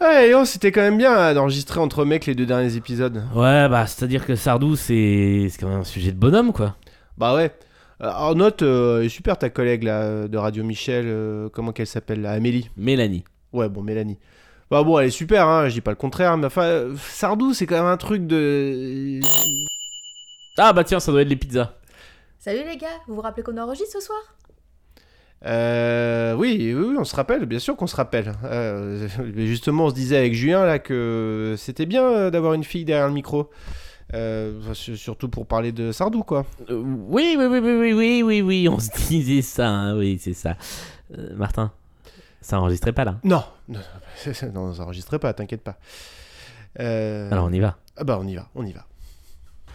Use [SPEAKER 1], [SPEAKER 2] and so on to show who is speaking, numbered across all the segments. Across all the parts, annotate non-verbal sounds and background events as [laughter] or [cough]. [SPEAKER 1] Ouais, Léo, c'était quand même bien euh, d'enregistrer entre mecs les deux derniers épisodes.
[SPEAKER 2] Ouais, bah, c'est-à-dire que Sardou, c'est c'est quand même un sujet de bonhomme, quoi.
[SPEAKER 1] Bah ouais. Euh, En note, euh, est super ta collègue là, de Radio Michel, euh, comment qu'elle s'appelle là, Amélie.
[SPEAKER 2] Mélanie.
[SPEAKER 1] Ouais, bon, Mélanie. Bah bon, elle est super, hein, je dis pas le contraire, mais enfin, euh, Sardou, c'est quand même un truc de.
[SPEAKER 2] Ah, bah tiens, ça doit être les pizzas.
[SPEAKER 3] Salut les gars, vous vous rappelez qu'on enregistre ce soir
[SPEAKER 1] Euh, oui, oui, oui, on se rappelle, bien sûr qu'on se rappelle. Euh, mais justement, on se disait avec Julien là que c'était bien euh, d'avoir une fille derrière le micro. Euh, enfin, su- surtout pour parler de Sardou, quoi.
[SPEAKER 2] Euh, oui, oui, oui, oui, oui, oui, oui, oui, on se disait ça, hein, oui, c'est ça. Euh, Martin, ça enregistrait pas, là
[SPEAKER 1] Non, [laughs] non, non, non, on enregistrait pas, t'inquiète pas. Euh,
[SPEAKER 2] Alors, on y va.
[SPEAKER 1] ah bah on y va, on y va.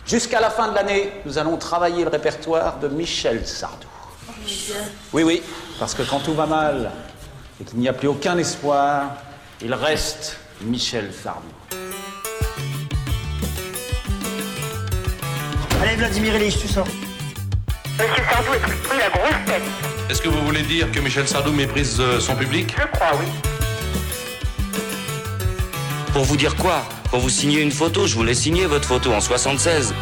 [SPEAKER 4] Jusqu'à la fin de l'année, nous allons travailler le répertoire de Michel Sardou. Oui, oui, parce que quand tout va mal et qu'il n'y a plus aucun espoir, il reste Michel Sardou.
[SPEAKER 5] Allez Vladimir Ilyich, tu sors.
[SPEAKER 6] Monsieur Sardou est pris la grosse tête,
[SPEAKER 7] Est-ce que vous voulez dire que Michel Sardou méprise euh, son public
[SPEAKER 6] je crois, oui.
[SPEAKER 8] Pour vous dire quoi Pour vous signer une photo, je voulais signer votre photo en 76.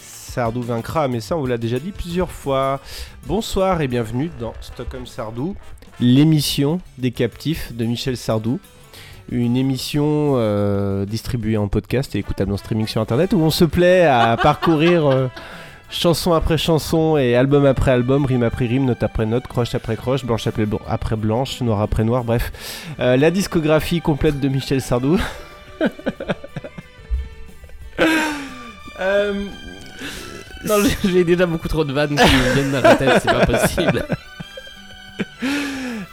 [SPEAKER 1] Sardou vaincra, mais ça on vous l'a déjà dit plusieurs fois. Bonsoir et bienvenue dans Stockholm Sardou, l'émission des captifs de Michel Sardou. Une émission euh, distribuée en podcast et écoutable en streaming sur internet où on se plaît à parcourir euh, chanson après chanson et album après album, rime après rime, note après note, croche après croche, blanche après, blan- après blanche, noir après noir, bref. Euh, la discographie complète de Michel Sardou. Euh,
[SPEAKER 2] Non, j'ai- [laughs] j'ai déjà beaucoup trop de vannes qui me viennent dans la tête, c'est pas
[SPEAKER 1] [laughs]
[SPEAKER 2] possible.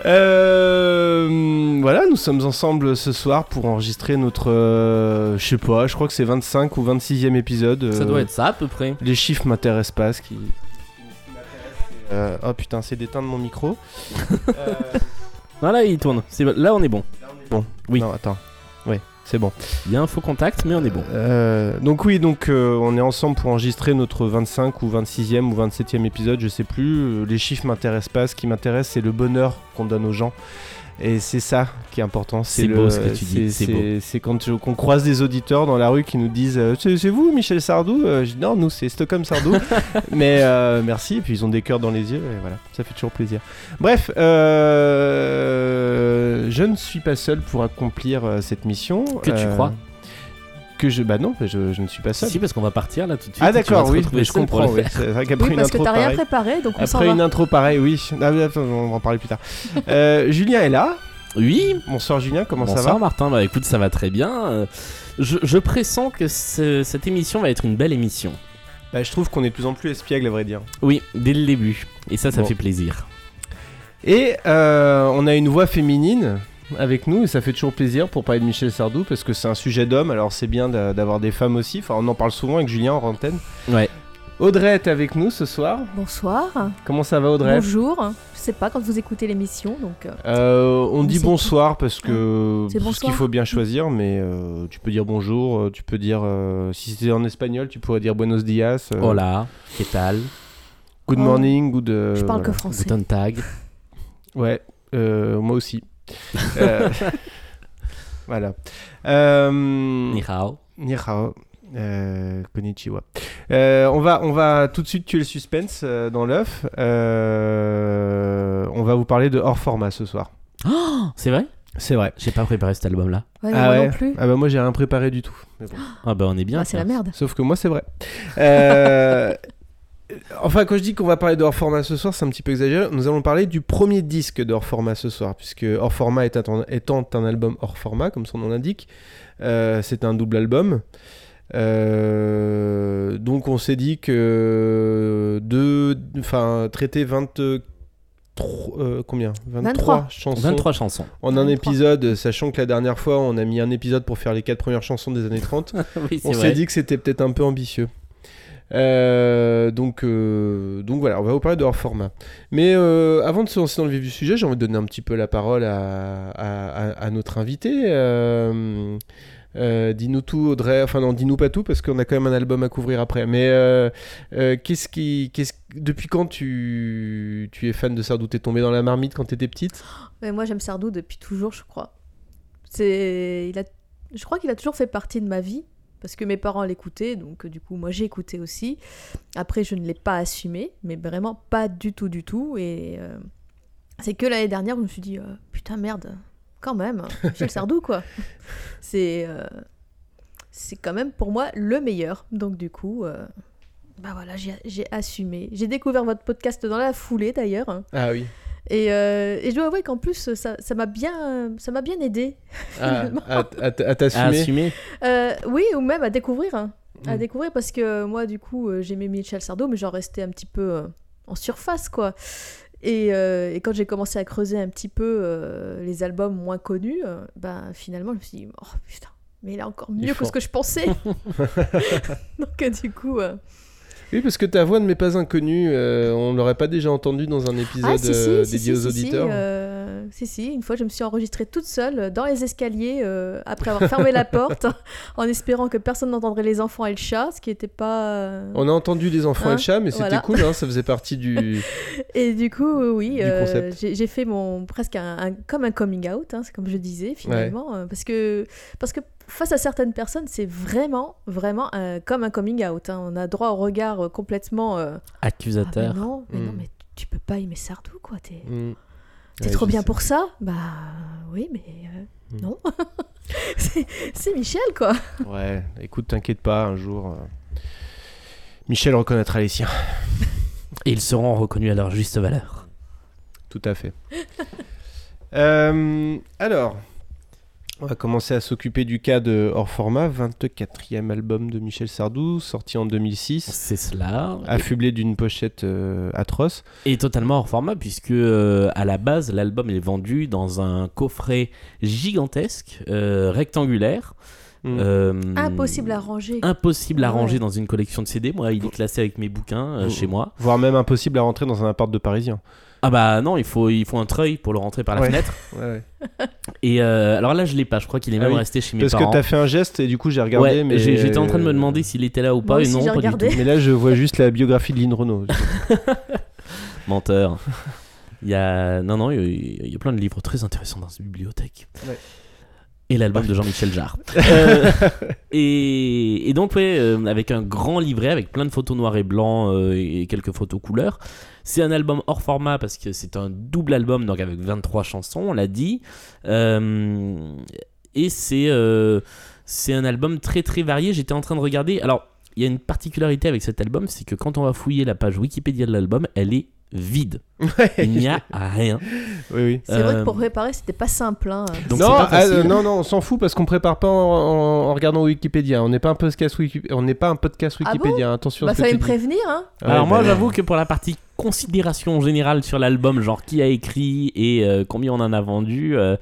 [SPEAKER 1] Euh, voilà, nous sommes ensemble ce soir pour enregistrer notre, euh, je sais pas, je crois que c'est 25 ou 26e épisode. euh,
[SPEAKER 2] Ça doit être ça, à peu près.
[SPEAKER 1] Les chiffres m'intéressent pas, ce qui. Euh, oh putain, c'est d'éteindre mon micro. Euh,
[SPEAKER 2] Non, là, il tourne. C'est- Là, on est bon.
[SPEAKER 1] Bon,
[SPEAKER 2] Oui.
[SPEAKER 1] Non, attends. Ouais, c'est bon.
[SPEAKER 2] Il y a un faux contact, mais on est bon.
[SPEAKER 1] Euh, donc oui, donc euh, on est ensemble pour enregistrer notre 25 ou 26e ou 27e épisode, je sais plus. Euh, Les chiffres m'intéressent pas. Ce qui m'intéresse, c'est le bonheur qu'on donne aux gens. Et c'est ça qui est important.
[SPEAKER 2] C'est
[SPEAKER 1] le-
[SPEAKER 2] beau ce que tu dis, c'est
[SPEAKER 1] C'est c'est quand je- qu'on croise des auditeurs dans la rue qui nous disent euh, c'est c'est vous Michel Sardou Euh, je dis, Non, nous c'est Stockholm
[SPEAKER 2] [laughs]
[SPEAKER 1] Sardou. Mais euh, merci. Et puis ils ont des cœurs dans les yeux. Et voilà, ça fait toujours plaisir. Bref, euh, je ne suis pas seul pour accomplir euh, cette mission.
[SPEAKER 2] Que tu crois
[SPEAKER 1] que je bah non je, je ne suis pas seul.
[SPEAKER 2] Si, parce qu'on va partir là tout de suite.
[SPEAKER 1] ah
[SPEAKER 2] et tu vas
[SPEAKER 1] d'accord
[SPEAKER 2] te
[SPEAKER 1] oui
[SPEAKER 2] retrouver
[SPEAKER 1] mais je
[SPEAKER 2] seul pour le
[SPEAKER 1] comprends oui.
[SPEAKER 2] faire.
[SPEAKER 1] c'est vrai qu'après
[SPEAKER 3] Oui,
[SPEAKER 1] une
[SPEAKER 3] parce que
[SPEAKER 1] intro
[SPEAKER 3] t'as rien
[SPEAKER 1] pareille
[SPEAKER 3] préparé, donc on s'en
[SPEAKER 1] après
[SPEAKER 3] va.
[SPEAKER 1] une intro pareille oui Ah, mais attends, on va en parler plus
[SPEAKER 3] [laughs]
[SPEAKER 1] tard. Euh, Julien est là
[SPEAKER 2] Oui,
[SPEAKER 1] bonsoir Julien comment
[SPEAKER 2] Bonsoir,
[SPEAKER 1] ça va
[SPEAKER 2] Martin, bah écoute, ça va très bien. Euh, Je, je pressens que ce- cette émission va être une belle émission.
[SPEAKER 1] Bah, je trouve qu'on est de plus en plus espiègle à vrai dire.
[SPEAKER 2] Oui, dès le début. Et ça, ça
[SPEAKER 1] Bon.
[SPEAKER 2] fait plaisir.
[SPEAKER 1] Et euh, on a une voix féminine avec nous et ça fait toujours plaisir pour parler de Michel Sardou parce que c'est un sujet d'homme alors c'est bien d'a- d'avoir des femmes aussi. Enfin on en parle souvent avec Julien en antenne.
[SPEAKER 2] Ouais.
[SPEAKER 1] Audrey est avec nous ce soir.
[SPEAKER 3] Bonsoir,
[SPEAKER 1] Comment ça va Audrey
[SPEAKER 3] bonjour. Je sais pas quand vous écoutez l'émission, donc euh,
[SPEAKER 1] Euh, on
[SPEAKER 3] Mais
[SPEAKER 1] dit
[SPEAKER 3] c'est- Ah.
[SPEAKER 1] bonsoir parce que
[SPEAKER 3] C'est
[SPEAKER 1] parce qu'il
[SPEAKER 3] bonsoir.
[SPEAKER 1] faut bien choisir, mais euh, tu peux dire bonjour, euh, tu peux dire euh, si c'était en espagnol, tu pourrais dire buenos dias, euh,
[SPEAKER 2] Hola, que tal,
[SPEAKER 1] good
[SPEAKER 3] Oh.
[SPEAKER 1] morning, good. euh,
[SPEAKER 3] je parle
[SPEAKER 1] voilà.
[SPEAKER 3] que français.
[SPEAKER 2] guten tag.
[SPEAKER 1] Ouais, euh, moi aussi.
[SPEAKER 3] [laughs]
[SPEAKER 1] Euh, voilà. Euh,
[SPEAKER 2] Ni hao.
[SPEAKER 1] Ni hao. Euh, konnichiwa. Euh, on, va, on va tout de suite tuer le suspense euh, dans l'œuf. Euh, on va vous parler de hors format ce soir.
[SPEAKER 2] Oh, c'est vrai
[SPEAKER 1] C'est vrai.
[SPEAKER 2] J'ai pas préparé cet album-là.
[SPEAKER 3] Ouais, mais
[SPEAKER 1] Ah
[SPEAKER 3] moi
[SPEAKER 1] ouais.
[SPEAKER 3] non plus.
[SPEAKER 1] Ah bah moi j'ai rien préparé du tout. Mais bon.
[SPEAKER 2] Ah bah on est bien.
[SPEAKER 3] Bah, c'est la
[SPEAKER 2] ça.
[SPEAKER 3] merde.
[SPEAKER 1] Sauf que moi, c'est vrai. Euh, Enfin, quand je dis qu'on va parler de hors format ce soir, c'est un petit peu exagéré. Nous allons parler du premier disque de hors format ce soir, puisque hors format est un- étant un album hors format, comme son nom l'indique, euh, c'est un double album. Euh, donc, on s'est dit que de, enfin, traiter 23, euh, combien
[SPEAKER 3] 23.
[SPEAKER 1] chansons
[SPEAKER 2] 23 chansons.
[SPEAKER 1] en un
[SPEAKER 3] 23.
[SPEAKER 1] épisode, sachant que la dernière fois, on a mis un épisode pour faire les quatre premières chansons des années 30.
[SPEAKER 2] [laughs] oui, c'est
[SPEAKER 1] On
[SPEAKER 2] vrai.
[SPEAKER 1] s'est dit que c'était peut-être un peu ambitieux. Euh, donc, euh, donc voilà, on va vous parler de hors format. Mais euh, avant de se lancer dans le vif du sujet, j'ai envie de donner un petit peu la parole à, à- à- à notre invité. euh, Euh, dis-nous tout, Audrey. Enfin, non, dis-nous pas tout parce qu'on a quand même un album à couvrir après. Mais euh, euh, qu'est-ce qui, qu'est-ce, depuis quand tu, tu es fan de Sardou T'es tombée dans la marmite quand t'étais petite
[SPEAKER 3] Mais moi, j'aime Sardou depuis toujours, je crois. C'est, il a, je crois qu'il a toujours fait partie de ma vie parce que mes parents l'écoutaient, donc euh, du coup, moi, j'ai écouté aussi. Après, je ne l'ai pas assumé, mais vraiment pas du tout, du tout. Et euh, c'est que l'année dernière, où je me suis dit, euh, putain, merde, quand même, [laughs] Michel Sardou, quoi. c'est, euh, c'est quand même pour moi le meilleur. Donc du coup. euh, bah voilà, j'ai j'ai assumé. J'ai découvert votre podcast dans la foulée d'ailleurs. hein.
[SPEAKER 1] Ah oui.
[SPEAKER 3] Et, euh, et je dois avouer qu'en plus, ça ça m'a bien, ça m'a bien aidé.
[SPEAKER 1] À, à, à t- à
[SPEAKER 2] À
[SPEAKER 1] t'assumer.
[SPEAKER 2] assumer.
[SPEAKER 3] Euh, oui, ou même à découvrir. hein. À
[SPEAKER 1] Mm.
[SPEAKER 3] découvrir, parce que euh, moi, du coup, euh, j'aimais Michel Sardou, mais j'en restais un petit peu euh, en surface, quoi. Et, euh, et quand j'ai commencé à creuser un petit peu euh, les albums moins connus, euh, ben finalement, je me suis dit, oh putain, mais il est encore
[SPEAKER 1] Il est
[SPEAKER 3] mieux que
[SPEAKER 1] fort.
[SPEAKER 3] ce que
[SPEAKER 1] [laughs]
[SPEAKER 3] je pensais. [laughs] Donc, euh, du coup. euh,
[SPEAKER 1] Oui, parce que ta voix ne m'est pas inconnue. euh, on l'aurait pas déjà entendue dans un épisode
[SPEAKER 3] Ah, si, si,
[SPEAKER 1] euh,
[SPEAKER 3] si,
[SPEAKER 1] dédié
[SPEAKER 3] si,
[SPEAKER 1] aux
[SPEAKER 3] si, si,
[SPEAKER 1] auditeurs.
[SPEAKER 3] euh, Si, si, une fois, je me suis enregistrée toute seule euh, dans les escaliers euh, après avoir fermé
[SPEAKER 1] [laughs]
[SPEAKER 3] la porte en espérant que personne n'entendrait les enfants et le chat, ce qui n'était pas. euh,
[SPEAKER 1] On a entendu les enfants et
[SPEAKER 3] Hein,
[SPEAKER 1] le chat, mais c'était
[SPEAKER 3] voilà.
[SPEAKER 1] cool. hein, ça faisait partie
[SPEAKER 3] [laughs]
[SPEAKER 1] du.
[SPEAKER 3] Et du coup, euh, oui,
[SPEAKER 1] Du
[SPEAKER 3] euh,
[SPEAKER 1] concept.
[SPEAKER 3] j'ai j'ai fait mon presque un, un- comme un coming out, hein, c'est comme je disais finalement, euh, parce que parce que face à certaines personnes, c'est vraiment vraiment euh, comme un coming out. hein. On a droit au regard euh, complètement. euh, Ah, mais
[SPEAKER 2] Accusateur.
[SPEAKER 3] non, mais non,
[SPEAKER 1] Mm.
[SPEAKER 3] mais tu peux pas aimer Sardou, quoi. T'es
[SPEAKER 1] Mm.
[SPEAKER 3] t'es
[SPEAKER 1] Ouais,
[SPEAKER 3] trop
[SPEAKER 1] je
[SPEAKER 3] bien
[SPEAKER 1] sais.
[SPEAKER 3] pour ça. Bah oui, mais euh,
[SPEAKER 1] Mm.
[SPEAKER 3] non. [laughs] C'est- c'est Michel, quoi.
[SPEAKER 1] Hmm. Ouais, écoute, t'inquiète pas, un jour. euh, Michel reconnaîtra les siens.
[SPEAKER 2] Et ils seront reconnus à leur juste valeur.
[SPEAKER 1] [laughs] Tout à fait. [laughs] Euh, alors, on va commencer à s'occuper du cas de Hors Format, 24e album de Michel Sardou, sorti en 2006,
[SPEAKER 2] C'est cela.
[SPEAKER 1] affublé d'une pochette euh, atroce.
[SPEAKER 2] Et totalement hors format, puisque euh, à la base, l'album est vendu dans un coffret gigantesque, euh, rectangulaire.
[SPEAKER 1] Mm.
[SPEAKER 2] euh,
[SPEAKER 3] Impossible à ranger.
[SPEAKER 1] Ah,
[SPEAKER 2] Impossible à
[SPEAKER 3] Ouais.
[SPEAKER 2] ranger dans une collection de CD. Moi, il est classé avec mes bouquins euh,
[SPEAKER 1] Oh.
[SPEAKER 2] chez moi.
[SPEAKER 1] Voire même impossible à rentrer dans un appart de Parisien.
[SPEAKER 2] Ah bah non, il faut, il faut un treuil pour le rentrer par la
[SPEAKER 1] Ouais.
[SPEAKER 2] fenêtre. Et euh, alors là, je l'ai pas. Je crois qu'il est
[SPEAKER 1] Ah
[SPEAKER 2] même
[SPEAKER 1] oui.
[SPEAKER 2] resté chez mes
[SPEAKER 1] Parce
[SPEAKER 2] parents.
[SPEAKER 1] que t'as fait un geste et du coup j'ai regardé.
[SPEAKER 2] Ouais,
[SPEAKER 1] mais euh,
[SPEAKER 2] j'ai- j'étais en train de me demander s'il était là ou pas.
[SPEAKER 3] Moi
[SPEAKER 2] et
[SPEAKER 3] aussi,
[SPEAKER 2] non,
[SPEAKER 3] j'ai
[SPEAKER 2] pas du tout.
[SPEAKER 3] regardé.
[SPEAKER 1] [laughs] Mais là je vois juste la biographie de Lynn [laughs] Renault.
[SPEAKER 2] Menteur. Il y a... Non, non, il y a- il y a plein de livres très intéressants dans cette bibliothèque.
[SPEAKER 1] Ouais.
[SPEAKER 2] Et l'album de Jean-Michel Jarre. Euh, et, et donc, ouais, euh, avec un grand livret, avec plein de photos noires et blancs euh, et quelques photos couleurs. C'est un album hors format parce que c'est un double album, donc avec 23 chansons, on l'a dit. Euh, et c'est euh, c'est un album très très varié. J'étais en train de regarder. Alors, il y a une particularité avec cet album, c'est que quand on va fouiller la page Wikipédia de l'album, elle est
[SPEAKER 1] [laughs]
[SPEAKER 2] vide. Il n'y a rien.
[SPEAKER 1] oui, oui.
[SPEAKER 3] C'est vrai
[SPEAKER 2] Euh,
[SPEAKER 3] que pour préparer, c'était pas simple. hein.
[SPEAKER 2] Donc
[SPEAKER 1] non,
[SPEAKER 2] c'est pas
[SPEAKER 1] ah,
[SPEAKER 2] facile.
[SPEAKER 1] euh, non, non, on s'en fout parce qu'on prépare pas en, en- en regardant Wikipédia. On n'est pas un podcast Wiki- on n'est pas un podcast
[SPEAKER 3] Ah bon
[SPEAKER 1] Wikipédia. Attention. à
[SPEAKER 3] Bah
[SPEAKER 1] ce que
[SPEAKER 3] fallait
[SPEAKER 1] tu
[SPEAKER 3] me
[SPEAKER 1] dis.
[SPEAKER 3] prévenir,
[SPEAKER 1] [laughs]
[SPEAKER 3] hein.
[SPEAKER 1] Ouais,
[SPEAKER 2] Alors
[SPEAKER 1] bah
[SPEAKER 2] moi
[SPEAKER 1] non.
[SPEAKER 2] j'avoue que pour la partie considération générale sur l'album, genre qui a écrit et euh, combien on en a vendu, euh,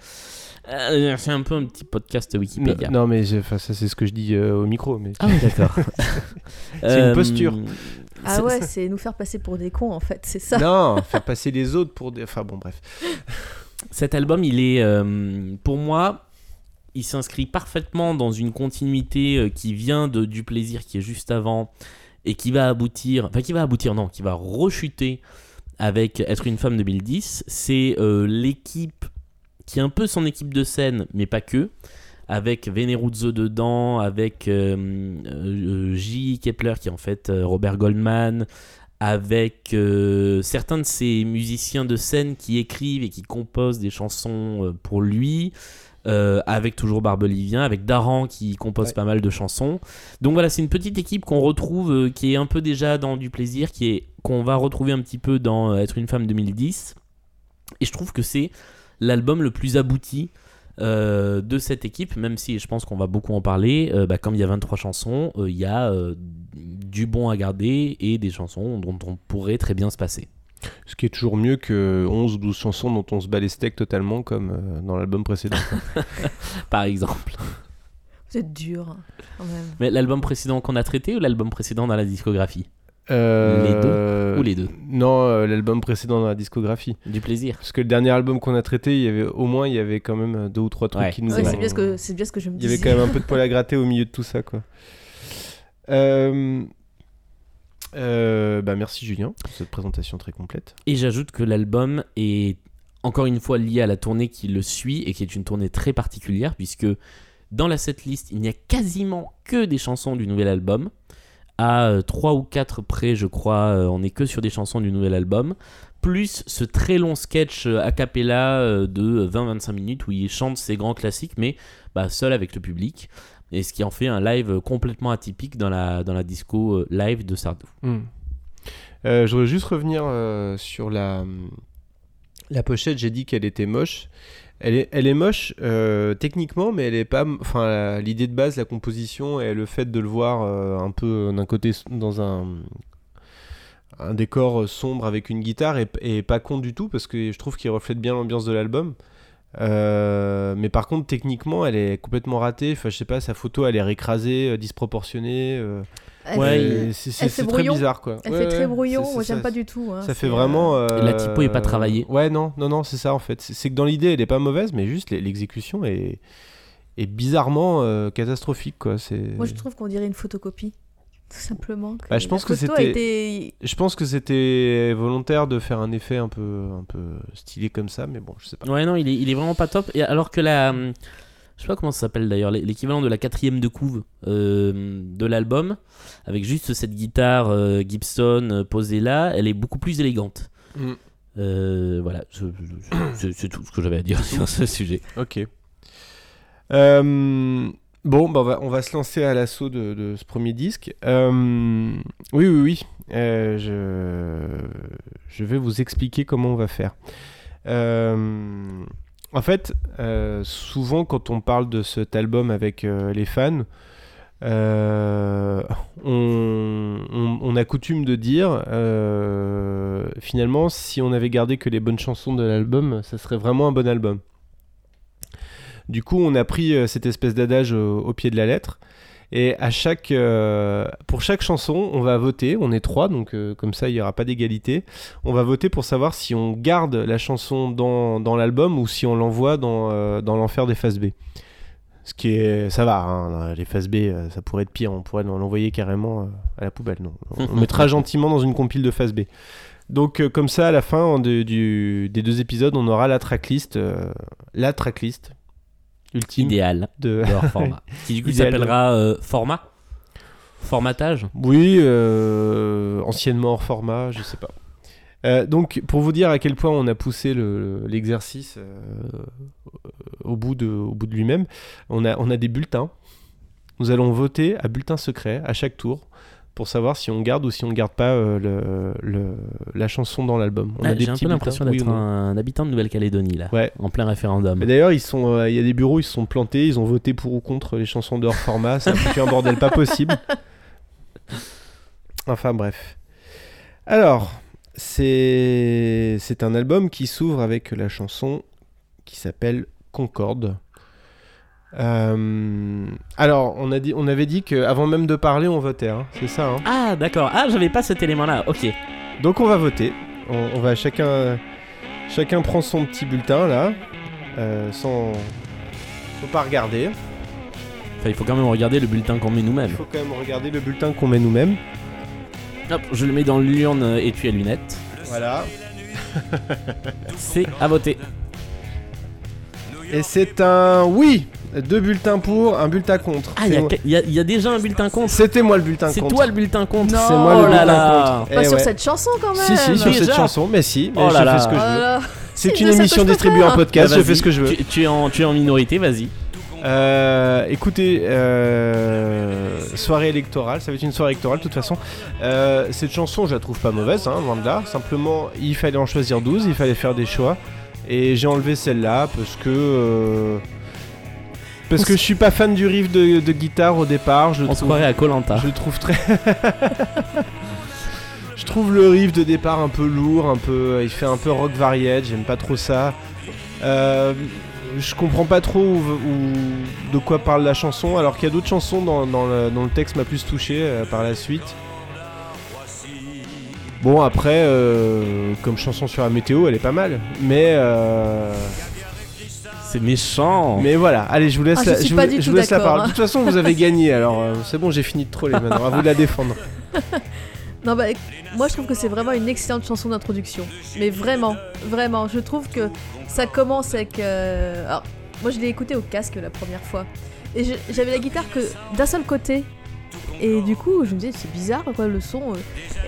[SPEAKER 2] euh, c'est un peu un petit podcast
[SPEAKER 1] Non,
[SPEAKER 2] Wikipédia.
[SPEAKER 1] non, mais j'ai- enfin, ça c'est ce que je dis euh, au micro. Mais
[SPEAKER 2] Ah oui d'accord.
[SPEAKER 1] [laughs]
[SPEAKER 2] Euh,
[SPEAKER 1] C'est une posture.
[SPEAKER 3] Ah ouais, c'est nous faire passer pour des cons en fait, c'est ça. [laughs]
[SPEAKER 1] non, faire passer les autres pour des. Enfin bon, bref.
[SPEAKER 2] Cet album, il est, euh, pour moi, il s'inscrit parfaitement dans une continuité euh, qui vient de, du plaisir qui est juste avant et qui va aboutir, enfin qui va aboutir, non, qui va rechuter avec Être une femme 2010. C'est euh, l'équipe qui est un peu son équipe de scène, mais pas que. Avec Veneruzzo dedans, avec euh, euh, J. Kepler qui est en fait euh, Robert Goldman, avec euh, certains de ces musiciens de scène qui écrivent et qui composent des chansons euh, pour lui, euh, avec toujours Barbelivien, avec Daran qui compose
[SPEAKER 1] Ouais.
[SPEAKER 2] pas mal de chansons. Donc voilà, c'est une petite équipe qu'on retrouve, euh, qui est un peu déjà dans du plaisir, qui est qu'on va retrouver un petit peu dans euh, Être une femme 2010. Et je trouve que c'est l'album le plus abouti euh, de cette équipe, même si je pense qu'on va beaucoup en parler, euh, bah, comme il y a 23 chansons, euh, il y a euh, du bon à garder et des chansons dont on pourrait très bien se passer.
[SPEAKER 1] Ce qui est toujours mieux que 11 ou 12 chansons dont on se bat les steaks totalement, comme euh, dans l'album précédent.
[SPEAKER 2] Par exemple.
[SPEAKER 3] Vous êtes dur, hein, quand même.
[SPEAKER 2] Mais l'album précédent qu'on a traité ou l'album précédent dans la discographie
[SPEAKER 1] Euh,
[SPEAKER 2] Ou les deux.
[SPEAKER 1] Non, euh, l'album précédent dans la discographie.
[SPEAKER 2] Du plaisir.
[SPEAKER 1] Parce que le dernier album qu'on a traité, il y avait, au moins, il y avait quand même euh, deux ou trois trucs
[SPEAKER 2] Ouais.
[SPEAKER 1] qui nous
[SPEAKER 3] Ouais,
[SPEAKER 1] ont-
[SPEAKER 3] c'est bien ce que c'est bien ce que je me
[SPEAKER 1] Il y avait
[SPEAKER 3] disais.
[SPEAKER 1] quand même un peu de poil à gratter au milieu de tout ça, quoi. Euh, euh, bah merci Julien pour cette présentation très complète.
[SPEAKER 2] Et j'ajoute que l'album est encore une fois lié à la tournée qui le suit et qui est une tournée très particulière puisque dans la setlist il n'y a quasiment que des chansons du nouvel album. À euh, trois ou quatre près, je crois, euh, on est que sur des chansons du nouvel album. Plus ce très long sketch euh, a cappella euh, de 20-25 minutes où il chante ses grands classiques, mais bah, seul avec le public. Et ce qui en fait un live euh, complètement atypique dans la, dans la disco euh, live de Sardou.
[SPEAKER 1] Hmm. Euh, je voudrais juste revenir euh, sur la, la pochette. J'ai dit qu'elle était moche. Elle est, elle est moche euh, techniquement, mais elle est pas. Enfin, la- l'idée de base, la composition et le fait de le voir euh, un peu d'un côté s- dans un un décor euh, sombre avec une guitare est, est pas con du tout parce que je trouve qu'il reflète bien l'ambiance de l'album. Euh, mais par contre, techniquement, elle est complètement ratée. Enfin, je sais pas, sa photo, elle est récrasée, euh, disproportionnée. euh,
[SPEAKER 3] Elle
[SPEAKER 2] Ouais,
[SPEAKER 3] fait-
[SPEAKER 1] et c'est- c'est
[SPEAKER 3] elle fait
[SPEAKER 1] c'est très
[SPEAKER 3] brouillon.
[SPEAKER 1] bizarre quoi.
[SPEAKER 3] Elle
[SPEAKER 1] Ouais,
[SPEAKER 3] fait très
[SPEAKER 1] ouais,
[SPEAKER 3] brouillon,
[SPEAKER 1] c'est- c'est-
[SPEAKER 3] moi j'aime
[SPEAKER 1] ça-
[SPEAKER 3] pas du tout. hein.
[SPEAKER 1] Ça
[SPEAKER 3] C'est,
[SPEAKER 1] fait
[SPEAKER 3] euh,
[SPEAKER 1] vraiment. euh,
[SPEAKER 2] La typo est pas travaillée.
[SPEAKER 1] Ouais, non, non, non, c'est ça en fait. C'est c'est que dans l'idée, elle est pas mauvaise, mais juste l'e- l'exécution est, est bizarrement euh, catastrophique quoi. C'est.
[SPEAKER 3] Moi je trouve qu'on dirait une photocopie. Tout simplement.
[SPEAKER 1] euh, Bah, je pense
[SPEAKER 3] la
[SPEAKER 1] que
[SPEAKER 3] photo a été-
[SPEAKER 1] Je pense que c'était volontaire de faire un effet un peu, un peu stylé comme ça, mais bon, je sais pas.
[SPEAKER 2] Ouais, non, il est, il est vraiment pas top. Et alors que la. hum, Je sais pas comment ça s'appelle d'ailleurs, l'é- l'équivalent de la quatrième de couve euh, de l'album, avec juste cette guitare euh, Gibson euh, posée là, elle est beaucoup plus élégante.
[SPEAKER 1] Mm.
[SPEAKER 2] Euh, voilà, je-
[SPEAKER 1] [coughs]
[SPEAKER 2] je- c'est c'est tout ce que j'avais à dire [laughs] sur ce sujet.
[SPEAKER 1] Ok. Euh, bon, bah, on, va, on va se lancer à l'assaut de, de ce premier disque. Euh, oui, oui, oui. Euh, je, je vais vous expliquer comment on va faire. Euh, en fait, euh, souvent quand on parle de cet album avec euh, les fans, euh, on, on- on a coutume de dire euh, finalement si on avait gardé que les bonnes chansons de l'album, ça serait vraiment un bon album. Du coup, on a pris euh, cette espèce d'adage au, au pied de la lettre. Et à chaque, euh, pour chaque chanson, on va voter. On est trois, donc euh, comme ça, il n'y aura pas d'égalité. On va voter pour savoir si on garde la chanson dans, dans l'album ou si on l'envoie dans, euh, dans l'enfer des phases B. Ce qui est, ça va, hein, les phases B, euh, ça pourrait être pire. On pourrait l'envoyer carrément euh, à la poubelle. Non, on on mettra gentiment dans une compile de phase B. Donc euh, comme ça, à la fin en de- du- des deux épisodes, on aura la tracklist, euh, la tracklist ultime [laughs]
[SPEAKER 2] Idéal
[SPEAKER 1] de.
[SPEAKER 2] de hors format. Qui du coup
[SPEAKER 1] Idéal,
[SPEAKER 2] s'appellera euh, format Formatage
[SPEAKER 1] Oui, euh, anciennement hors format, je sais pas. Euh, donc, pour vous dire à quel point on a poussé le- l'exercice euh, au bout de, au bout de lui-même, on a, on a des bulletins. Nous allons voter à bulletin secret à chaque tour pour savoir si on garde ou si on garde pas euh, le, le- la chanson dans l'album. On
[SPEAKER 2] Ah,
[SPEAKER 1] a des
[SPEAKER 2] J'ai un
[SPEAKER 1] petits
[SPEAKER 2] peu l'impression
[SPEAKER 1] bulletins,
[SPEAKER 2] d'être
[SPEAKER 1] oui ou non.
[SPEAKER 2] un habitant de Nouvelle-Calédonie là,
[SPEAKER 1] Ouais,
[SPEAKER 2] en plein référendum.
[SPEAKER 1] Mais d'ailleurs, ils sont, euh, il y a des bureaux, ils se sont plantés, ils ont voté pour ou contre les chansons de hors format. C'est un foutu un bordel pas possible. Enfin bref. Alors, c'est c'est un album qui s'ouvre avec la chanson qui s'appelle Concorde. Euh, alors, on, a dit, on avait dit qu'avant même de parler, on votait. hein. C'est ça. hein.
[SPEAKER 2] Ah d'accord, ah j'avais pas cet élément là, ok.
[SPEAKER 1] Donc on va voter. On, on va chacun, chacun prend son petit bulletin là, euh, sans faut pas regarder.
[SPEAKER 2] Enfin, il faut quand même regarder le bulletin qu'on met nous-mêmes.
[SPEAKER 1] Il faut quand même regarder le bulletin qu'on met nous-mêmes.
[SPEAKER 2] Hop, je le mets dans l'urne euh, étui à lunettes.
[SPEAKER 1] Voilà.
[SPEAKER 2] C'est à voter.
[SPEAKER 1] Et c'est un oui. Deux bulletins pour, un bulletin contre.
[SPEAKER 2] Ah,
[SPEAKER 1] C'est
[SPEAKER 2] il y, a
[SPEAKER 1] moi-
[SPEAKER 2] que- il y a- il y a déjà un bulletin contre.
[SPEAKER 1] C'était moi le bulletin
[SPEAKER 2] C'est
[SPEAKER 1] contre.
[SPEAKER 2] toi le bulletin contre.
[SPEAKER 3] Non.
[SPEAKER 1] C'est moi
[SPEAKER 2] oh
[SPEAKER 1] le
[SPEAKER 2] là
[SPEAKER 1] bulletin
[SPEAKER 2] là.
[SPEAKER 1] contre.
[SPEAKER 3] Pas
[SPEAKER 1] Eh
[SPEAKER 3] sur
[SPEAKER 1] ouais.
[SPEAKER 3] cette chanson quand même.
[SPEAKER 1] Si si sur
[SPEAKER 2] Déjà
[SPEAKER 1] cette chanson, mais si. Mais
[SPEAKER 2] Oh
[SPEAKER 1] je
[SPEAKER 2] là
[SPEAKER 1] fais
[SPEAKER 2] là.
[SPEAKER 1] ce que
[SPEAKER 3] Oh
[SPEAKER 1] je veux.
[SPEAKER 3] là là.
[SPEAKER 1] C'est
[SPEAKER 3] c'est
[SPEAKER 1] une
[SPEAKER 3] de ça que
[SPEAKER 1] émission
[SPEAKER 3] je
[SPEAKER 1] distribuée en
[SPEAKER 3] préfère.
[SPEAKER 1] podcast.
[SPEAKER 2] Ah,
[SPEAKER 1] je
[SPEAKER 2] vas-y,
[SPEAKER 1] fais ce que je veux.
[SPEAKER 2] Tu, tu es, en, tu es en minorité, vas-y.
[SPEAKER 1] Euh, écoutez, euh, soirée électorale, ça va être une soirée électorale de toute façon. Euh, cette chanson, je la trouve pas mauvaise, hein, loin de là. Simplement, il fallait en choisir 12, il fallait faire des choix. Et j'ai enlevé celle-là parce que. euh, parce que je suis pas fan du riff de, de guitare au départ. Je
[SPEAKER 2] On se
[SPEAKER 1] trouve
[SPEAKER 2] croirait à Colanta.
[SPEAKER 1] je le trouve très. [laughs] je trouve le riff de départ un peu lourd, un peu, il fait un peu rock variette, j'aime pas trop ça. Euh, je comprends pas trop où- où- de quoi parle la chanson, alors qu'il y a d'autres chansons dans, dans le, dans le texte m'a plus touché euh, par la suite. Bon, après, euh, comme chanson sur la météo, elle est pas mal. Mais, euh,
[SPEAKER 2] C'est méchant.
[SPEAKER 1] mais voilà, allez, je vous laisse,
[SPEAKER 3] Ah, je
[SPEAKER 1] la,
[SPEAKER 3] suis
[SPEAKER 1] vous,
[SPEAKER 3] pas du
[SPEAKER 1] je
[SPEAKER 3] tout
[SPEAKER 1] vous laisse la
[SPEAKER 3] d'accord,
[SPEAKER 1] parole.
[SPEAKER 3] hein.
[SPEAKER 1] De toute façon, vous
[SPEAKER 3] [laughs]
[SPEAKER 1] avez gagné, alors euh, c'est bon, j'ai fini de troller maintenant. À vous de la défendre.
[SPEAKER 3] Non, bah, moi je trouve que c'est vraiment une excellente chanson d'introduction. Mais vraiment, vraiment, je trouve que ça commence avec. euh, Alors, moi je l'ai écouté au casque la première fois. Et je- j'avais la guitare que d'un seul côté. Et du coup, je me disais, c'est bizarre quoi le son. euh.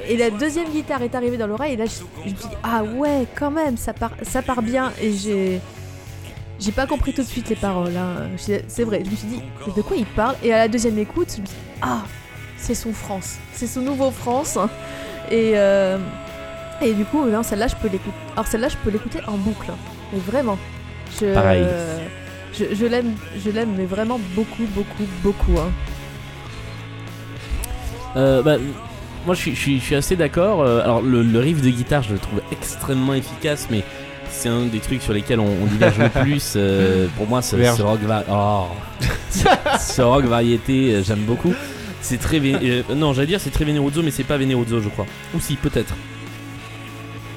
[SPEAKER 3] Et la deuxième guitare est arrivée dans l'oreille. Et là, je, je me suis dit, ah ouais, quand même, ça part, ça part bien. Et j'ai. J'ai pas compris tout de suite les paroles. hein. Je disais, C'est vrai, je me suis dit, mais de quoi il parle Et à la deuxième écoute, je me suis dit, ah, c'est son France. C'est son nouveau France. Et, euh, et du coup, non, celle-là, je peux l'écouter. Alors celle-là, je peux l'écouter en boucle. Mais vraiment. Je,
[SPEAKER 2] Pareil.
[SPEAKER 3] Je, je l'aime, je l'aime, mais vraiment beaucoup, beaucoup, beaucoup. hein.
[SPEAKER 2] Euh, bah, moi, je suis, je suis- je suis assez d'accord. Euh, Alors, le, le riff de guitare, je le trouve extrêmement efficace, mais c'est un des trucs sur lesquels on, on diverge le plus.
[SPEAKER 3] [laughs]
[SPEAKER 2] Euh, pour moi, ce,
[SPEAKER 1] Verge.
[SPEAKER 2] ce rock, va- oh. Ce rock variété, euh, j'aime beaucoup. C'est très. Vé- euh, non, j'allais dire c'est très Veneruzzo, mais c'est pas Veneruzzo, je crois. Ou si, peut-être.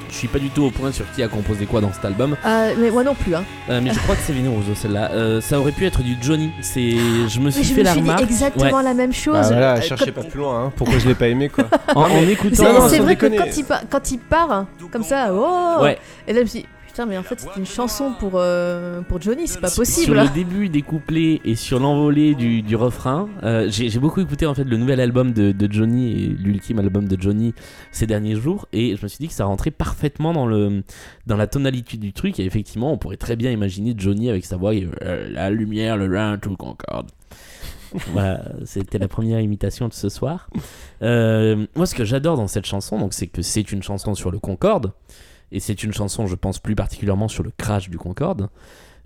[SPEAKER 2] Je suis pas du tout au point sur qui a composé quoi dans cet album.
[SPEAKER 3] Euh, mais moi non plus. Hein.
[SPEAKER 2] Euh, mais je crois que c'est Veneroso celle-là. Euh, ça aurait pu être du Johnny. C'est, je me suis
[SPEAKER 3] Mais je
[SPEAKER 2] fait
[SPEAKER 3] me
[SPEAKER 2] la
[SPEAKER 3] suis dit
[SPEAKER 2] remarque.
[SPEAKER 3] exactement
[SPEAKER 2] Ouais.
[SPEAKER 3] la même chose.
[SPEAKER 1] Bah voilà,
[SPEAKER 3] Euh,
[SPEAKER 1] cherchez
[SPEAKER 3] quand-
[SPEAKER 1] pas plus loin, hein, pourquoi je l'ai pas aimé, quoi.
[SPEAKER 2] En, en
[SPEAKER 3] Ah, C'est,
[SPEAKER 2] écoutant.
[SPEAKER 1] non,
[SPEAKER 3] c'est
[SPEAKER 1] sans
[SPEAKER 3] vrai
[SPEAKER 1] déconner.
[SPEAKER 3] que quand il, pa- quand il part, hein, comme ça, oh
[SPEAKER 2] Ouais.
[SPEAKER 3] Et là, je me suis dit, putain, mais en fait, c'est une chanson pour, euh, pour Johnny, c'est pas
[SPEAKER 2] Sur
[SPEAKER 3] possible.
[SPEAKER 2] le début des couplets et sur l'envolée du, du refrain, euh, j'ai j'ai beaucoup écouté en fait le nouvel album de, de Johnny et l'ultime album de Johnny ces derniers jours et je me suis dit que ça rentrait parfaitement dans le dans la tonalité du truc et effectivement on pourrait très bien imaginer Johnny avec sa voix et, euh, la lumière le lin tout
[SPEAKER 3] [laughs]
[SPEAKER 2] concorde. voilà, c'était la première imitation de ce soir. Euh, moi, ce que j'adore dans cette chanson, donc, c'est que c'est une chanson sur le Concorde, et c'est une chanson, je pense plus particulièrement sur le crash du Concorde.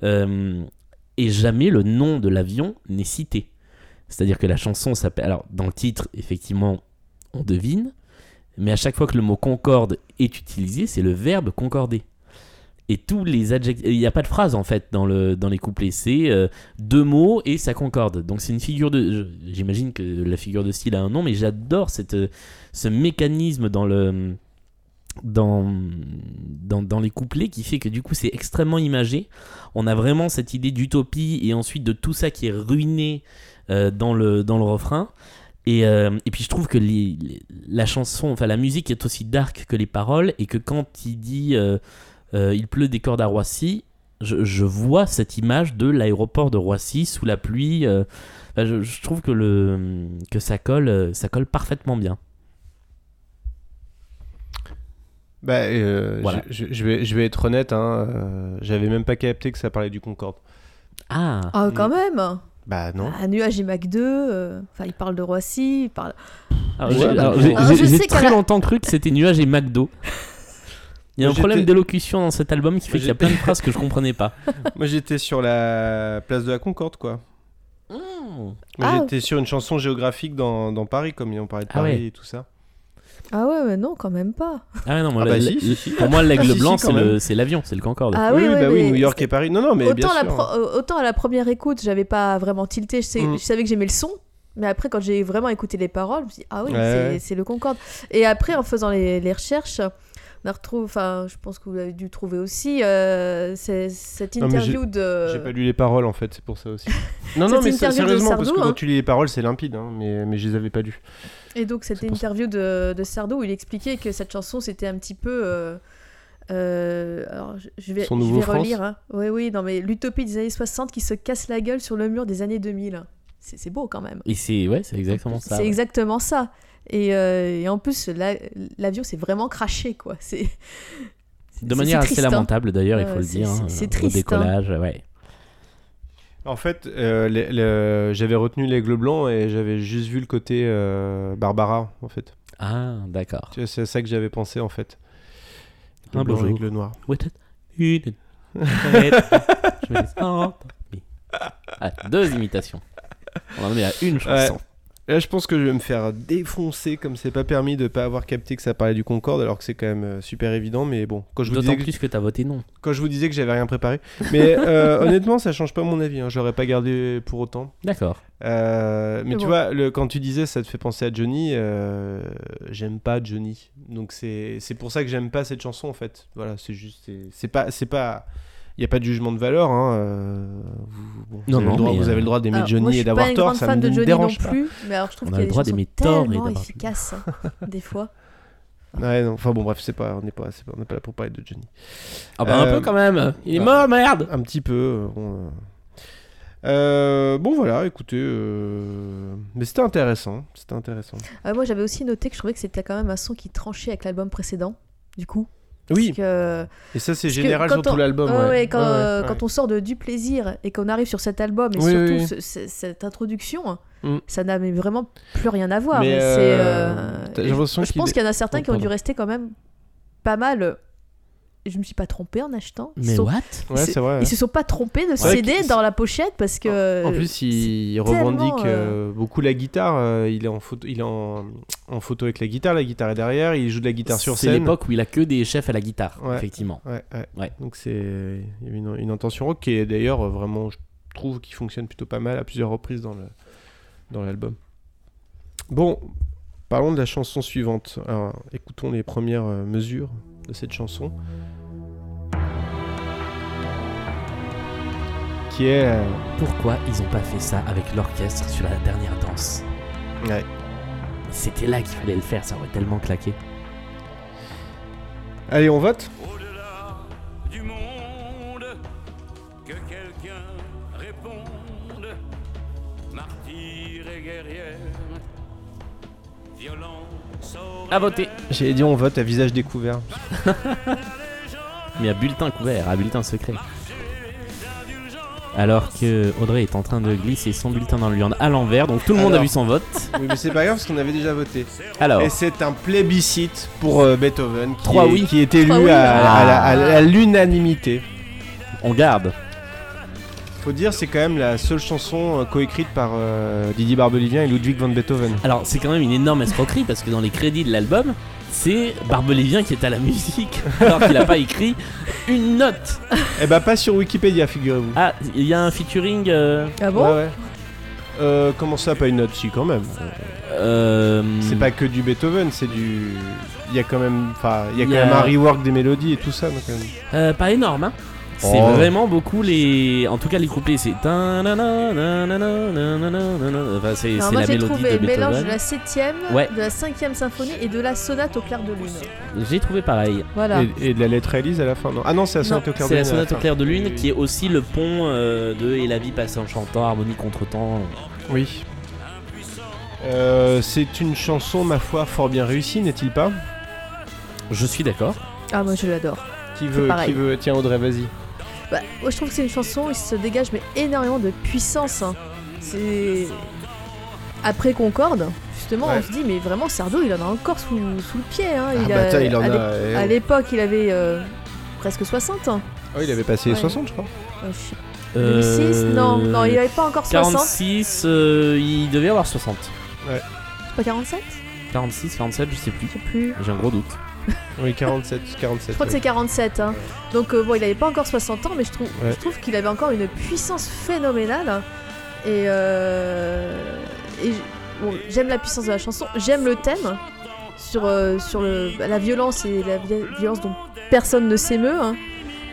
[SPEAKER 2] Euh, et jamais le nom de l'avion n'est cité. C'est-à-dire que la chanson s'appelle. Alors, dans le titre, effectivement, on devine, mais à chaque fois que le mot concorde est utilisé, c'est le verbe concorder. Et tous les adjectifs. Il n'y a pas de phrase, en fait, dans, le, dans les couplets. C'est euh, deux mots et ça concorde. Donc, c'est une figure de. je- J'imagine que la figure de style a un nom, mais j'adore cette, euh, ce mécanisme dans le. Dans, dans, dans les couplets qui fait que du coup c'est extrêmement imagé on a vraiment cette idée d'utopie et ensuite de tout ça qui est ruiné euh, dans, le, dans le refrain. Et, euh, et puis je trouve que les- les- la chanson, enfin la musique est aussi dark que les paroles et que quand il dit euh, euh, il pleut des cordes à Roissy, je, je vois cette image de l'aéroport de Roissy sous la pluie. euh, enfin, je, je trouve que, le, que ça, colle, euh, ça colle parfaitement bien.
[SPEAKER 1] [laughs] Bah, euh,
[SPEAKER 2] Voilà.
[SPEAKER 1] je, je- je vais, je vais être honnête, hein, euh, j'avais même pas capté que ça parlait du Concorde.
[SPEAKER 2] Ah,
[SPEAKER 3] Ah, quand même
[SPEAKER 1] Bah Mm. non.
[SPEAKER 3] Un nuage et Mac 2, euh, enfin, il parle de Roissy, il parle.
[SPEAKER 2] Alors,
[SPEAKER 1] Ouais,
[SPEAKER 2] Ah, j'ai-
[SPEAKER 1] bah,
[SPEAKER 2] alors,
[SPEAKER 1] bon.
[SPEAKER 2] j'ai-
[SPEAKER 3] Alors,
[SPEAKER 2] j'ai-
[SPEAKER 3] je
[SPEAKER 2] j'ai
[SPEAKER 3] sais qu'à
[SPEAKER 2] très
[SPEAKER 3] la-
[SPEAKER 2] longtemps cru que c'était Nuage et McDo. Il y a un
[SPEAKER 1] J'étais-
[SPEAKER 2] problème d'élocution dans cet album qui fait
[SPEAKER 1] Moi,
[SPEAKER 2] qu'il y a
[SPEAKER 1] j'étais-
[SPEAKER 2] plein de phrases que je comprenais pas.
[SPEAKER 1] [laughs] Moi j'étais sur la place de la Concorde, quoi. Moi,
[SPEAKER 3] Ah.
[SPEAKER 1] J'étais sur une chanson géographique dans, dans Paris, comme on parlait de
[SPEAKER 2] Ah
[SPEAKER 1] Paris
[SPEAKER 2] ouais.
[SPEAKER 1] et tout ça.
[SPEAKER 3] Ah ouais, mais non, quand même pas.
[SPEAKER 2] Ah ouais, non, moi,
[SPEAKER 1] Ah bah
[SPEAKER 2] la-
[SPEAKER 1] si,
[SPEAKER 2] la-
[SPEAKER 1] si, si. Ah,
[SPEAKER 2] pour moi l'aigle
[SPEAKER 1] Si, si,
[SPEAKER 2] blanc
[SPEAKER 1] quand
[SPEAKER 2] c'est le-
[SPEAKER 1] même.
[SPEAKER 2] c'est l'avion, c'est le Concorde.
[SPEAKER 3] Ah
[SPEAKER 1] oui,
[SPEAKER 3] oui,
[SPEAKER 1] oui,
[SPEAKER 3] ouais,
[SPEAKER 1] bah oui,
[SPEAKER 3] mais
[SPEAKER 1] New York
[SPEAKER 3] c'était-
[SPEAKER 1] et Paris. Non, non, mais bien
[SPEAKER 3] autant, la
[SPEAKER 1] sûr. hein.
[SPEAKER 3] pro- euh, autant à la première écoute, j'avais pas vraiment tilté. Je, sais-
[SPEAKER 1] Mm.
[SPEAKER 3] je savais que j'aimais le son, mais après, quand j'ai vraiment écouté les paroles, je me suis dit, ah oui,
[SPEAKER 1] Ouais,
[SPEAKER 3] c'est-
[SPEAKER 1] ouais.
[SPEAKER 3] c'est le Concorde. Et après, en faisant les, les recherches, on a retrouvé, enfin, je pense que vous l'avez dû trouver aussi, euh, c'est- cette
[SPEAKER 1] Non, mais j'ai-
[SPEAKER 3] interview de.
[SPEAKER 1] J'ai pas lu les paroles en fait, c'est pour ça aussi. [laughs] non, non,
[SPEAKER 3] Cette
[SPEAKER 1] mais sé-
[SPEAKER 3] interview de
[SPEAKER 1] sérieusement, parce que
[SPEAKER 3] Sardou, hein.
[SPEAKER 1] quand tu lis les paroles, c'est limpide, hein, mais, mais je les avais pas lues.
[SPEAKER 3] Et donc cette
[SPEAKER 1] C'est pour ça.
[SPEAKER 3] interview de, de Sardou où il expliquait que cette chanson c'était un petit peu... euh, euh, alors je- je vais,
[SPEAKER 1] Son
[SPEAKER 3] je
[SPEAKER 1] nouveau
[SPEAKER 3] vais
[SPEAKER 1] France.
[SPEAKER 3] relire. hein. Oui, oui, non mais l'utopie des années 60 qui se casse la gueule sur le mur des années 2000. C'est c'est beau quand même.
[SPEAKER 2] Et c'est ouais, c'est exactement ça.
[SPEAKER 3] C'est
[SPEAKER 2] ouais.
[SPEAKER 3] exactement ça. Et, euh, et en plus, la- l'avion s'est vraiment craché, quoi. C'est
[SPEAKER 2] De
[SPEAKER 3] c'est-
[SPEAKER 2] manière
[SPEAKER 3] c'est
[SPEAKER 2] assez
[SPEAKER 3] triste, hein.
[SPEAKER 2] lamentable d'ailleurs, il
[SPEAKER 3] Ouais,
[SPEAKER 2] faut le
[SPEAKER 3] c'est-
[SPEAKER 2] dire.
[SPEAKER 3] c'est-
[SPEAKER 2] hein,
[SPEAKER 3] c'est
[SPEAKER 2] au
[SPEAKER 3] triste, hein.
[SPEAKER 2] décollage, ouais.
[SPEAKER 1] En fait, euh, les- le- j'avais retenu l'aigle blanc et j'avais juste vu le côté euh, Barbara, en fait.
[SPEAKER 2] Ah, d'accord.
[SPEAKER 1] Tu vois, C'est à ça que j'avais pensé, en fait.
[SPEAKER 2] Un
[SPEAKER 1] Le
[SPEAKER 2] beau
[SPEAKER 1] blanc
[SPEAKER 2] jour.
[SPEAKER 1] avec le noir.
[SPEAKER 2] What [laughs] a- une- Je oh,
[SPEAKER 1] [laughs]
[SPEAKER 2] vais les- Ah, Deux imitations. On en est à une chanson.
[SPEAKER 1] Là, je pense que je vais me faire défoncer comme c'est pas permis de pas avoir capté que ça parlait du Concorde, alors que c'est quand même euh, super évident. Mais bon, quand je vous
[SPEAKER 2] D'autant
[SPEAKER 1] disais que,
[SPEAKER 2] plus que t'as voté non.
[SPEAKER 1] quand je vous disais que j'avais rien préparé, mais euh, [laughs] honnêtement, ça change pas mon avis. Hein. Je l'aurais pas gardé pour autant.
[SPEAKER 2] D'accord.
[SPEAKER 1] Euh, mais
[SPEAKER 3] C'est
[SPEAKER 1] tu
[SPEAKER 3] bon.
[SPEAKER 1] vois, le, quand tu disais ça te fait penser à Johnny, euh, j'aime pas Johnny. Donc c'est c'est pour ça que j'aime pas cette chanson en fait. Voilà, c'est juste. c'est- C'est pas. c'est pas il n'y a pas de jugement de valeur. Hein. euh, vous, bon, vous
[SPEAKER 2] Non,
[SPEAKER 1] avez le
[SPEAKER 2] non,
[SPEAKER 1] droit-
[SPEAKER 2] mais,
[SPEAKER 1] vous avez
[SPEAKER 2] euh,
[SPEAKER 1] le droit d'aimer
[SPEAKER 3] Alors,
[SPEAKER 1] Johnny
[SPEAKER 3] Ah, moi,
[SPEAKER 1] et d'avoir tort.
[SPEAKER 3] Je suis
[SPEAKER 1] ça
[SPEAKER 3] pas une
[SPEAKER 1] ne
[SPEAKER 3] grande fan de
[SPEAKER 1] me
[SPEAKER 3] Johnny non
[SPEAKER 1] dérange pas.
[SPEAKER 3] plus, mais alors je trouve
[SPEAKER 2] On a
[SPEAKER 3] qu'il y a
[SPEAKER 2] le
[SPEAKER 3] des
[SPEAKER 2] droit
[SPEAKER 3] chansons
[SPEAKER 2] d'aimer tort et
[SPEAKER 3] tellement
[SPEAKER 2] d'avoir-
[SPEAKER 3] efficaces, hein, des fois.
[SPEAKER 1] Ouais, non, enfin bon, bref, c'est pas, on n'est pas, c'est pas- on n'est pas là pour parler de Johnny.
[SPEAKER 2] Ah bah
[SPEAKER 1] Euh,
[SPEAKER 2] un peu quand même. Il est
[SPEAKER 1] ah.
[SPEAKER 2] mort, merde.
[SPEAKER 1] Un petit peu. euh, bon, euh. Euh, bon, voilà, écoutez, euh, mais c'était intéressant, c'était intéressant.
[SPEAKER 3] Euh, moi, j'avais aussi noté que je trouvais que c'était quand même un son qui tranchait avec l'album précédent, du coup.
[SPEAKER 1] Oui,
[SPEAKER 3] Parce que-
[SPEAKER 1] et ça c'est
[SPEAKER 3] parce que
[SPEAKER 1] général
[SPEAKER 3] quand
[SPEAKER 1] sur tout
[SPEAKER 3] on-
[SPEAKER 1] l'album.
[SPEAKER 3] Ouais,
[SPEAKER 1] ouais.
[SPEAKER 3] ouais, quand,
[SPEAKER 1] Ouais, ouais,
[SPEAKER 3] euh,
[SPEAKER 1] ouais.
[SPEAKER 3] quand on sort de Du Plaisir et qu'on arrive sur cet album et
[SPEAKER 1] Oui,
[SPEAKER 3] surtout
[SPEAKER 1] oui, oui.
[SPEAKER 3] ce- ce- cette introduction,
[SPEAKER 1] Mm.
[SPEAKER 3] ça n'a mais vraiment plus rien à voir.
[SPEAKER 1] Mais,
[SPEAKER 3] mais
[SPEAKER 1] euh,
[SPEAKER 3] c'est, euh,
[SPEAKER 1] t'as- j'ai
[SPEAKER 3] je-
[SPEAKER 1] l'impression
[SPEAKER 3] je
[SPEAKER 1] qu'il
[SPEAKER 3] pense
[SPEAKER 1] est-
[SPEAKER 3] qu'il y en a certains
[SPEAKER 1] Oh,
[SPEAKER 3] qui ont dû
[SPEAKER 1] pardon.
[SPEAKER 3] rester quand même pas mal. Je me suis pas trompée en achetant. Ils
[SPEAKER 2] Mais
[SPEAKER 3] sont-
[SPEAKER 2] what
[SPEAKER 1] Ouais, c'est vrai. ouais.
[SPEAKER 3] Ils se sont pas trompés de
[SPEAKER 1] C'est vrai
[SPEAKER 3] CD
[SPEAKER 1] que-
[SPEAKER 3] dans la pochette parce que.
[SPEAKER 1] En plus, il, il
[SPEAKER 3] tellement,
[SPEAKER 1] revendique
[SPEAKER 3] euh,
[SPEAKER 1] euh, beaucoup la guitare. euh, il est en photo, il est en, en photo avec la guitare. La guitare est derrière. Il joue de la guitare sur
[SPEAKER 2] C'est
[SPEAKER 1] scène.
[SPEAKER 2] l'époque où il a que des chefs à la guitare,
[SPEAKER 1] Ouais.
[SPEAKER 2] effectivement.
[SPEAKER 1] Ouais, ouais.
[SPEAKER 2] Ouais.
[SPEAKER 1] Donc c'est il y avait une, une intention rock qui est d'ailleurs euh, vraiment, je trouve, qui fonctionne plutôt pas mal à plusieurs reprises dans le dans l'album. Bon, parlons de la chanson suivante. Alors, écoutons les premières euh, mesures de cette chanson, qui est euh,
[SPEAKER 2] Pourquoi ils ont pas fait ça avec l'orchestre sur la dernière danse
[SPEAKER 1] ouais.
[SPEAKER 2] C'était là qu'il fallait le faire, ça aurait tellement claqué.
[SPEAKER 1] Allez, on vote.
[SPEAKER 9] Au-delà du monde, que quelqu'un réponde. Martyr et guerrière, violence
[SPEAKER 2] À voter.
[SPEAKER 1] J'allais dire on vote à visage découvert.
[SPEAKER 2] Mais à bulletin couvert, à bulletin secret. Alors que Audrey est en train de glisser son bulletin dans l'urne à l'envers, donc tout le monde a
[SPEAKER 1] Alors.
[SPEAKER 2] vu son vote.
[SPEAKER 1] oui, mais c'est pas grave parce qu'on avait déjà voté.
[SPEAKER 2] Alors,
[SPEAKER 1] Et c'est un plébiscite pour euh, Beethoven qui,
[SPEAKER 2] Trois
[SPEAKER 1] est,
[SPEAKER 2] oui.
[SPEAKER 1] qui est élu
[SPEAKER 3] Trois oui.
[SPEAKER 1] à, à la- à la- à l'unanimité.
[SPEAKER 2] on garde.
[SPEAKER 1] Faut dire, c'est quand même la seule chanson euh, coécrite par euh, Didier Barbelivien et Ludwig van Beethoven.
[SPEAKER 2] Alors, c'est quand même une énorme escroquerie parce que dans les crédits de l'album, c'est Barbelivien qui est à la [laughs] musique alors qu'il a pas écrit une note.
[SPEAKER 1] Eh bah, pas sur Wikipédia, figurez-vous.
[SPEAKER 2] Ah, il y a un featuring. euh,
[SPEAKER 3] Ah bon
[SPEAKER 1] Ouais, ouais. Euh, comment ça, pas une note Si, quand même.
[SPEAKER 2] euh,
[SPEAKER 1] C'est pas que du Beethoven, c'est du. Il y a quand même, enfin, il y a quand
[SPEAKER 2] Il y a-
[SPEAKER 1] même un rework des mélodies et tout ça. donc, quand même.
[SPEAKER 2] Euh, pas énorme, hein. C'est
[SPEAKER 1] Oh.
[SPEAKER 2] vraiment beaucoup les. En tout cas, les couplets, c'est. Enfin, c'est
[SPEAKER 3] Alors
[SPEAKER 2] c'est
[SPEAKER 3] moi
[SPEAKER 2] la
[SPEAKER 3] j'ai
[SPEAKER 2] mélodie de
[SPEAKER 3] trouvé le mélange de
[SPEAKER 2] Beethoven.
[SPEAKER 3] la 7ème,
[SPEAKER 2] Ouais.
[SPEAKER 3] de la 5ème symphonie et de la sonate au clair de lune.
[SPEAKER 2] J'ai trouvé pareil.
[SPEAKER 3] Voilà.
[SPEAKER 1] Et, et de la lettre Elise à la fin, non Ah non, c'est la sonate au clair de
[SPEAKER 2] C'est la
[SPEAKER 1] lune à la
[SPEAKER 2] sonate au
[SPEAKER 1] fin.
[SPEAKER 2] clair de
[SPEAKER 1] Oui,
[SPEAKER 2] lune
[SPEAKER 1] oui.
[SPEAKER 2] qui est aussi le pont euh, de Et la vie passe en chantant, harmonie contre temps.
[SPEAKER 1] Oui. Euh, c'est une chanson, ma foi, fort bien réussie, n'est-il pas
[SPEAKER 2] Je suis d'accord.
[SPEAKER 3] Ah moi je l'adore.
[SPEAKER 1] Qui veut,
[SPEAKER 3] pareil.
[SPEAKER 1] qui veut Tiens, Audrey, vas-y.
[SPEAKER 3] Bah, moi je trouve que c'est une chanson où il se dégage mais énormément de puissance. hein. C'est après Concorde, justement,
[SPEAKER 1] Ouais.
[SPEAKER 3] on se dit mais vraiment Sardo il en a encore sous, sous le pied. hein.
[SPEAKER 1] Ah
[SPEAKER 3] Il
[SPEAKER 1] bah,
[SPEAKER 3] a-
[SPEAKER 1] tiens, il en
[SPEAKER 3] à
[SPEAKER 1] a,
[SPEAKER 3] l'ép-
[SPEAKER 1] eh,
[SPEAKER 3] À
[SPEAKER 1] oh.
[SPEAKER 3] l'époque il avait euh, presque 60 ans.
[SPEAKER 1] Oh, il avait passé
[SPEAKER 3] Ouais.
[SPEAKER 1] 60, je crois.
[SPEAKER 3] Euh, je sais pas,
[SPEAKER 2] Euh,
[SPEAKER 3] 2006 Non, non, il avait pas encore 60.
[SPEAKER 2] 46, euh, il devait avoir 60.
[SPEAKER 3] C'est Pas 47
[SPEAKER 2] 46, 47, je sais plus.
[SPEAKER 3] Je sais plus.
[SPEAKER 2] J'ai un gros doute.
[SPEAKER 1] Oui, 47. 47
[SPEAKER 3] Je crois que c'est 47. hein. Donc euh, bon, il avait pas encore 60 ans, mais je trouve,
[SPEAKER 1] Ouais.
[SPEAKER 3] je trouve qu'il avait encore une puissance phénoménale. Et, euh, et j- bon, j'aime la puissance de la chanson, j'aime le thème sur, euh, sur le- la violence et la vi- violence dont personne ne s'émeut. hein.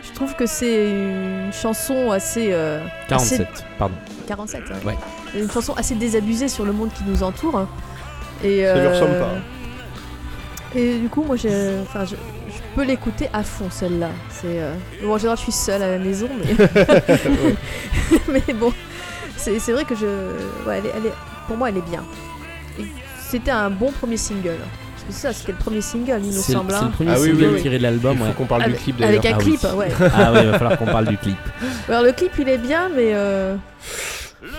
[SPEAKER 3] Je trouve que c'est une chanson assez... euh,
[SPEAKER 2] 47, pardon.
[SPEAKER 3] 47, hein.
[SPEAKER 2] Ouais.
[SPEAKER 3] Une chanson assez désabusée sur le monde qui nous entoure. hein. Et,
[SPEAKER 1] Ça lui
[SPEAKER 3] euh,
[SPEAKER 1] ressemble pas.
[SPEAKER 3] Et du coup, moi, j'ai- enfin, je, je peux l'écouter à fond, celle-là. C'est, euh, Bon, en général, je suis seule à la maison, mais,
[SPEAKER 1] [laughs]
[SPEAKER 3] [laughs] mais bon, c'est c'est vrai que je... Ouais, elle est- elle est- pour moi, elle est bien. Et C'était un bon premier single. Parce que c'est ça, c'était le premier single, il nous
[SPEAKER 2] C'est le
[SPEAKER 3] semble.
[SPEAKER 2] c'est
[SPEAKER 3] hein.
[SPEAKER 2] le premier
[SPEAKER 1] Ah oui,
[SPEAKER 2] single
[SPEAKER 1] oui, oui.
[SPEAKER 2] tiré de
[SPEAKER 1] Il
[SPEAKER 2] l'album.
[SPEAKER 1] faut
[SPEAKER 2] ouais.
[SPEAKER 1] qu'on parle
[SPEAKER 3] Avec,
[SPEAKER 1] du clip
[SPEAKER 3] avec
[SPEAKER 1] d'ailleurs.
[SPEAKER 3] un
[SPEAKER 2] Ah oui.
[SPEAKER 3] clip,
[SPEAKER 2] [laughs]
[SPEAKER 3] ouais.
[SPEAKER 2] Ah ouais, il va falloir qu'on parle du clip.
[SPEAKER 3] Alors, le clip, il est bien, mais... euh,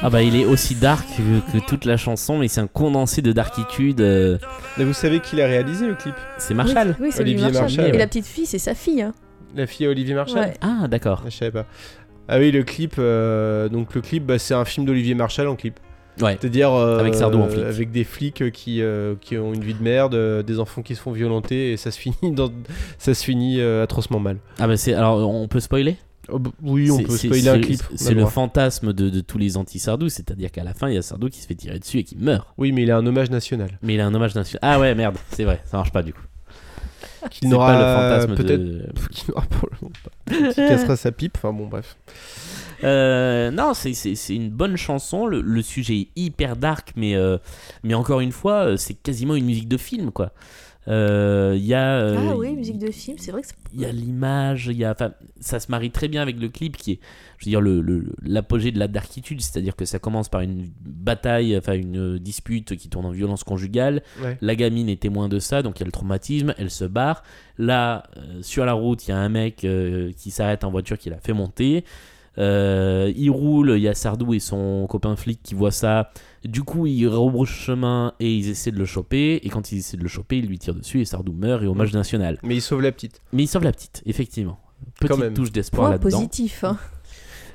[SPEAKER 2] Ah bah il est aussi dark que, que toute la chanson, mais c'est un condensé de darkitude. euh,
[SPEAKER 1] Mais vous savez qui l'a réalisé le clip
[SPEAKER 2] c'est Marshall.
[SPEAKER 3] Oui, oui, c'est
[SPEAKER 1] Olivier
[SPEAKER 3] Olivier Marshall.
[SPEAKER 1] Marshall,
[SPEAKER 3] Et
[SPEAKER 2] ouais.
[SPEAKER 3] la petite fille, c'est sa fille. hein.
[SPEAKER 1] La fille à Olivier Marshall
[SPEAKER 3] Ouais.
[SPEAKER 2] Ah d'accord.
[SPEAKER 1] Je savais pas. Ah oui, le clip. euh, donc le clip, bah, c'est un film d'Olivier Marshall en clip.
[SPEAKER 2] Ouais.
[SPEAKER 1] C'est-à-dire euh,
[SPEAKER 2] Avec Sardou en flic.
[SPEAKER 1] avec des flics qui, euh, qui ont une vie de merde, euh, des enfants qui se font violenter et ça se finit, dans- ça se finit euh, atrocement mal.
[SPEAKER 2] Ah bah c'est alors on peut spoiler
[SPEAKER 1] Oh, bah, oui, on
[SPEAKER 2] C'est-
[SPEAKER 1] peut
[SPEAKER 2] c'est-
[SPEAKER 1] spoiler un
[SPEAKER 2] c'est-
[SPEAKER 1] clip. on a
[SPEAKER 2] C'est
[SPEAKER 1] le
[SPEAKER 2] le
[SPEAKER 1] droit.
[SPEAKER 2] fantasme de, de tous les anti-Sardou, c'est-à-dire qu'à la fin il y a Sardou qui se fait tirer dessus et qui meurt.
[SPEAKER 1] Oui, mais il a un hommage national.
[SPEAKER 2] Mais il a un hommage d'un Ah ouais merde, c'est vrai, ça marche pas du coup.
[SPEAKER 1] Qui
[SPEAKER 2] C'est
[SPEAKER 1] n'aura
[SPEAKER 2] pas le fantasme
[SPEAKER 1] peut-être
[SPEAKER 2] de.
[SPEAKER 1] [laughs] qui n'aura probablement pas. Qui cassera sa pipe. Enfin bon, bref.
[SPEAKER 2] Euh, non, c'est- c'est c'est une bonne chanson. Le, le sujet est hyper dark, mais, euh, mais encore une fois, euh, c'est quasiment une musique de film, quoi. Euh, Il y a. euh,
[SPEAKER 3] ah oui, musique de film, c'est vrai que c'est
[SPEAKER 2] Il y a l'image, il y a. Enfin, ça se marie très bien avec le clip qui est, je veux dire, l'apogée le, l'apogée de la darkitude, c'est-à-dire que ça commence par une bataille, enfin une euh, dispute qui tourne en violence conjugale.
[SPEAKER 1] Ouais.
[SPEAKER 2] La gamine est témoin de ça, donc il y a le traumatisme, elle se barre. Là, euh, sur la route, il y a un mec euh, qui s'arrête en voiture qui la fait monter. Euh, il roule, il y a Sardou et son copain flic qui voient ça. Du coup, ils rebroussent chemin et ils essaient de le choper. Et quand ils essaient de le choper, ils lui tirent dessus et Sardou meurt et hommage national.
[SPEAKER 1] Mais il sauve la petite.
[SPEAKER 2] Mais il sauve la petite, effectivement.
[SPEAKER 1] Quand
[SPEAKER 2] Petite
[SPEAKER 1] même.
[SPEAKER 2] touche d'espoir
[SPEAKER 3] point
[SPEAKER 2] là-dedans. [laughs]
[SPEAKER 3] positif. hein.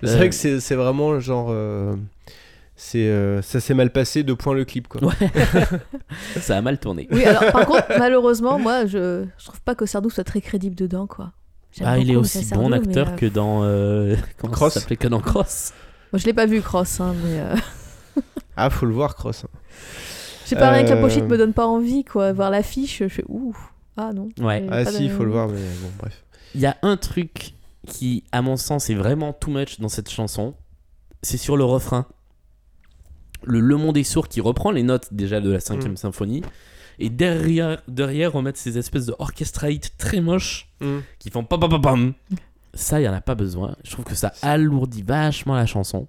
[SPEAKER 1] C'est
[SPEAKER 2] Euh,
[SPEAKER 1] vrai que c'est c'est vraiment genre. euh, c'est euh, ça s'est mal passé de point le clip quoi.
[SPEAKER 2] Ouais. [laughs] Ça a mal tourné.
[SPEAKER 3] Oui, alors par contre, malheureusement, moi, je, je trouve pas que Sardou soit très crédible dedans, quoi. J'aime
[SPEAKER 2] Ah, il est
[SPEAKER 3] beaucoup Michel
[SPEAKER 2] aussi bon
[SPEAKER 3] Sardou, mais,
[SPEAKER 2] acteur
[SPEAKER 3] euh,
[SPEAKER 2] que dans. euh, [laughs] comment
[SPEAKER 1] Cross.
[SPEAKER 2] ça s'appelait Que dans Cross.
[SPEAKER 3] Moi, je l'ai pas vu Cross, hein, mais euh, [laughs]
[SPEAKER 1] Ah faut le voir Cross.
[SPEAKER 3] je sais pas rien que la
[SPEAKER 1] Euh,
[SPEAKER 3] pochette me donne pas envie, quoi. Voir l'affiche, je fais ouh, ah non.
[SPEAKER 2] Ouais.
[SPEAKER 3] j'ai
[SPEAKER 1] Ah
[SPEAKER 3] pas
[SPEAKER 1] si il
[SPEAKER 3] de-
[SPEAKER 1] faut le voir mais bon bref.
[SPEAKER 2] Il y a un truc qui, à mon sens, est vraiment too much dans cette chanson. C'est sur le refrain. Le Le Monde est sourd qui reprend les notes déjà de la 5ème
[SPEAKER 1] Mm.
[SPEAKER 2] symphonie. Et derrière, derrière, remettre ces espèces de orchestraïtes très moches qui font pam pam pam pam. Ça, il n'y en a pas besoin. Je trouve que ça alourdit vachement la chanson.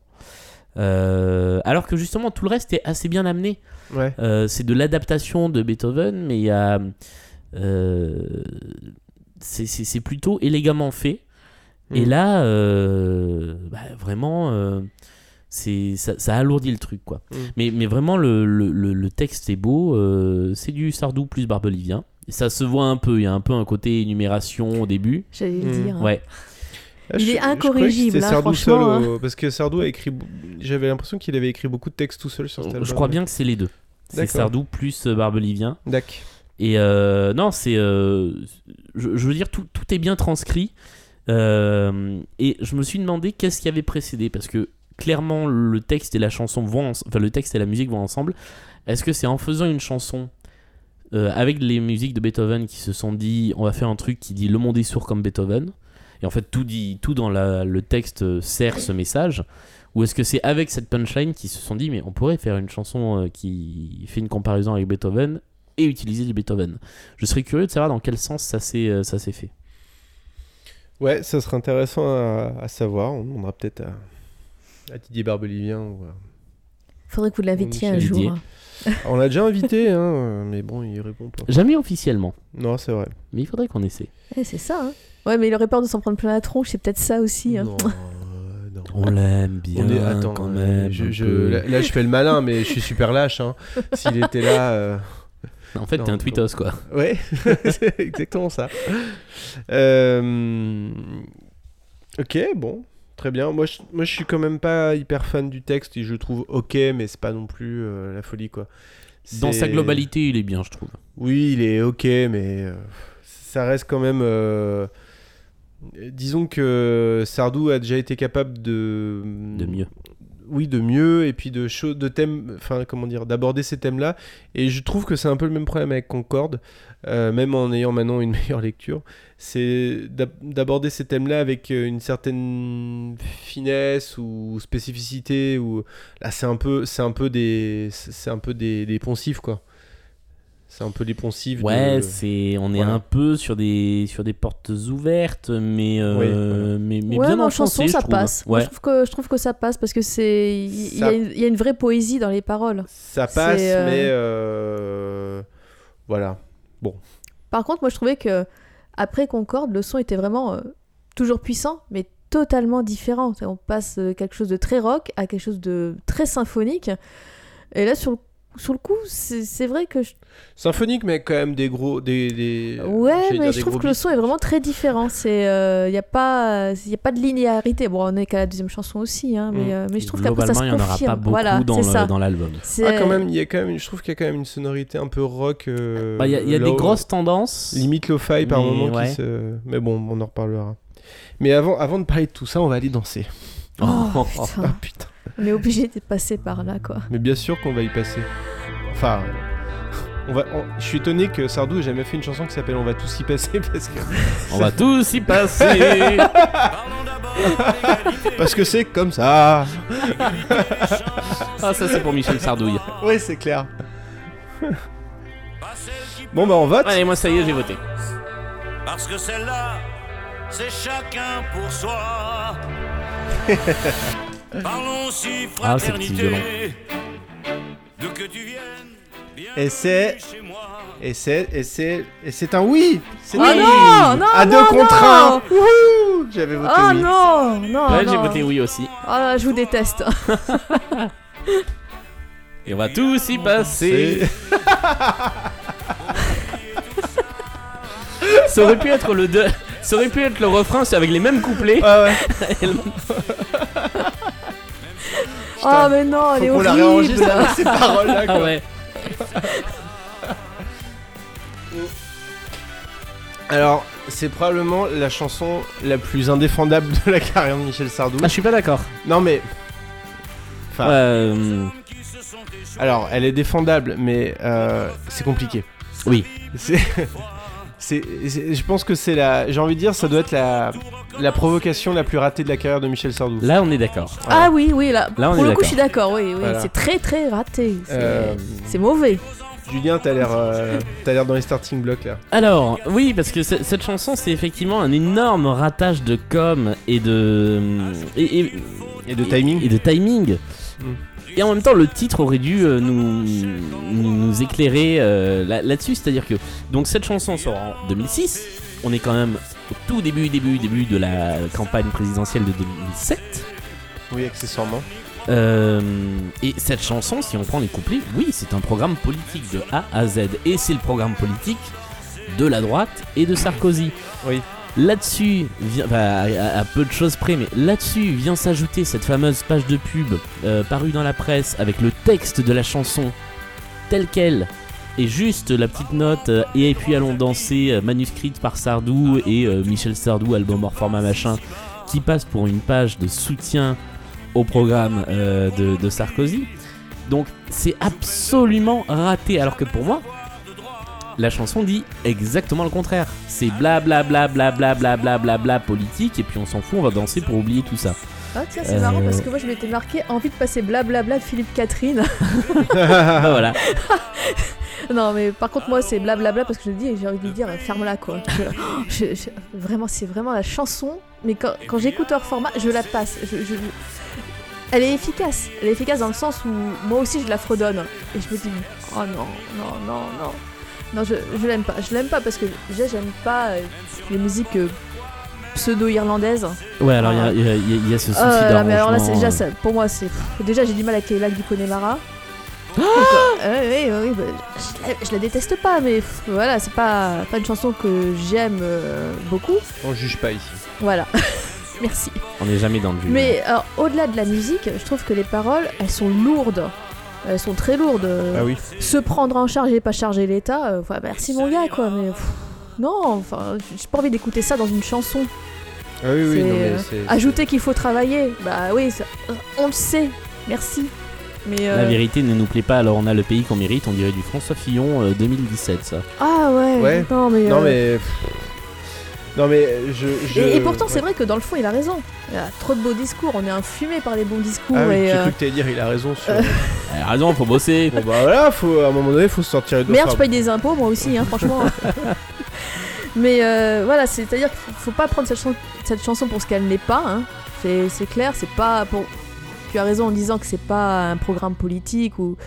[SPEAKER 2] Euh, alors que justement, tout le reste est assez bien amené.
[SPEAKER 1] Ouais.
[SPEAKER 2] Euh, c'est de l'adaptation de Beethoven, mais il y a. euh, c'est- c'est c'est plutôt élégamment fait.
[SPEAKER 1] Mm.
[SPEAKER 2] Et là, euh, bah, vraiment, euh, c'est ça, ça alourdit le truc, quoi.
[SPEAKER 1] Mm.
[SPEAKER 2] Mais, mais vraiment, le, le- le- le texte est beau. euh, c'est du Sardou plus Barbelivien. Et ça se voit un peu. Il y a un peu un côté énumération au début.
[SPEAKER 3] J'allais
[SPEAKER 1] Hmm.
[SPEAKER 3] le dire. hein.
[SPEAKER 2] Ouais.
[SPEAKER 1] Ah,
[SPEAKER 3] Il
[SPEAKER 1] je-
[SPEAKER 3] est
[SPEAKER 1] je croyais que
[SPEAKER 3] incorrigible,
[SPEAKER 1] c'était
[SPEAKER 3] hein,
[SPEAKER 1] Sardou seul
[SPEAKER 3] franchement,
[SPEAKER 1] au- parce que Sardou a écrit bou- j'avais l'impression qu'il avait écrit beaucoup de textes tout seul sur cet album.
[SPEAKER 2] Je crois bien que c'est les deux. C'est
[SPEAKER 1] D'accord.
[SPEAKER 2] Sardou plus euh, Barbelivien.
[SPEAKER 1] Dac.
[SPEAKER 2] Et euh, non, c'est. euh, je, je veux dire, tout, tout est bien transcrit. Euh, et je me suis demandé qu'est-ce qui avait précédé. Parce que clairement, le texte et la chanson vont. ens- Enfin, le texte et la musique vont ensemble. Est-ce que c'est en faisant une chanson. euh, avec les musiques de Beethoven qui se sont dit on va faire un truc qui dit le monde est sourd comme Beethoven et en fait tout dit tout dans la- le texte euh, sert ce message ou est-ce que c'est avec cette punchline qu'ils se sont dit mais on pourrait faire une chanson euh, qui fait une comparaison avec Beethoven et utiliser du Beethoven. Je serais curieux de savoir dans quel sens ça s'est euh, ça s'est fait.
[SPEAKER 1] Ouais, ça serait intéressant à, à savoir, on demandera peut-être à, à Didier Barbelivien ou à-
[SPEAKER 3] Faudrait que vous l'invitiez un
[SPEAKER 1] Michel
[SPEAKER 3] jour.
[SPEAKER 2] Didier.
[SPEAKER 3] hein.
[SPEAKER 1] Ah, On l'a déjà invité hein, euh, mais bon, il répond pas.
[SPEAKER 2] Jamais officiellement,
[SPEAKER 1] Non, c'est vrai.
[SPEAKER 2] mais il faudrait qu'on essaie.
[SPEAKER 3] Eh, c'est ça. hein. Ouais, mais il aurait peur de s'en prendre plein la tronche, c'est peut-être ça aussi. hein.
[SPEAKER 1] Non, euh, non.
[SPEAKER 2] On l'aime bien
[SPEAKER 1] On est- attends,
[SPEAKER 2] quand
[SPEAKER 1] euh,
[SPEAKER 2] même.
[SPEAKER 1] je-
[SPEAKER 2] un
[SPEAKER 1] je-
[SPEAKER 2] peu.
[SPEAKER 1] là, là, je fais le malin, mais je suis super lâche.
[SPEAKER 2] [laughs]
[SPEAKER 1] hein. S'il était là, euh,
[SPEAKER 2] En fait,
[SPEAKER 1] Non,
[SPEAKER 2] t'es un
[SPEAKER 1] non.
[SPEAKER 2] tweetos quoi.
[SPEAKER 1] ouais, [laughs] c'est exactement ça. Euh, Ok, bon, très bien. Moi je, moi, je suis quand même pas hyper fan du texte et je le trouve ok, mais c'est pas non plus euh, la folie quoi.
[SPEAKER 2] Dans
[SPEAKER 1] C'est-
[SPEAKER 2] sa globalité, il est bien, je trouve.
[SPEAKER 1] Oui, il est ok, mais euh, ça reste quand même. euh, Disons que Sardou a déjà été capable de
[SPEAKER 2] De mieux.
[SPEAKER 1] oui de mieux et puis de cho- de thèmes enfin comment dire d'aborder ces thèmes là et je trouve que c'est un peu le même problème avec Concorde euh, même en ayant maintenant une [laughs] meilleure lecture c'est d'ab- d'aborder ces thèmes là avec euh, une certaine finesse ou spécificité ou là c'est un peu c'est un peu des c'est un peu des, des poncifs quoi c'est un peu les poncifs de-
[SPEAKER 2] Ouais, c'est on est
[SPEAKER 1] voilà.
[SPEAKER 2] un peu sur des sur des portes ouvertes, mais euh,
[SPEAKER 1] Oui, voilà.
[SPEAKER 2] mais, mais
[SPEAKER 3] ouais,
[SPEAKER 2] bien
[SPEAKER 3] mais en
[SPEAKER 2] enfoncé,
[SPEAKER 3] chanson,
[SPEAKER 2] je
[SPEAKER 3] ça
[SPEAKER 2] trouve. hein.
[SPEAKER 3] passe. Moi,
[SPEAKER 2] Ouais.
[SPEAKER 3] je, trouve que, je trouve que ça passe parce que c'est. Il il y,
[SPEAKER 1] Ça-
[SPEAKER 3] a une- il y a une vraie poésie dans les paroles.
[SPEAKER 1] ça passe
[SPEAKER 3] C'est, euh,
[SPEAKER 1] mais euh, voilà
[SPEAKER 3] Par contre, moi, je trouvais que après Concorde, le son était vraiment euh, toujours puissant, mais totalement différent. C'est-à-dire, On passe euh, quelque chose de très rock à quelque chose de très symphonique. Et là, sur le sur le coup, c'est c'est vrai que je
[SPEAKER 1] Symphonique, mais avec quand même des gros. Des, des-
[SPEAKER 3] Ouais,
[SPEAKER 1] Euh, j'allais dire
[SPEAKER 3] mais
[SPEAKER 1] des
[SPEAKER 3] je trouve
[SPEAKER 1] gros
[SPEAKER 3] que le
[SPEAKER 1] beats.
[SPEAKER 3] son est vraiment très différent. Il n'y a, pas y a pas de linéarité. Bon, on n'est qu'à la deuxième chanson aussi, hein, mais,
[SPEAKER 1] Mm.
[SPEAKER 3] euh, mais je trouve qu'après ça se
[SPEAKER 2] Globalement, il n'y en
[SPEAKER 3] confirme.
[SPEAKER 2] aura pas beaucoup
[SPEAKER 3] voilà,
[SPEAKER 2] dans
[SPEAKER 3] c'est
[SPEAKER 2] le-
[SPEAKER 3] ça.
[SPEAKER 2] dans l'album.
[SPEAKER 1] Ah,
[SPEAKER 3] C'est-
[SPEAKER 1] quand même, il y a quand même, une- je trouve qu'il y a quand même une sonorité un peu rock. euh,
[SPEAKER 2] Bah, Il y a, il y a
[SPEAKER 1] low-
[SPEAKER 2] des grosses tendances.
[SPEAKER 1] Limite lo-fi par
[SPEAKER 2] Mais
[SPEAKER 1] moment qui
[SPEAKER 2] ouais.
[SPEAKER 1] se- Mais bon, on en reparlera. Mais avant, avant de parler de tout ça, on va aller danser. [laughs]
[SPEAKER 3] Oh,
[SPEAKER 1] Ah [laughs]
[SPEAKER 3] putain.
[SPEAKER 1] putain.
[SPEAKER 3] On est obligé de passer par là, quoi.
[SPEAKER 1] Mais bien sûr qu'on va y passer. Enfin. On va, on- je suis étonné que Sardou ait jamais fait une chanson qui s'appelle On va tous y passer [laughs] parce que
[SPEAKER 2] On va tous
[SPEAKER 1] [laughs]
[SPEAKER 2] y passer.
[SPEAKER 1] parce que c'est comme ça.
[SPEAKER 2] ah, ça, c'est pour Michel Sardouille.
[SPEAKER 1] Oui, c'est clair. bon, bah on vote.
[SPEAKER 2] Allez, moi, ça y est, j'ai voté.
[SPEAKER 9] Parce que celle-là, c'est chacun pour
[SPEAKER 2] [laughs]
[SPEAKER 9] soi. Parlons si
[SPEAKER 2] Ah, c'est petit
[SPEAKER 9] fraternité. de que tu viennes.
[SPEAKER 1] Et c'est-
[SPEAKER 9] bienvenue chez moi.
[SPEAKER 1] Et c'est et c'est et c'est un oui. C'est
[SPEAKER 3] Oh
[SPEAKER 1] un
[SPEAKER 3] non, non,
[SPEAKER 1] à
[SPEAKER 3] non,
[SPEAKER 1] deux
[SPEAKER 3] non.
[SPEAKER 1] contre un. Wouhou J'avais voté
[SPEAKER 3] Oh
[SPEAKER 1] oui.
[SPEAKER 3] non, non,
[SPEAKER 2] Là, j'ai
[SPEAKER 3] non.
[SPEAKER 2] voté oui aussi.
[SPEAKER 3] Ah, je vous déteste. [laughs]
[SPEAKER 2] Et on va tous y [laughs] passer. ça aurait pu être le deux- ça aurait pu être le refrain, c'est avec les mêmes couplets.
[SPEAKER 1] Ah
[SPEAKER 3] [laughs]
[SPEAKER 1] ouais.
[SPEAKER 3] oh mais non, elle est
[SPEAKER 1] Faut qu'on la
[SPEAKER 3] horrible.
[SPEAKER 1] réenregistre avec ces paroles là.
[SPEAKER 3] [laughs]
[SPEAKER 2] Ah ouais.
[SPEAKER 1] Alors, c'est probablement la chanson la plus indéfendable de la carrière de Michel Sardou.
[SPEAKER 2] Ah, je suis pas d'accord.
[SPEAKER 1] Non mais Ah.
[SPEAKER 2] Euh,
[SPEAKER 1] alors, elle est défendable, mais euh, c'est compliqué.
[SPEAKER 2] oui.
[SPEAKER 1] C'est, [laughs] c'est, c'est- je pense que c'est la, j'ai envie de dire, ça doit être la, la provocation la plus ratée de la carrière de Michel Sardou.
[SPEAKER 2] Là, on est d'accord.
[SPEAKER 3] Ah oui, oui, là,
[SPEAKER 2] Là, on
[SPEAKER 3] pour
[SPEAKER 2] est
[SPEAKER 3] le coup,
[SPEAKER 2] d'accord.
[SPEAKER 3] je suis d'accord. Oui, oui,
[SPEAKER 1] Voilà.
[SPEAKER 3] c'est très, très raté. C'est
[SPEAKER 1] Euh,
[SPEAKER 3] c'est mauvais.
[SPEAKER 1] Julien, t'as l'air, euh, t'as l'air dans les starting blocks là.
[SPEAKER 2] Alors, oui, parce que ce- cette chanson, c'est effectivement un énorme ratage de com et de. Et, et-
[SPEAKER 1] Et de timing.
[SPEAKER 2] Et de timing.
[SPEAKER 1] Mm.
[SPEAKER 2] Et en même temps, le titre aurait dû euh, nous, nous, nous éclairer euh, là- là-dessus. C'est-à-dire que. Donc, cette chanson sort en 2006. On est quand même au tout début, début, début de la campagne présidentielle de 2007.
[SPEAKER 1] Oui, accessoirement.
[SPEAKER 2] Euh, et cette chanson, si on prend les couplets, oui, c'est un programme politique de A à Z. Et c'est le programme politique de la droite et de Sarkozy.
[SPEAKER 1] Oui.
[SPEAKER 2] Là-dessus, vient- enfin, à, à- à peu de choses près, mais là-dessus vient s'ajouter cette fameuse page de pub euh, parue dans la presse avec le texte de la chanson telle qu'elle et juste la petite note euh, et puis allons danser euh, manuscrite par Sardou et euh, Michel Sardou album hors format machin qui passe pour une page de soutien au programme euh, de, de Sarkozy. Donc c'est absolument raté alors que pour moi la chanson dit exactement le contraire. C'est bla bla bla bla bla bla bla bla bla politique et puis on s'en fout, on va danser pour oublier tout ça.
[SPEAKER 3] Ah tiens, c'est
[SPEAKER 2] Euh,
[SPEAKER 3] marrant parce que moi, je m'étais marqué envie de passer blablabla de Philippe Catherine.
[SPEAKER 2] Ah, voilà.
[SPEAKER 3] Non, mais par contre, moi, c'est blablabla parce que je le dis et j'ai envie de lui dire euh, ferme-la quoi. Je- je- je- vraiment, c'est vraiment la chanson. Mais quand, quand j'écoute hors format, je la passe. Je- je- Elle est efficace. Elle est efficace dans le sens où moi aussi je la fredonne. Et je me dis, oh non, non, non, non. Non, je, je l'aime pas. Je l'aime pas parce que déjà, j'aime pas euh, les musiques euh, pseudo-irlandaises.
[SPEAKER 2] Ouais, alors il y a- il y, a- il y a ce souci
[SPEAKER 3] Euh, là, mais alors là, c'est
[SPEAKER 2] d'arrangement,
[SPEAKER 3] déjà
[SPEAKER 2] euh.
[SPEAKER 3] ça. Pour moi, c'est. pff, Déjà, j'ai du mal avec les lacs du Connemara. Donc, euh, oui, oui, oui, bah, je, la, je la déteste pas, mais pff, voilà, c'est pas, pas une chanson que j'aime euh, beaucoup.
[SPEAKER 1] On juge pas ici.
[SPEAKER 3] Voilà. [laughs] Merci.
[SPEAKER 2] On n'est jamais dans le jeu.
[SPEAKER 3] Mais alors, au-delà de la musique, je trouve que les paroles, elles sont lourdes. Elles sont très lourdes.
[SPEAKER 1] Ah oui.
[SPEAKER 3] Se prendre en charge et pas charger l'État, euh, enfin, merci mon gars, quoi, mais. pff, non, enfin, j'ai pas envie d'écouter ça dans une chanson.
[SPEAKER 1] Ah oui, oui,
[SPEAKER 3] C'est,
[SPEAKER 1] non, mais
[SPEAKER 3] euh,
[SPEAKER 1] c'est.
[SPEAKER 3] Ajouter qu'il faut travailler, bah oui, ça- on le sait, merci. Mais euh,
[SPEAKER 2] La vérité ne nous plaît pas, alors on a le pays qu'on mérite, on dirait du François Fillon euh, 2017, ça.
[SPEAKER 3] ah ouais,
[SPEAKER 1] Ouais.
[SPEAKER 3] non mais,
[SPEAKER 1] Non
[SPEAKER 3] euh,
[SPEAKER 1] mais. Non mais je. je-
[SPEAKER 3] Et, et pourtant
[SPEAKER 1] ouais.
[SPEAKER 3] c'est vrai que dans le fond il a raison. Il y a trop de beaux discours, on est infumé par les bons discours
[SPEAKER 1] Ah oui,
[SPEAKER 3] et
[SPEAKER 1] j'ai
[SPEAKER 3] euh,
[SPEAKER 1] cru que t'allais dire, il a raison sur.
[SPEAKER 3] Euh.
[SPEAKER 2] Elle a raison, faut bosser.
[SPEAKER 1] Bon bah voilà, faut, à un moment donné, faut se sortir de
[SPEAKER 3] merde je paye des impôts moi aussi hein, franchement. [laughs] mais euh, voilà c'est à dire qu'il faut pas prendre cette, chan- cette chanson pour ce qu'elle n'est pas. hein. C'est c'est clair c'est pas pour. Tu as raison en disant que c'est pas un programme politique ou.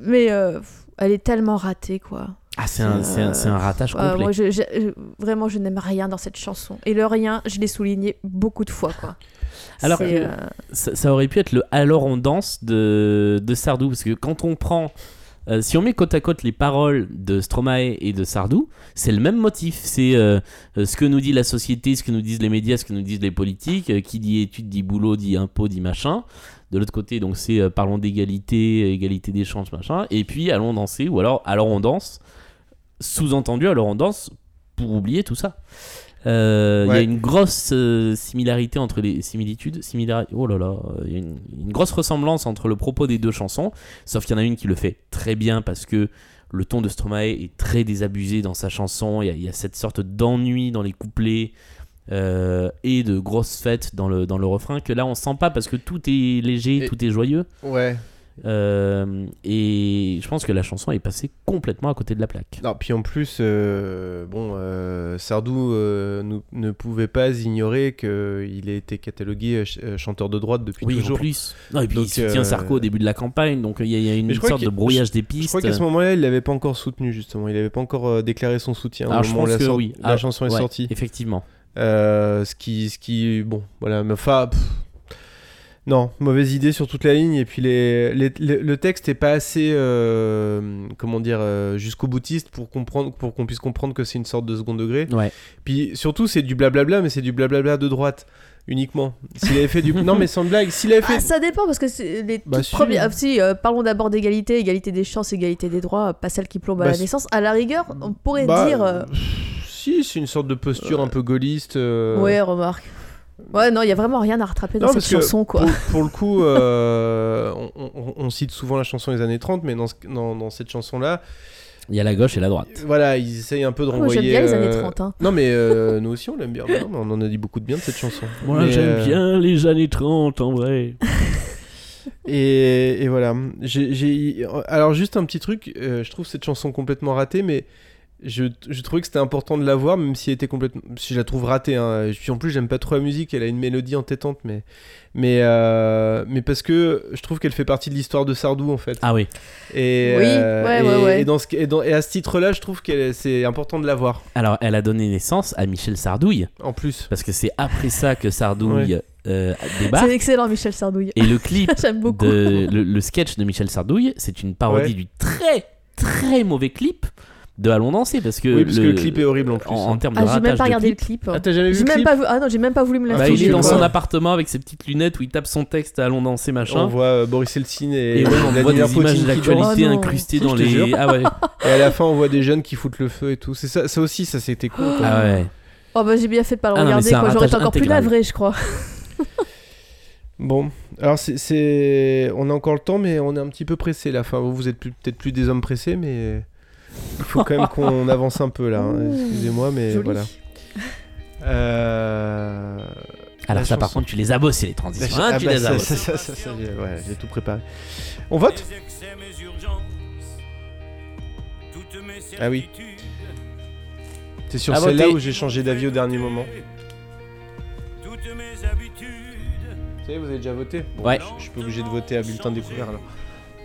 [SPEAKER 3] Mais euh, elle est tellement ratée quoi.
[SPEAKER 2] Ah, c'est un, c'est un- c'est un ratage
[SPEAKER 3] Euh,
[SPEAKER 2] complet.
[SPEAKER 3] moi, je- je- je- vraiment, je n'aime rien dans cette chanson. Et le rien, je l'ai souligné beaucoup de fois, quoi.
[SPEAKER 2] Alors
[SPEAKER 3] C'est,
[SPEAKER 2] que-
[SPEAKER 3] euh,
[SPEAKER 2] ça, ça aurait pu être le alors on danse de, de Sardou parce que quand on prend euh, si on met côte à côte les paroles de Stromae et de Sardou, c'est le même motif. C'est euh, euh, ce que nous dit la société, ce que nous disent les médias, ce que nous disent les politiques. euh, qui dit études dit boulot, dit impôt, dit machin. De l'autre côté, donc c'est euh, parlons d'égalité, euh, égalité des chances, machin. Et puis allons danser ou alors alors on danse. Sous-entendu, alors on danse pour oublier tout ça. Euh, Il y a
[SPEAKER 1] Ouais.
[SPEAKER 2] une grosse euh, similarité entre les similitudes, similar... oh là là, euh, il y a une, une grosse ressemblance entre le propos des deux chansons, sauf qu'il y en a une qui le fait très bien parce que le ton de Stromae est très désabusé dans sa chanson, il y a, il y a cette sorte d'ennui dans les couplets euh, et de grosse fête dans le, dans le refrain que là on sent pas parce que tout est léger,
[SPEAKER 1] Et-
[SPEAKER 2] tout est joyeux.
[SPEAKER 1] Ouais.
[SPEAKER 2] Euh, et je pense que la chanson est passée complètement à côté de la plaque.
[SPEAKER 1] Non, puis en plus, euh, bon, euh, Sardou euh, nous- ne pouvait pas ignorer qu'il a été catalogué euh, ch- euh, chanteur de droite depuis
[SPEAKER 2] Oui, en
[SPEAKER 1] toujours.
[SPEAKER 2] plus. Non, et puis
[SPEAKER 1] Donc,
[SPEAKER 2] il soutient
[SPEAKER 1] euh,
[SPEAKER 2] Sarko au début de la campagne, donc euh, il y a, il y a une
[SPEAKER 1] Mais je crois
[SPEAKER 2] sorte de
[SPEAKER 1] qu'il-
[SPEAKER 2] brouillage des
[SPEAKER 1] Je
[SPEAKER 2] pistes.
[SPEAKER 1] crois qu'à ce moment-là, il l'avait pas encore soutenu justement. Il n'avait pas encore euh, déclaré son soutien. au
[SPEAKER 2] Alors, je
[SPEAKER 1] moment où
[SPEAKER 2] pense
[SPEAKER 1] la
[SPEAKER 2] que
[SPEAKER 1] sor-
[SPEAKER 2] oui.
[SPEAKER 1] La
[SPEAKER 2] Ah,
[SPEAKER 1] chanson est
[SPEAKER 2] ouais,
[SPEAKER 1] sortie.
[SPEAKER 2] Effectivement.
[SPEAKER 1] Euh, ce qui, ce qui, bon, voilà, mais enfin, pff, non, mauvaise idée sur toute la ligne. Et puis les, les- le- le texte est pas assez, euh, comment dire, euh, jusqu'au boutiste pour comprendre, pour qu'on puisse comprendre que c'est une sorte de second degré.
[SPEAKER 2] Ouais.
[SPEAKER 1] Puis surtout, c'est du blablabla, mais c'est du blablabla de droite uniquement. S'il avait fait du, non, mais sans blague, s'il avait
[SPEAKER 3] Ah,
[SPEAKER 1] fait,
[SPEAKER 3] ça dépend parce que c'est les
[SPEAKER 1] Bah,
[SPEAKER 3] toutes
[SPEAKER 1] si.
[SPEAKER 3] premières. ah, si, euh, parlons d'abord d'égalité, égalité des chances, égalité des droits, pas celle qui plombe à
[SPEAKER 1] Bah,
[SPEAKER 3] la
[SPEAKER 1] si.
[SPEAKER 3] naissance. À la rigueur, on pourrait
[SPEAKER 1] bah,
[SPEAKER 3] dire. euh,
[SPEAKER 1] pff, si, c'est une sorte de posture un peu gaulliste. euh,
[SPEAKER 3] Ouais, remarque. Ouais, non, il y a vraiment rien à rattraper dans
[SPEAKER 1] Non,
[SPEAKER 3] cette
[SPEAKER 1] parce que
[SPEAKER 3] chanson, quoi.
[SPEAKER 1] Pour, pour le coup, euh, on, on- on cite souvent la chanson des années 30, mais dans, ce- dans- dans cette chanson-là,
[SPEAKER 2] Il y a la gauche et la droite.
[SPEAKER 1] voilà, ils essayent un peu de
[SPEAKER 3] Ah, Moi,
[SPEAKER 1] renvoyer.
[SPEAKER 3] j'aime bien les
[SPEAKER 1] euh,
[SPEAKER 3] années 30. Hein.
[SPEAKER 1] Non, mais euh, nous aussi, on l'aime bien. Mais non, mais on en a dit beaucoup de bien de cette chanson. Mais, euh,
[SPEAKER 2] bien les années 30 en vrai.
[SPEAKER 1] Et, et voilà. J'ai- j'ai- Alors, juste un petit truc, euh, je trouve cette chanson complètement ratée, mais. Je, je trouvais que c'était important de la voir, même si elle était complètement. Si je la trouve ratée, hein. Et puis en plus j'aime pas trop la musique, elle a une mélodie entêtante, mais mais euh, mais parce que je trouve qu'elle fait partie de l'histoire de Sardou en fait.
[SPEAKER 2] [laughs] Ah oui.
[SPEAKER 1] Et,
[SPEAKER 3] Oui,
[SPEAKER 1] euh,
[SPEAKER 3] ouais,
[SPEAKER 1] et,
[SPEAKER 3] ouais, ouais.
[SPEAKER 1] et dans ce, et, dans- et à ce titre-là, je trouve que c'est important de l'avoir.
[SPEAKER 2] Alors elle a donné naissance à Michel Sardouille
[SPEAKER 1] En plus,
[SPEAKER 2] parce que c'est après ça que Sardouille euh,
[SPEAKER 3] [laughs] C'est
[SPEAKER 2] débarque
[SPEAKER 3] excellent, Michel Sardouille.
[SPEAKER 2] et le clip
[SPEAKER 3] [laughs] j'aime beaucoup.
[SPEAKER 2] de le, le sketch de Michel Sardouille, c'est une parodie
[SPEAKER 1] Ouais.
[SPEAKER 2] du très très mauvais clip de Allons danser parce que,
[SPEAKER 1] Oui, parce que le clip est horrible en plus, hein.
[SPEAKER 2] En, en termes de
[SPEAKER 3] Ah, j'ai
[SPEAKER 2] ratage
[SPEAKER 3] même pas
[SPEAKER 2] de
[SPEAKER 3] regardé le
[SPEAKER 2] clip,
[SPEAKER 3] clip.
[SPEAKER 1] ah, t'as jamais vu
[SPEAKER 3] J'ai
[SPEAKER 1] le
[SPEAKER 3] même
[SPEAKER 1] clip
[SPEAKER 3] pas vu- Ah non, j'ai même pas voulu me
[SPEAKER 1] Ah,
[SPEAKER 2] bah, il
[SPEAKER 1] je
[SPEAKER 2] est
[SPEAKER 1] sais
[SPEAKER 2] dans
[SPEAKER 1] pas.
[SPEAKER 2] son appartement avec ses petites lunettes où il tape son texte à Allons danser machin.
[SPEAKER 1] On voit euh, Boris Eltsine et,
[SPEAKER 2] Et ouais, on voit
[SPEAKER 1] Vladimir
[SPEAKER 2] des images
[SPEAKER 1] Poutine qui dansent.
[SPEAKER 2] d'actualité
[SPEAKER 3] Oh non.
[SPEAKER 2] incrustées
[SPEAKER 1] Si,
[SPEAKER 2] dans
[SPEAKER 1] je te
[SPEAKER 2] les.
[SPEAKER 1] jure.
[SPEAKER 2] Ah ouais.
[SPEAKER 1] Et à la fin, on voit des jeunes qui foutent le feu et tout. C'est ça, ça aussi, ça c'était cool. quoi.
[SPEAKER 2] Ah ouais.
[SPEAKER 3] Oh bah j'ai bien fait de pas le
[SPEAKER 2] Ah non, mais
[SPEAKER 3] regarder,
[SPEAKER 2] c'est un
[SPEAKER 3] quoi. J'aurais été
[SPEAKER 2] ratage
[SPEAKER 3] encore plus
[SPEAKER 2] intégral.
[SPEAKER 3] navré, je crois.
[SPEAKER 1] Bon, alors c'est, c'est- on a encore le temps, mais on est un petit peu pressé là. Enfin, vous, vous êtes plus- peut-être plus des hommes pressés, mais il faut quand
[SPEAKER 2] [laughs]
[SPEAKER 1] même qu'on avance un peu là. hein.
[SPEAKER 3] Ouh,
[SPEAKER 1] Excusez-moi, mais
[SPEAKER 3] Joli.
[SPEAKER 1] voilà. Euh...
[SPEAKER 2] Alors
[SPEAKER 1] La
[SPEAKER 2] ça, par
[SPEAKER 1] chanson.
[SPEAKER 2] contre, tu les as bossés les
[SPEAKER 1] La
[SPEAKER 2] transitions.
[SPEAKER 1] cha-
[SPEAKER 2] hein,
[SPEAKER 1] ah
[SPEAKER 2] tu
[SPEAKER 1] bah,
[SPEAKER 2] les as
[SPEAKER 1] ça,
[SPEAKER 2] bossés.
[SPEAKER 1] ça, ça, ça, ça, j'ai- ouais, j'ai tout préparé. On vote
[SPEAKER 9] Mes excès, mes urgences, toutes mes
[SPEAKER 1] Ah oui.
[SPEAKER 9] certitudes.
[SPEAKER 1] C'est sur
[SPEAKER 2] Ah,
[SPEAKER 1] celle-là
[SPEAKER 2] votez.
[SPEAKER 1] où j'ai changé d'avis au dernier moment.
[SPEAKER 9] Toutes mes habitudes,
[SPEAKER 1] Vous savez, vous avez déjà voté Bon,
[SPEAKER 2] Ouais.
[SPEAKER 1] Eh, Je je suis pas obligé de voter à bulletin découvert alors.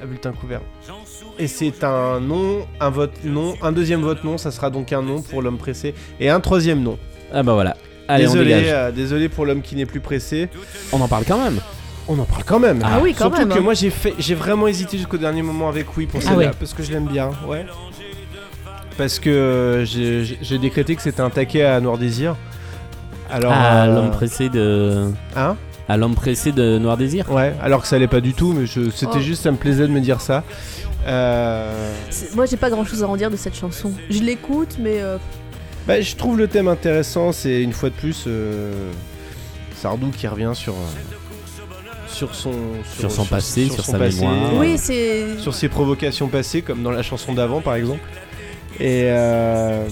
[SPEAKER 1] À bulletin couvert.
[SPEAKER 9] j'en souris.
[SPEAKER 1] Et c'est un non, un vote non, un deuxième vote non, ça sera donc un non pour l'homme pressé et un troisième non.
[SPEAKER 2] Ah bah voilà. Allez, on
[SPEAKER 1] désolé,
[SPEAKER 2] dégage.
[SPEAKER 1] euh, désolé pour l'homme qui n'est plus pressé.
[SPEAKER 2] On en parle quand même.
[SPEAKER 1] On en parle quand même.
[SPEAKER 3] Ah oui, quand
[SPEAKER 1] Surtout
[SPEAKER 3] même,
[SPEAKER 1] que
[SPEAKER 3] hein.
[SPEAKER 1] moi j'ai fait, j'ai vraiment hésité jusqu'au dernier moment avec oui pour
[SPEAKER 2] Ah
[SPEAKER 1] celle-là
[SPEAKER 2] ouais.
[SPEAKER 1] parce que je l'aime bien, ouais. Parce que euh, j'ai j'ai- j'ai décrété que c'était un taquet à Noir Désir. Alors,
[SPEAKER 2] à
[SPEAKER 1] euh,
[SPEAKER 2] Ah, l'homme pressé de.
[SPEAKER 1] hein
[SPEAKER 2] À l'homme pressé de Noir Désir.
[SPEAKER 1] Ouais, alors que ça allait pas du tout, mais je- c'était
[SPEAKER 3] Oh.
[SPEAKER 1] juste, ça me plaisait de me dire ça. Euh,
[SPEAKER 3] C'est- Moi, j'ai pas grand chose à en dire de cette chanson. Je l'écoute, mais euh,
[SPEAKER 1] bah, je trouve le thème intéressant, c'est une fois de plus euh, Sardou qui revient sur, euh, sur son
[SPEAKER 2] Sur son passé, sur sa mémoire.
[SPEAKER 3] oui, c'est.
[SPEAKER 1] Ah. sur ses provocations passées, comme dans la chanson d'avant par exemple. Et euh,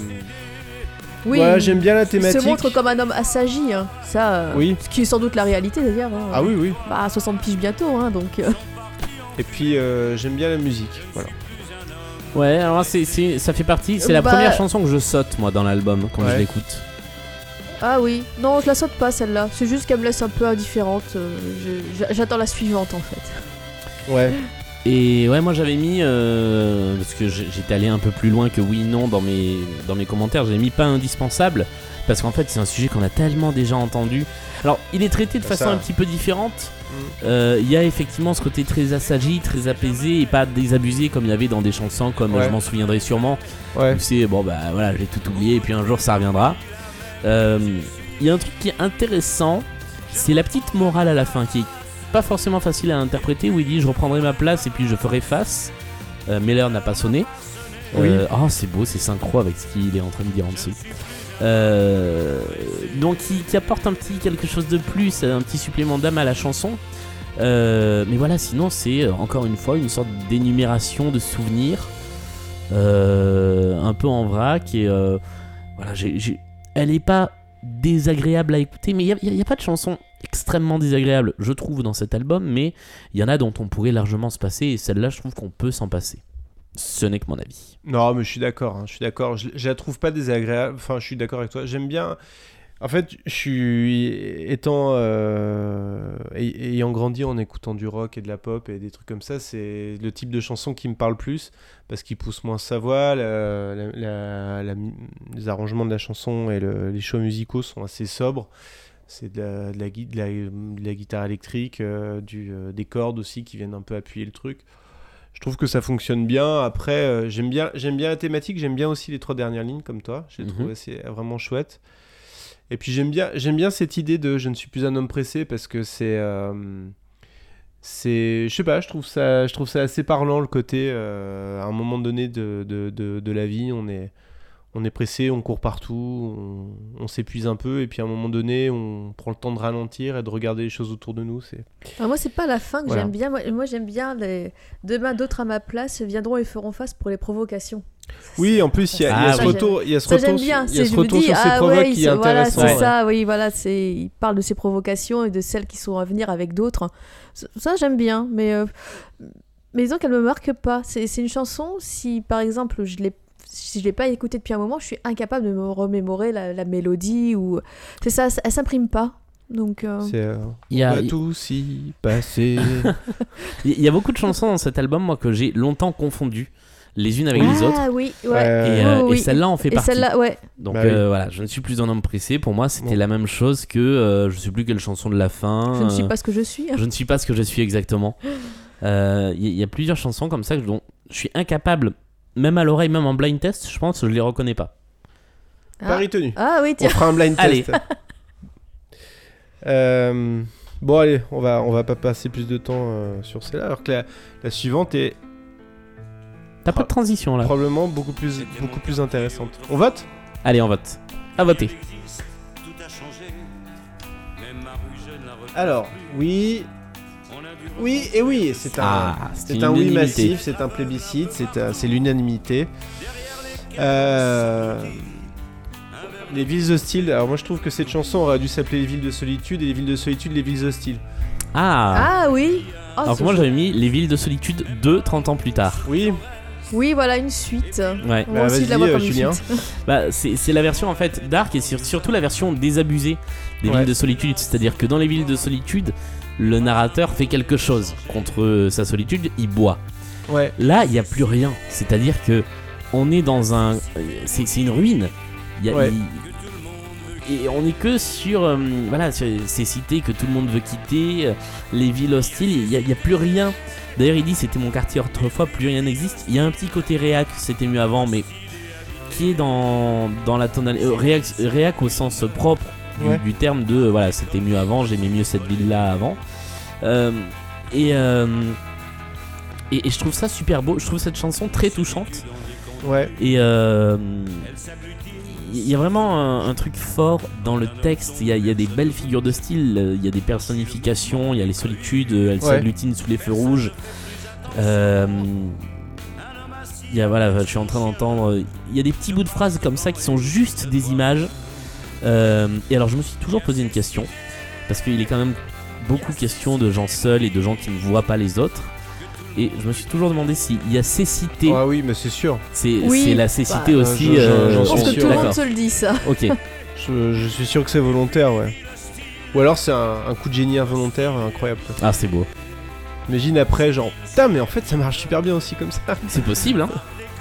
[SPEAKER 3] Oui,
[SPEAKER 1] voilà,
[SPEAKER 3] il-
[SPEAKER 1] j'aime bien la
[SPEAKER 3] il
[SPEAKER 1] thématique.
[SPEAKER 3] se montre comme un homme assagi, hein. ça. euh,
[SPEAKER 1] Oui.
[SPEAKER 3] Ce qui est sans doute la réalité d'ailleurs. hein.
[SPEAKER 1] Ah oui, oui.
[SPEAKER 3] Bah, 60 piges bientôt, hein,
[SPEAKER 1] [laughs]
[SPEAKER 3] donc. euh,
[SPEAKER 1] Et puis euh, j'aime bien la musique. Voilà.
[SPEAKER 2] Ouais, alors c'est, c'est- ça fait partie. C'est la
[SPEAKER 3] Bah-
[SPEAKER 2] première chanson que je saute, moi, dans l'album, quand je
[SPEAKER 1] Ouais.
[SPEAKER 2] l'écoute.
[SPEAKER 3] Ah oui, non, je la saute pas celle-là. C'est juste qu'elle me laisse un peu indifférente. euh, je- j'a- J'attends la suivante en fait.
[SPEAKER 1] Ouais.
[SPEAKER 2] Et ouais, moi j'avais mis, euh, parce que j'ai- j'étais allé un peu plus loin que oui, non dans mes, dans mes commentaires, j'avais mis pas indispensable, parce qu'en fait c'est un sujet qu'on a tellement déjà entendu. Alors il est traité de
[SPEAKER 1] Ça.
[SPEAKER 2] façon un petit peu différente. Euh, Il y a effectivement ce côté très assagi, très apaisé et pas désabusé comme il y avait dans des chansons comme
[SPEAKER 1] Ouais.
[SPEAKER 2] Je m'en souviendrai sûrement.
[SPEAKER 1] Ouais.
[SPEAKER 2] Où c'est bon bah voilà, j'ai tout oublié et puis un jour ça reviendra. Euh, Il y a un truc qui est intéressant, c'est la petite morale à la fin qui est pas forcément facile à interpréter où il dit je reprendrai ma place et puis je ferai face. Euh, mais l'heure n'a pas sonné.
[SPEAKER 1] Oui.
[SPEAKER 2] Euh, oh, c'est beau, c'est synchro avec ce qu'il est en train de dire en dessous. Euh, donc qui, qui apporte un petit quelque chose de plus, un petit supplément d'âme à la chanson. Euh, mais voilà, sinon c'est euh, encore une fois une sorte d'énumération de souvenirs, euh, un peu en vrac et euh, voilà, j'ai- j'ai- elle est pas désagréable à écouter, mais il n'y a, pas de chanson extrêmement désagréable, je trouve, dans cet album, mais il y en a dont on pourrait largement se passer et celle-là, je trouve qu'on peut s'en passer. Ce n'est que mon avis.
[SPEAKER 1] Non, mais je suis d'accord. hein, je suis d'accord. Je, je la trouve pas désagréable. Enfin, je suis d'accord avec toi. J'aime bien. En fait, je suis étant euh, ay- ayant grandi en écoutant du rock et de la pop et des trucs comme ça, c'est le type de chanson qui me parle plus parce qu'il pousse moins sa voix, la- la- la- la mu- les arrangements de la chanson et le- les choix musicaux sont assez sobres. C'est de la, de la gui- de la- de la guitare électrique, euh, du, euh, des cordes aussi qui viennent un peu appuyer le truc. Je trouve que ça fonctionne bien. Après, euh, j'aime bien, j'aime bien la thématique, j'aime bien aussi les trois dernières lignes comme toi. Je les
[SPEAKER 2] Mhm.
[SPEAKER 1] trouve assez- vraiment chouettes. Et puis j'aime bien, j'aime bien cette idée de je ne suis plus un homme pressé parce que c'est, euh, c'est, je sais pas, je trouve ça, je trouve ça assez parlant le côté euh, à un moment donné de, de, de- de la vie, on est, on est pressé, on court partout, on, on s'épuise un peu et puis à un moment donné, on prend le temps de ralentir et de regarder les choses autour de nous. C'est
[SPEAKER 3] Alors Ah, moi, c'est pas la fin que
[SPEAKER 1] Voilà.
[SPEAKER 3] j'aime bien. Moi, moi, j'aime bien les demain d'autres à ma place viendront et feront face pour les provocations.
[SPEAKER 1] Oui, en plus, il y a, il y a
[SPEAKER 2] Ah
[SPEAKER 1] ce
[SPEAKER 2] oui.
[SPEAKER 1] retour, il y a ce
[SPEAKER 3] Ça
[SPEAKER 1] retour,
[SPEAKER 3] j'aime
[SPEAKER 1] sur-
[SPEAKER 3] bien,
[SPEAKER 1] il y a
[SPEAKER 3] c'est
[SPEAKER 1] ce
[SPEAKER 3] je me
[SPEAKER 1] retour
[SPEAKER 3] dis
[SPEAKER 1] sur ses
[SPEAKER 3] ah
[SPEAKER 1] provoques
[SPEAKER 3] ouais,
[SPEAKER 1] qui est
[SPEAKER 3] c'est- voilà, c'est
[SPEAKER 1] intéressant. ouais.
[SPEAKER 3] ça, oui voilà, c'est il parle de ses provocations et de celles qui sont à venir avec d'autres. Ça, ça, j'aime bien, mais euh, mais disons qu'elle me marque pas. C'est c'est une chanson si par exemple je l'ai si je l'ai pas écoutée depuis un moment, je suis incapable de me remémorer la, la mélodie ou c'est ça, elle s'imprime pas. Donc euh,
[SPEAKER 1] C'est, euh,
[SPEAKER 2] Il Ah. y
[SPEAKER 1] on
[SPEAKER 2] a-
[SPEAKER 1] va tous y passer.
[SPEAKER 2] Il y- y a beaucoup de chansons dans cet album, moi, que j'ai longtemps confondues les unes avec les autres.
[SPEAKER 3] ah oui, ouais.
[SPEAKER 2] Et,
[SPEAKER 1] Ouais.
[SPEAKER 2] euh,
[SPEAKER 3] Oh,
[SPEAKER 2] et
[SPEAKER 3] oui.
[SPEAKER 2] celle-là en fait
[SPEAKER 3] Et
[SPEAKER 2] partie.
[SPEAKER 3] celle-là, ouais.
[SPEAKER 2] Donc
[SPEAKER 1] Bah oui.
[SPEAKER 2] euh, voilà, je ne suis plus un homme pressé. Pour moi, c'était
[SPEAKER 1] Non.
[SPEAKER 2] la même chose que euh, je sais plus quelle chanson de la fin.
[SPEAKER 3] Je ne suis
[SPEAKER 2] euh,
[SPEAKER 3] pas ce que je suis. hein.
[SPEAKER 2] je ne suis pas ce que je suis
[SPEAKER 3] [gasps]
[SPEAKER 2] exactement. Euh, Il y, il y a plusieurs chansons comme ça que- dont je suis incapable, même à l'oreille, même en blind test, je pense que je les reconnais pas.
[SPEAKER 1] Paris tenu.
[SPEAKER 3] Ah oui,
[SPEAKER 1] On
[SPEAKER 3] tiens.
[SPEAKER 1] fera un blind
[SPEAKER 2] Allez.
[SPEAKER 1] test. Euh, bon, allez, on va, on va pas passer plus de temps euh, sur celle-là, alors que la, la suivante est
[SPEAKER 2] T'as pas de transition là.
[SPEAKER 1] probablement beaucoup plus, beaucoup plus intéressante. On vote
[SPEAKER 2] Allez, on vote. À voter.
[SPEAKER 9] Tout a changé. Même ma rue, je ne la retrouve
[SPEAKER 1] Alors,
[SPEAKER 9] plus.
[SPEAKER 1] oui,
[SPEAKER 9] On a dû
[SPEAKER 1] oui et oui. C'est un,
[SPEAKER 2] Ah, c'est
[SPEAKER 1] c'est
[SPEAKER 2] une
[SPEAKER 1] un oui
[SPEAKER 2] unanimité.
[SPEAKER 1] massif, c'est un plébiscite, c'est un- c'est l'unanimité. Euh, les villes hostiles. Alors moi je trouve que cette chanson aurait dû s'appeler les villes de solitude et les villes de solitude les villes hostiles.
[SPEAKER 2] Ah,
[SPEAKER 3] Ah oui. Oh,
[SPEAKER 2] Alors que
[SPEAKER 3] c'est
[SPEAKER 2] moi j'avais mis Les villes de solitude 2, 30 ans plus tard.
[SPEAKER 1] Oui.
[SPEAKER 3] Oui, voilà, une suite.
[SPEAKER 2] Ouais.
[SPEAKER 3] Moi
[SPEAKER 1] Bah,
[SPEAKER 3] aussi, je
[SPEAKER 1] vas-y,
[SPEAKER 3] la vois
[SPEAKER 1] euh,
[SPEAKER 3] comme une
[SPEAKER 1] Julien.
[SPEAKER 3] suite.
[SPEAKER 2] Bah, c'est c'est la version en fait dark et sur- surtout la version désabusée des
[SPEAKER 1] Ouais.
[SPEAKER 2] villes de solitude. C'est-à-dire que dans les villes de solitude, le narrateur fait quelque chose contre euh, sa solitude, il boit.
[SPEAKER 1] Ouais.
[SPEAKER 2] Là, il n'y a plus rien. C'est-à-dire que on est dans un. euh, C'est c'est une ruine. Il y a-
[SPEAKER 1] Ouais.
[SPEAKER 2] il- Et on est que sur euh, voilà sur ces cités que tout le monde veut quitter, euh, les villes hostiles. Il n'y a, il y a plus rien. D'ailleurs, il dit c'était mon quartier autrefois, plus rien n'existe. Il y a un petit côté réac, c'était mieux avant, mais qui est dans, dans la tonalité. euh, réac, réac au sens propre du,
[SPEAKER 1] Ouais.
[SPEAKER 2] du terme de euh, voilà, c'était mieux avant, j'aimais mieux cette ville-là avant. Euh, et, euh, et, et je trouve ça super beau. Je trouve cette chanson très touchante.
[SPEAKER 1] Ouais.
[SPEAKER 2] Et euh, il y a vraiment un, un truc fort dans le texte. Il y, a- il y a des belles figures de style. euh, Il y a des personnifications. Il y a les solitudes. euh, Elles
[SPEAKER 1] Ouais.
[SPEAKER 2] s'agglutinent sous les feux rouges. Euh, il y a, voilà, je suis en train d'entendre. euh, Il y a des petits bouts de phrases comme ça qui sont juste des images. Euh, et alors, je me suis toujours posé une question. Parce qu'il est quand même beaucoup question de gens seuls et de gens qui ne voient pas les autres. Et je me suis toujours demandé s'il y a cécité
[SPEAKER 1] Ah oui, mais c'est sûr.
[SPEAKER 2] c'est
[SPEAKER 3] Oui,
[SPEAKER 2] c'est la cécité
[SPEAKER 3] bah,
[SPEAKER 1] je-
[SPEAKER 2] aussi.
[SPEAKER 1] je-
[SPEAKER 2] euh,
[SPEAKER 1] j'en
[SPEAKER 3] Je pense
[SPEAKER 1] suis
[SPEAKER 3] que
[SPEAKER 1] sûr.
[SPEAKER 3] tout le monde
[SPEAKER 2] D'accord.
[SPEAKER 3] se le dit, ça.
[SPEAKER 2] Ok.
[SPEAKER 1] Je, je suis sûr que c'est [laughs] volontaire, ouais. Ou alors c'est un, un coup de génie involontaire incroyable.
[SPEAKER 2] Ah, c'est beau.
[SPEAKER 1] Imagine après, genre, putain, mais en fait, ça marche super bien aussi
[SPEAKER 2] [laughs]
[SPEAKER 1] comme ça.
[SPEAKER 2] C'est possible, hein.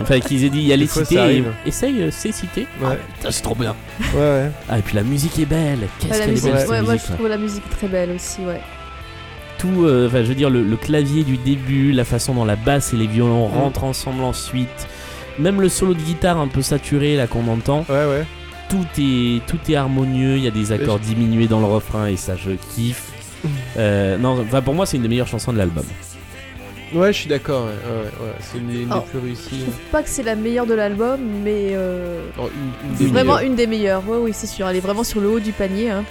[SPEAKER 2] Enfin, qu'ils aient dit, il y a
[SPEAKER 1] Des
[SPEAKER 2] les
[SPEAKER 1] fois, ça
[SPEAKER 2] cités, et...
[SPEAKER 1] arrive.
[SPEAKER 2] essaye, euh, c'est cité.
[SPEAKER 1] Ouais,
[SPEAKER 2] Putain, c'est trop bien.
[SPEAKER 1] ouais, ouais.
[SPEAKER 2] Ah, et puis la musique est belle. Qu'est-ce
[SPEAKER 3] Ouais, la
[SPEAKER 2] qu'elle est
[SPEAKER 3] musique,
[SPEAKER 2] belle,
[SPEAKER 1] ouais,
[SPEAKER 2] cette
[SPEAKER 3] ouais, moi
[SPEAKER 2] musique, Mmh.
[SPEAKER 3] je
[SPEAKER 2] là.
[SPEAKER 3] trouve la musique très belle aussi, ouais.
[SPEAKER 2] Tout, euh, enfin, je veux dire, le, le clavier du début, la façon dont la basse et les violons
[SPEAKER 1] Mm.
[SPEAKER 2] rentrent ensemble ensuite. Même le solo de guitare un peu saturé, là, qu'on entend.
[SPEAKER 1] Ouais, ouais.
[SPEAKER 2] tout est, tout est harmonieux, il y a des accords diminués dans le refrain et ça je
[SPEAKER 1] [laughs]
[SPEAKER 2] kiffe. Euh, non, enfin, pour moi c'est une des meilleures chansons de l'album.
[SPEAKER 1] Ouais, je suis d'accord. ouais, ouais, ouais, ouais. C'est une, des- une
[SPEAKER 3] Oh.
[SPEAKER 1] des plus
[SPEAKER 3] Je
[SPEAKER 1] réussies.
[SPEAKER 3] trouve pas que c'est la meilleure de l'album, mais euh,
[SPEAKER 1] Oh, une- une
[SPEAKER 3] c'est
[SPEAKER 1] des
[SPEAKER 3] vraiment
[SPEAKER 1] meilleures.
[SPEAKER 3] une des meilleures. Ouais, oui, c'est sûr. Elle est vraiment sur le haut du panier. hein.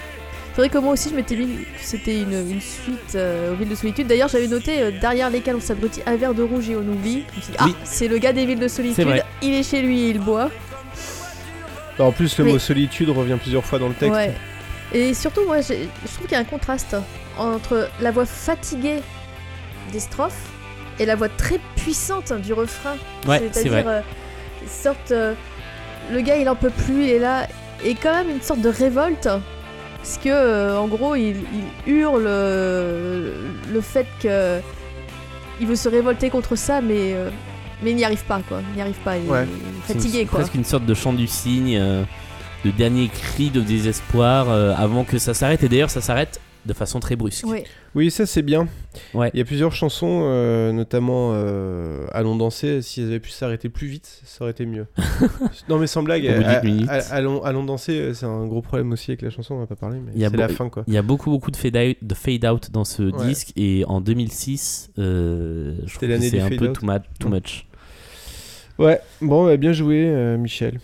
[SPEAKER 3] C'est vrai que moi aussi, je m'étais mis que c'était une, une suite euh, aux villes de solitude. D'ailleurs, j'avais noté euh, derrière lesquelles on s'abrutit un verre de rouge et on oublie. Je me suis dit, ah,
[SPEAKER 2] Oui.
[SPEAKER 3] c'est le gars des villes de
[SPEAKER 2] C'est
[SPEAKER 3] solitude.
[SPEAKER 2] vrai.
[SPEAKER 3] Il est chez lui et il boit.
[SPEAKER 1] Bah, en plus, le
[SPEAKER 3] Oui.
[SPEAKER 1] mot solitude revient plusieurs fois dans le texte.
[SPEAKER 3] Ouais. Et surtout, moi, j'ai- je trouve qu'il y a un contraste entre la voix fatiguée des strophes et la voix très puissante du refrain.
[SPEAKER 2] Ouais, c'est vrai.
[SPEAKER 3] C'est-à-dire, euh, une sorte. euh, le gars, il en peut plus, il est là. Et quand même une sorte de révolte. Parce que, euh, en gros, il, il hurle euh, le fait que. Il veut se révolter contre ça, mais. euh, mais il n'y arrive pas, quoi. Il n'y arrive pas. Il
[SPEAKER 1] Ouais.
[SPEAKER 3] est
[SPEAKER 2] C'est une-
[SPEAKER 3] fatigué, quoi.
[SPEAKER 2] presque une sorte de chant du cygne, euh, de dernier cri de désespoir euh, avant que ça s'arrête. Et d'ailleurs ça s'arrête de façon très brusque.
[SPEAKER 3] Ouais.
[SPEAKER 1] Oui, ça c'est bien.
[SPEAKER 2] Ouais.
[SPEAKER 1] Il y a plusieurs chansons, euh, notamment euh, Allons danser. Si elles avaient pu s'arrêter plus vite, ça aurait été mieux.
[SPEAKER 2] [laughs]
[SPEAKER 1] non, mais sans blague,
[SPEAKER 2] Au bout de
[SPEAKER 1] à-
[SPEAKER 2] huit minutes.
[SPEAKER 1] à- Allons, Allons danser, euh, c'est un gros problème aussi avec la chanson, on va pas parler, mais
[SPEAKER 2] Il y a
[SPEAKER 1] c'est la
[SPEAKER 2] beau-
[SPEAKER 1] fin quoi.
[SPEAKER 2] Il y a beaucoup beaucoup de fade out, de fade out dans ce
[SPEAKER 1] Ouais.
[SPEAKER 2] disque et en 2006 euh, je trouve que
[SPEAKER 1] l'année
[SPEAKER 2] c'est
[SPEAKER 1] du
[SPEAKER 2] un
[SPEAKER 1] fade
[SPEAKER 2] peu
[SPEAKER 1] out.
[SPEAKER 2] too much. Too much.
[SPEAKER 1] Ouais, bon, bah, bien joué, euh, Michel.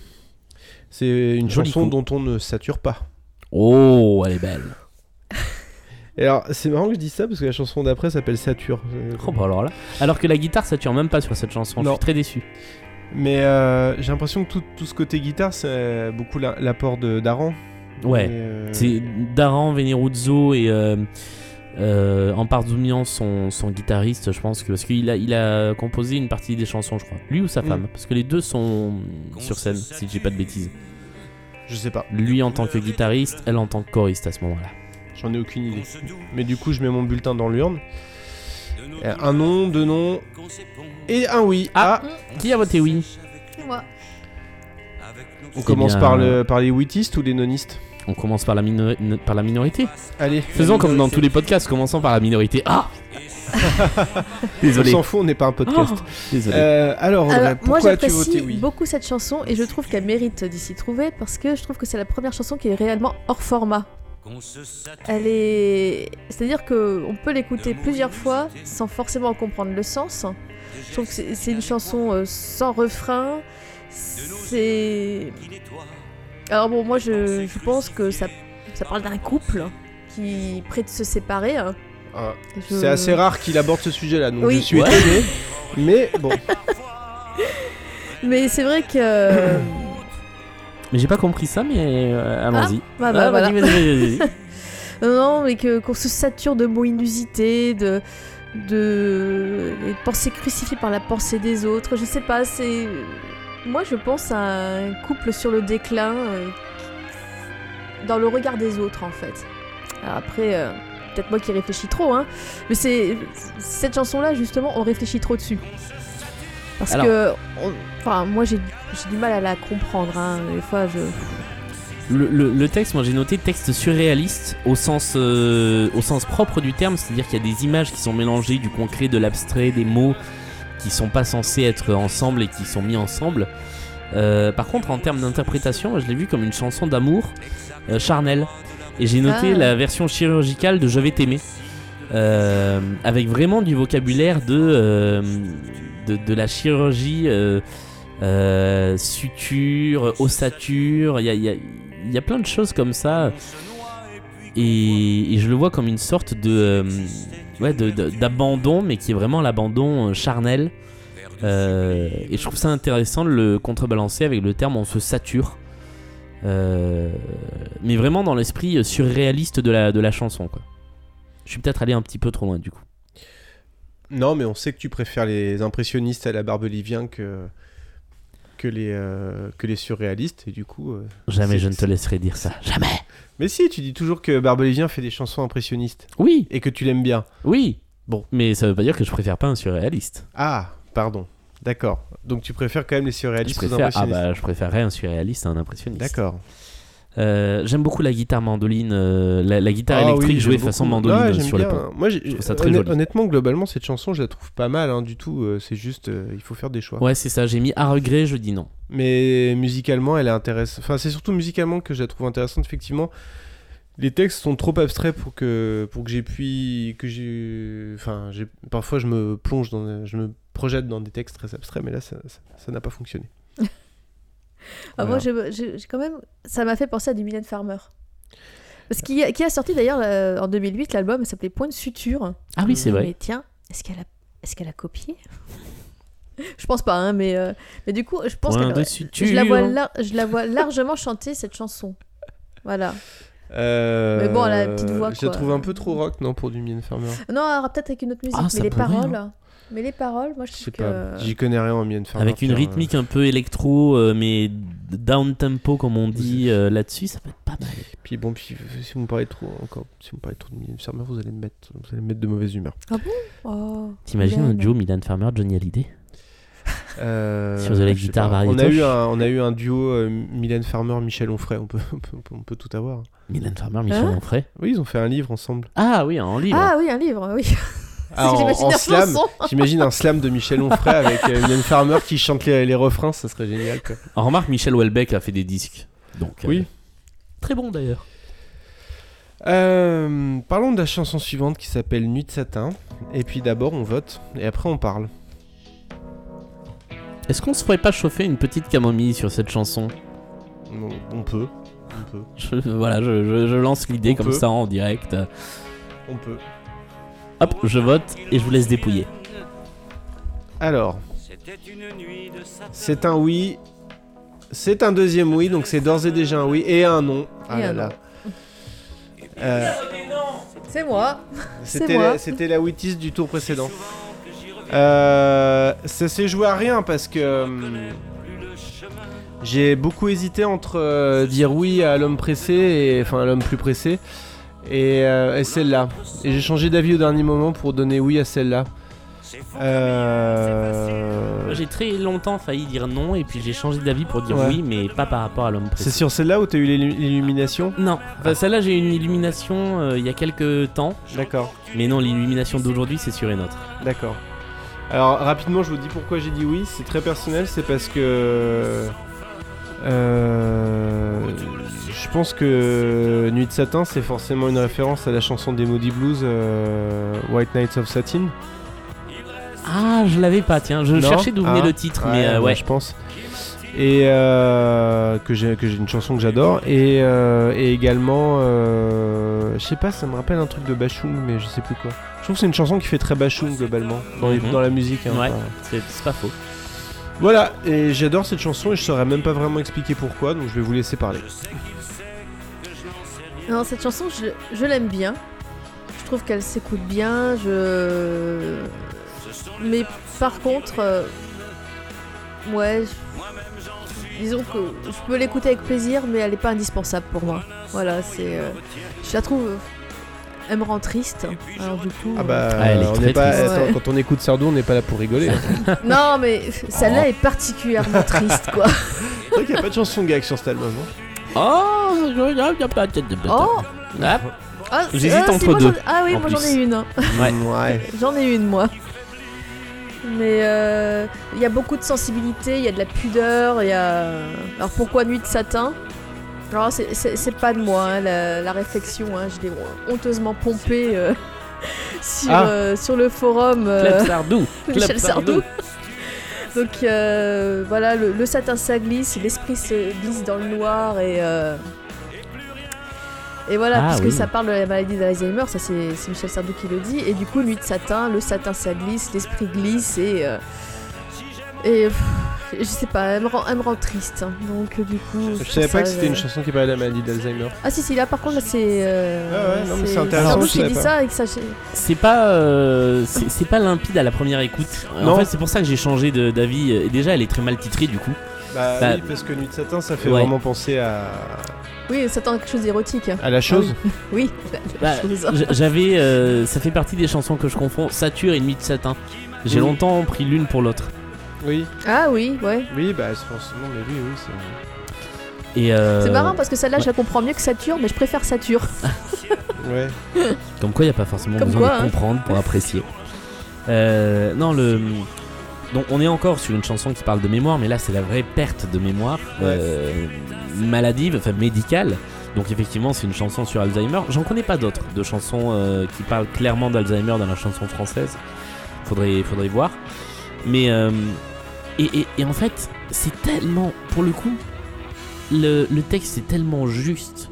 [SPEAKER 1] C'est une
[SPEAKER 2] Joli
[SPEAKER 1] chanson
[SPEAKER 2] coup.
[SPEAKER 1] dont on ne sature pas.
[SPEAKER 2] Oh elle est belle.
[SPEAKER 1] Et alors, c'est marrant que je dise ça parce que la chanson d'après s'appelle Sature. Euh,
[SPEAKER 2] Oh, bah alors là. Alors que la guitare ça tue même pas sur cette chanson. Je
[SPEAKER 1] Non.
[SPEAKER 2] suis très déçu.
[SPEAKER 1] Mais euh, j'ai l'impression que tout, tout ce côté guitare, c'est beaucoup la- l'apport de d'Aran.
[SPEAKER 2] Ouais.
[SPEAKER 1] Et, euh,
[SPEAKER 2] C'est Daran, Veneruzzo et euh, euh, Amparzoumian, son, son guitariste, je pense que. Parce qu'il a, il a composé une partie des chansons, je crois. Lui ou sa
[SPEAKER 1] Mm.
[SPEAKER 2] femme Parce que les deux sont sur scène, si je dis pas de bêtises.
[SPEAKER 1] Je sais pas,
[SPEAKER 2] Lui en tant que guitariste, elle en tant que choriste à ce moment-là.
[SPEAKER 1] j'en ai aucune idée. Mais du coup, je mets mon bulletin dans l'urne. Euh, Un non, deux noms et un oui.
[SPEAKER 2] Ah.
[SPEAKER 1] Ah,
[SPEAKER 2] Qui a voté oui
[SPEAKER 3] Et moi.
[SPEAKER 1] On commence
[SPEAKER 2] bien-
[SPEAKER 1] par, le, par les wittistes ou les nonistes
[SPEAKER 2] On commence par la, minori- par la minorité.
[SPEAKER 1] Allez,
[SPEAKER 2] Faisons comme dans tous les podcasts, commençons par la minorité. Ah
[SPEAKER 1] on
[SPEAKER 2] Désolé.
[SPEAKER 1] s'en fout, on n'est pas un podcast.
[SPEAKER 2] Oh. Désolé.
[SPEAKER 1] Euh, alors, Audrey,
[SPEAKER 3] Alors, Ah bah, moi
[SPEAKER 1] pourquoi as-tu voté
[SPEAKER 3] j'apprécie
[SPEAKER 1] oui
[SPEAKER 3] beaucoup cette chanson et je trouve qu'elle mérite d'y s'y trouver parce que je trouve que c'est la première chanson qui est réellement hors format. Elle est, c'est-à-dire que on peut l'écouter plusieurs fois sans forcément en comprendre le sens. Je trouve que c'est c'est une chanson euh, sans refrain. C'est, alors bon, moi je, je pense que ça, ça parle d'un couple qui est prêt de se séparer. hein.
[SPEAKER 1] Ah,
[SPEAKER 3] Je-
[SPEAKER 1] C'est assez rare qu'il aborde ce sujet-là, donc
[SPEAKER 3] Oui.
[SPEAKER 1] je suis
[SPEAKER 2] Ouais.
[SPEAKER 1] étonné. Mais bon,
[SPEAKER 3] Mais c'est vrai que. [coughs] euh,
[SPEAKER 2] Mais j'ai pas compris ça, mais euh, allons-y.
[SPEAKER 3] bah, bah,
[SPEAKER 2] Ah,
[SPEAKER 3] voilà.
[SPEAKER 2] vas-y, vas-y, vas-y, vas-y.
[SPEAKER 3] Non, Non, mais que qu'on se sature de mots inusités, de de les pensées crucifiées par la pensée des autres. Je sais pas, c'est moi je pense à un couple sur le déclin euh, dans le regard des autres en fait. Alors après euh, peut-être moi qui réfléchis trop hein, mais c'est cette chanson là justement on réfléchit trop dessus. Parce
[SPEAKER 2] Alors-
[SPEAKER 3] que on- enfin moi j'ai j'ai du mal à la comprendre hein. des fois je
[SPEAKER 2] Le, le- le texte, moi j'ai noté texte surréaliste au sens, euh, au sens propre du terme, c'est-à-dire qu'il y a des images qui sont mélangées, du concret, de l'abstrait, des mots qui sont pas censés être ensemble et qui sont mis ensemble. Euh, par contre, en termes d'interprétation, moi, je l'ai vu comme une chanson d'amour euh, charnelle. Et j'ai noté
[SPEAKER 3] Ah.
[SPEAKER 2] la version chirurgicale de Je vais t'aimer, Euh, avec vraiment du vocabulaire de, euh, de, de la chirurgie. euh, euh, suture, ossature, il y a, il y a- il y a plein de choses comme ça. Et, et je le vois comme une sorte de euh, ouais, de- de- d'abandon, mais qui est vraiment l'abandon euh, charnel. Euh, et je trouve ça intéressant de le contrebalancer avec le terme on se sature. Euh, mais vraiment dans l'esprit euh, surréaliste de la, de la chanson. Quoi. Je suis peut-être allé un petit peu trop loin du coup.
[SPEAKER 1] non, mais on sait que tu préfères les impressionnistes à la barbe livien que que les euh, que les surréalistes et du coup. euh,
[SPEAKER 2] Jamais
[SPEAKER 1] C'est-
[SPEAKER 2] je ne te
[SPEAKER 1] c'est-
[SPEAKER 2] laisserai dire ça. Jamais.
[SPEAKER 1] Mais si, tu dis toujours que Barbelivien fait des chansons impressionnistes
[SPEAKER 2] Oui,
[SPEAKER 1] et que tu l'aimes bien.
[SPEAKER 2] oui. Bon, mais ça veut pas dire que je préfère pas un surréaliste.
[SPEAKER 1] Ah, pardon. D'accord. Donc tu préfères quand même les
[SPEAKER 2] Je
[SPEAKER 1] surréalistes aux
[SPEAKER 2] préfère, ah
[SPEAKER 1] impressionnistes.
[SPEAKER 2] bah, je préférerais un surréaliste à un impressionniste.
[SPEAKER 1] D'accord.
[SPEAKER 2] Euh, j'aime beaucoup la guitare mandoline, euh, la, la guitare
[SPEAKER 1] Ah oui,
[SPEAKER 2] électrique
[SPEAKER 1] j'aime
[SPEAKER 2] jouée
[SPEAKER 1] beaucoup.
[SPEAKER 2] façon mandoline
[SPEAKER 1] Ouais,
[SPEAKER 2] euh,
[SPEAKER 1] j'aime
[SPEAKER 2] sur
[SPEAKER 1] bien.
[SPEAKER 2] les ponts.
[SPEAKER 1] Moi, j'ai-
[SPEAKER 2] trouve ça très
[SPEAKER 1] honn-
[SPEAKER 2] joli.
[SPEAKER 1] honnêtement, globalement, cette chanson, je la trouve pas mal hein, du tout. euh, c'est juste, euh, il faut faire des choix.
[SPEAKER 2] Ouais, c'est ça, j'ai mis à regret, je dis non.
[SPEAKER 1] Mais musicalement, elle est intéressante. Enfin, c'est surtout musicalement que je la trouve intéressante. Effectivement, les textes sont trop abstraits pour que pour que j'ai pu que j'ai. Enfin, j'ai- parfois je me plonge dans, je me projette dans des textes très abstraits, mais là, ça ça- ça n'a pas fonctionné.
[SPEAKER 3] Ah, Moi, j'ai j'ai- j'ai quand même. Ça m'a fait penser à du Mylène Farmer. Parce
[SPEAKER 2] Bah.
[SPEAKER 3] qu'il y a- qui, a sorti d'ailleurs euh, en 2008 l'album s'appelait Point de suture.
[SPEAKER 2] Ah oui, c'est vrai.
[SPEAKER 3] Mais tiens, est-ce qu'elle a, est-ce qu'elle a copié Je pense pas, hein, mais, euh, mais du coup, je pense
[SPEAKER 2] Point
[SPEAKER 3] qu'elle
[SPEAKER 2] de
[SPEAKER 3] aurait-
[SPEAKER 2] suture.
[SPEAKER 3] je la, vois lar- je la vois largement chanter cette chanson. Voilà.
[SPEAKER 1] Euh,
[SPEAKER 3] Mais bon, elle a la petite voix,
[SPEAKER 1] Je la
[SPEAKER 3] quoi.
[SPEAKER 1] trouve un peu trop rock, non, pour du Mylène Farmer.
[SPEAKER 3] Non, alors peut-être avec une autre musique,
[SPEAKER 2] Ah,
[SPEAKER 3] mais
[SPEAKER 2] ça
[SPEAKER 3] les
[SPEAKER 2] pourrait, hein.
[SPEAKER 3] paroles. Mais les paroles, moi je
[SPEAKER 1] Je
[SPEAKER 3] trouve
[SPEAKER 1] sais
[SPEAKER 3] que.
[SPEAKER 1] pas. J'y connais rien en Mylène Farmer.
[SPEAKER 2] Avec une
[SPEAKER 1] Pierre, euh.
[SPEAKER 2] rythmique un peu électro, euh, mais down tempo comme on [laughs] dit euh, là-dessus, ça peut être pas mal.
[SPEAKER 1] euh, Puis bon, puis si vous me parlez trop encore, si vous me parlez trop de Mylène Farmer, vous allez me mettre, vous allez me mettre de mauvaise humeur.
[SPEAKER 3] Oh,
[SPEAKER 2] T'imagines un
[SPEAKER 3] Mylène.
[SPEAKER 2] duo Milan Farmer, Johnny Hallyday
[SPEAKER 1] Euh,
[SPEAKER 2] Sur de la
[SPEAKER 1] je sais
[SPEAKER 2] guitare
[SPEAKER 1] pas. on a
[SPEAKER 2] variétoche.
[SPEAKER 1] eu un, on a eu un duo euh, Mylène Farmer, Michel Onfray. On peut, on peut, on peut tout avoir.
[SPEAKER 2] Milan Farmer, Michel
[SPEAKER 3] Hein
[SPEAKER 2] Onfray.
[SPEAKER 1] Oui, ils ont fait un livre
[SPEAKER 3] [laughs]
[SPEAKER 1] ensemble.
[SPEAKER 2] Ah oui, en livre.
[SPEAKER 3] Ah oui, un livre, oui. [laughs]
[SPEAKER 1] Ah, en,
[SPEAKER 3] j'imagine
[SPEAKER 1] en
[SPEAKER 3] la
[SPEAKER 1] slam,
[SPEAKER 3] chanson. [laughs]
[SPEAKER 1] j'imagine un slam de Michel Onfray avec euh, Mylène Farmer qui chante les, les refrains, ça serait génial. Quoi.
[SPEAKER 3] Ah.
[SPEAKER 2] Alors, remarque, Michel Houellebecq a fait des disques. Donc, euh,
[SPEAKER 1] Oui.
[SPEAKER 2] très bon d'ailleurs.
[SPEAKER 1] Euh, parlons de la chanson suivante qui s'appelle Nuit de satin. Et puis d'abord on vote et après on parle.
[SPEAKER 2] Est-ce qu'on se ferait pas chauffer une petite camomille sur cette chanson
[SPEAKER 1] On, on peut, on peut,
[SPEAKER 2] Je- Voilà, je, je- je lance l'idée
[SPEAKER 1] On
[SPEAKER 2] comme
[SPEAKER 1] peut.
[SPEAKER 2] ça en direct.
[SPEAKER 1] on peut.
[SPEAKER 2] Hop, je vote et je vous laisse dépouiller.
[SPEAKER 1] Alors,
[SPEAKER 9] C'était une nuit de satin.
[SPEAKER 1] c'est un oui. C'est un deuxième oui, donc c'est d'ores et déjà un oui et un non. Ah
[SPEAKER 3] Et
[SPEAKER 1] là
[SPEAKER 3] un
[SPEAKER 1] là.
[SPEAKER 3] non.
[SPEAKER 1] Euh,
[SPEAKER 3] C'est moi.
[SPEAKER 1] C'était
[SPEAKER 3] C'est moi.
[SPEAKER 1] la, c'était la Wittis du tour précédent. Euh, ça s'est joué à rien parce que hum, j'ai beaucoup hésité entre euh, dire oui à l'homme pressé et enfin à l'homme plus pressé et, euh, et celle-là. Et j'ai changé d'avis au dernier moment pour donner oui à celle-là. Euh,
[SPEAKER 2] J'ai très longtemps failli dire non et puis j'ai changé d'avis pour dire
[SPEAKER 1] Ouais.
[SPEAKER 2] oui, mais pas par rapport à l'homme
[SPEAKER 1] C'est
[SPEAKER 2] précis.
[SPEAKER 1] sur celle-là où t'as eu l'illu- l'illumination
[SPEAKER 2] Non, enfin, celle-là j'ai eu une illumination euh, il y a quelques temps,
[SPEAKER 1] D'accord,
[SPEAKER 2] mais non, l'illumination d'aujourd'hui c'est sur une autre.
[SPEAKER 1] d'accord. Alors rapidement, je vous dis pourquoi j'ai dit oui. C'est très personnel, c'est parce que Euh, je pense que Nuit de Satin, c'est forcément une référence à la chanson des Moody Blues, euh, White Nights of Satin.
[SPEAKER 2] Ah, je l'avais pas, tiens, je
[SPEAKER 1] Non
[SPEAKER 2] cherchais d'où venait
[SPEAKER 1] Ah.
[SPEAKER 2] le titre, mais euh,
[SPEAKER 1] bah,
[SPEAKER 2] ouais.
[SPEAKER 1] Je pense. Et euh, que j'ai que j'ai une chanson que j'adore. Et, euh, et également, euh, je sais pas, ça me rappelle un truc de Bachung, mais je sais plus quoi. Je trouve que c'est une chanson qui fait très Bachung globalement dans, les-
[SPEAKER 2] Mhm.
[SPEAKER 1] dans la musique. hein,
[SPEAKER 2] Ouais.
[SPEAKER 1] enfin.
[SPEAKER 2] C'est c'est pas faux.
[SPEAKER 1] Voilà, et j'adore cette chanson et je saurais même pas vraiment expliquer pourquoi, donc je vais vous laisser parler.
[SPEAKER 3] Non, cette chanson, je, je l'aime bien. Je trouve qu'elle s'écoute bien. Je. Mais par contre, euh, ouais, je- disons que je peux l'écouter avec plaisir, mais elle n'est pas indispensable pour moi. Voilà, c'est. euh, Je la trouve. euh, Elle me rend triste. Alors du coup.
[SPEAKER 1] Ah bah,
[SPEAKER 2] Ah, elle est
[SPEAKER 1] on
[SPEAKER 2] très
[SPEAKER 1] n'est pas,
[SPEAKER 2] triste.
[SPEAKER 1] attends,
[SPEAKER 3] Ouais.
[SPEAKER 1] quand on écoute Sardou, on n'est pas là pour rigoler.
[SPEAKER 3] euh, Non, mais
[SPEAKER 2] Oh.
[SPEAKER 3] celle-là est particulièrement triste,
[SPEAKER 2] [laughs]
[SPEAKER 3] quoi.
[SPEAKER 1] C'est vrai qu'il n'y a pas de chanson gag sur cet album. hein.
[SPEAKER 2] Oh,
[SPEAKER 3] Oh,
[SPEAKER 2] Ah,
[SPEAKER 3] ah,
[SPEAKER 2] J'hésite
[SPEAKER 3] ah, si,
[SPEAKER 2] entre
[SPEAKER 3] moi,
[SPEAKER 2] deux,
[SPEAKER 3] j'en- Ah oui,
[SPEAKER 2] en
[SPEAKER 3] moi j'en ai
[SPEAKER 2] plus.
[SPEAKER 3] une.
[SPEAKER 2] Ouais.
[SPEAKER 1] Ah
[SPEAKER 3] J'en ai une, moi. Mais euh, il y a beaucoup de sensibilité, il y a de la pudeur, il y a... Alors pourquoi Nuit de Satin Alors c'est- c'est c'est pas de moi, hein, la, la réflexion, hein, je l'ai honteusement pompée euh, [laughs] sur,
[SPEAKER 1] Ah.
[SPEAKER 3] euh, sur le forum. euh,
[SPEAKER 2] Club Sardou. Club
[SPEAKER 3] Michel Sardou. donc euh, voilà, le, le satin ça glisse, l'esprit se glisse dans le noir et. euh, Et voilà,
[SPEAKER 2] Ah,
[SPEAKER 3] puisque
[SPEAKER 2] oui.
[SPEAKER 3] ça parle de la maladie d'Alzheimer, ça c'est c'est Michel Sardou qui le dit. Et du coup, nuit de satin, le satin ça glisse, l'esprit glisse et. euh, Et. pff, je sais pas, elle me rend, elle me rend triste. hein. Donc euh, du coup.
[SPEAKER 1] Je savais
[SPEAKER 3] ça,
[SPEAKER 1] pas que c'était
[SPEAKER 3] je-
[SPEAKER 1] une chanson qui parlait de la maladie d'Alzheimer.
[SPEAKER 3] Ah si, si, là par contre, là, c'est. euh,
[SPEAKER 1] Ah ouais, non, mais c'est intéressant,
[SPEAKER 3] Sardou
[SPEAKER 2] je
[SPEAKER 3] qui
[SPEAKER 1] savais
[SPEAKER 3] dit
[SPEAKER 1] pas.
[SPEAKER 3] ça et que ça. j'ai-
[SPEAKER 2] C'est pas, euh, c'est c'est pas limpide à la première écoute. Euh, En
[SPEAKER 1] Non.
[SPEAKER 2] fait, c'est pour ça que j'ai changé de- d'avis. euh, Et Déjà, elle est très mal titrée du coup.
[SPEAKER 1] Bah,
[SPEAKER 2] Bah,
[SPEAKER 1] oui, parce que Nuit de Satin, ça fait
[SPEAKER 2] ouais.
[SPEAKER 1] vraiment penser à.
[SPEAKER 3] Oui, ça tend à quelque chose d'érotique. hein.
[SPEAKER 1] À la chose
[SPEAKER 3] Oui, la- la
[SPEAKER 2] Bah,
[SPEAKER 3] [laughs] chose.
[SPEAKER 2] j- J'avais. euh, ça fait partie des chansons que je confonds Sature et Nuit de Satin. J'ai
[SPEAKER 1] Mm.
[SPEAKER 2] longtemps pris l'une pour l'autre.
[SPEAKER 1] Oui,
[SPEAKER 3] Ah oui, ouais.
[SPEAKER 1] oui, bah forcément, mais oui, oui, c'est.
[SPEAKER 2] Et euh,
[SPEAKER 3] C'est marrant parce que celle-là, je la comprends mieux que Sature, mais je préfère Sature.
[SPEAKER 1] Ouais.
[SPEAKER 2] Comme quoi, il n'y a pas forcément
[SPEAKER 3] Comme
[SPEAKER 2] besoin
[SPEAKER 3] quoi,
[SPEAKER 2] de
[SPEAKER 3] hein.
[SPEAKER 2] comprendre pour apprécier. Euh, non, le. Donc, on est encore sur une chanson qui parle de mémoire, mais là, c'est la vraie perte de mémoire
[SPEAKER 1] Ouais.
[SPEAKER 2] euh, maladive, enfin médicale. Donc, effectivement, c'est une chanson sur Alzheimer. J'en connais pas d'autres de chansons euh, qui parlent clairement d'Alzheimer dans la chanson française. Faudrait, faudrait voir. Mais. euh, et, et- et en fait, c'est tellement. Pour le coup, le, le texte est tellement juste.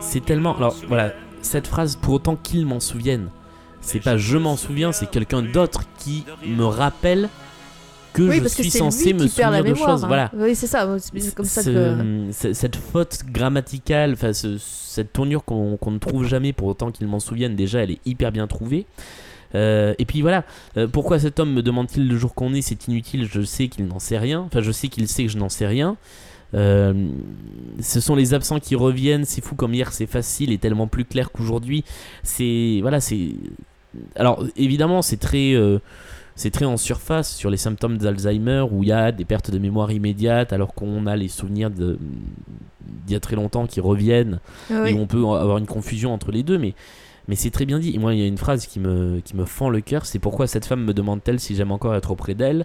[SPEAKER 2] C'est tellement. Alors, voilà, cette phrase pour autant qu'ils m'en souviennent. C'est pas je m'en souviens, c'est quelqu'un d'autre qui me rappelle que
[SPEAKER 3] oui,
[SPEAKER 2] je
[SPEAKER 3] parce que
[SPEAKER 2] suis
[SPEAKER 3] c'est
[SPEAKER 2] censé
[SPEAKER 3] lui
[SPEAKER 2] me
[SPEAKER 3] qui perd la
[SPEAKER 2] souvenir de
[SPEAKER 3] mémoire.
[SPEAKER 2] choses.
[SPEAKER 3] hein.
[SPEAKER 2] Voilà.
[SPEAKER 3] Oui, c'est ça. c'est- C'est comme ça
[SPEAKER 2] Ce-
[SPEAKER 3] que.
[SPEAKER 2] ce- Cette faute grammaticale, enfin ce- cette tournure qu'on qu'on ne trouve jamais pour autant qu'ils m'en souviennent, déjà elle est hyper bien trouvée. Euh, et puis voilà, Euh, pourquoi cet homme me demande-t-il le jour qu'on est C'est inutile, je sais qu'il n'en sait rien. Enfin, je sais qu'il sait que je n'en sais rien. Euh, ce sont les absents qui reviennent, c'est fou comme hier, c'est facile et tellement plus clair qu'aujourd'hui. C'est. Voilà, c'est. Alors, évidemment, c'est très. euh, c'est très en surface sur les symptômes d'Alzheimer où il y a des pertes de mémoire immédiates alors qu'on a les souvenirs de- d'il y a très longtemps qui reviennent
[SPEAKER 3] Ah oui.
[SPEAKER 2] et où on peut avoir une confusion entre les deux mais, mais c'est très bien dit. Et moi il y a une phrase qui me, qui me fend le cœur, c'est pourquoi cette femme me demande-t-elle si j'aime encore être auprès d'elle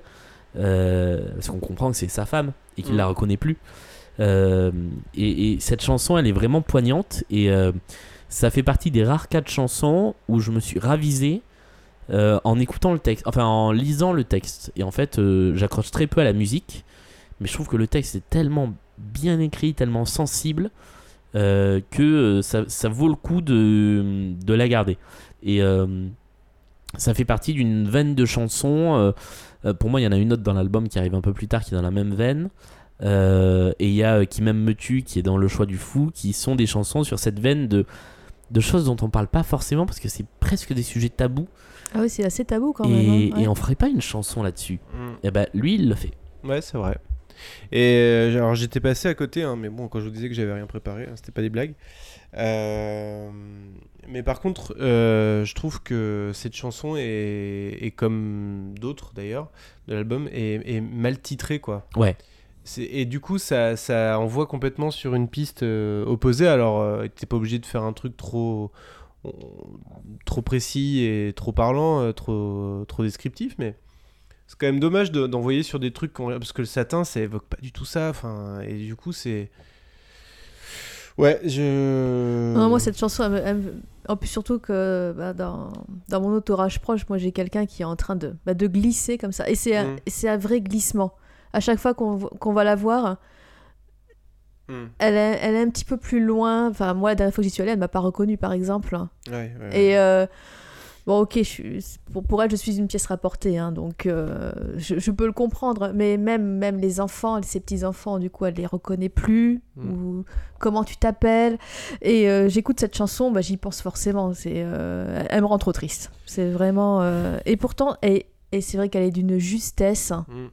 [SPEAKER 2] Euh, Parce qu'on comprend que c'est sa femme et qu'il
[SPEAKER 1] Mm.
[SPEAKER 2] la reconnaît plus. Euh, et, et cette chanson elle est vraiment poignante et euh, ça fait partie des rares cas de chansons où je me suis ravisé euh, en écoutant le texte, enfin en lisant le texte. Et en fait, euh, j'accroche très peu à la musique, mais je trouve que le texte est tellement bien écrit, tellement sensible, euh, que euh, ça, ça vaut le coup de, de la garder. Et euh, ça fait partie d'une veine de chansons. euh, euh, pour moi, il y en a une autre dans l'album qui arrive un peu plus tard, qui est dans la même veine. Euh, et il y a euh, Qui m'aime me tue, qui est dans Le choix du fou, qui sont des chansons sur cette veine de, de choses dont on parle pas forcément parce que c'est presque des sujets tabous.
[SPEAKER 3] Ah oui, c'est assez tabou quand
[SPEAKER 2] Et,
[SPEAKER 3] même. hein, ouais.
[SPEAKER 2] et on ferait pas une chanson là-dessus
[SPEAKER 1] Mm.
[SPEAKER 2] Et bah lui, il le fait.
[SPEAKER 1] Ouais, c'est vrai. Et euh, alors j'étais passé à côté, hein, mais bon, quand je vous disais que j'avais rien préparé, hein, c'était pas des blagues. Euh, Mais par contre, euh, je trouve que cette chanson est, est comme d'autres d'ailleurs de l'album, est, est mal titrée quoi.
[SPEAKER 2] Ouais.
[SPEAKER 1] C'est- Et du coup, ça, ça envoie complètement sur une piste euh, opposée. Alors, euh, t'es pas obligé de faire un truc trop, trop précis et trop parlant, euh, trop, trop descriptif, mais c'est quand même dommage de- d'envoyer sur des trucs qu'on- parce que le satin, ça évoque pas du tout ça. Enfin, et du coup, c'est ouais, je.
[SPEAKER 3] Non, moi, cette chanson, elle me- elle me- en plus, surtout que bah, dans, dans mon entourage proche, moi, j'ai quelqu'un qui est en train de, bah, de glisser comme ça. Et c'est un-
[SPEAKER 1] Mm.
[SPEAKER 3] c'est un vrai glissement. À chaque fois qu'on vo- qu'on va la voir,
[SPEAKER 1] Mm.
[SPEAKER 3] elle est, elle est un petit peu plus loin. Enfin, moi, la dernière fois que j'y suis allée, elle m'a pas reconnue, par exemple.
[SPEAKER 1] Ouais, ouais, ouais.
[SPEAKER 3] Et euh, bon, ok, je suis- pour, pour elle, je suis une pièce rapportée, hein, donc euh, je, je peux le comprendre. Mais même, même les enfants, ses petits-enfants, du coup, elle les reconnaît plus.
[SPEAKER 1] Mm.
[SPEAKER 3] Ou comment tu t'appelles. Et euh, j'écoute cette chanson, bah, j'y pense forcément. C'est, euh, elle me rend trop triste. C'est vraiment. euh, Et pourtant, et, et c'est vrai qu'elle est d'une justesse.
[SPEAKER 1] Mm.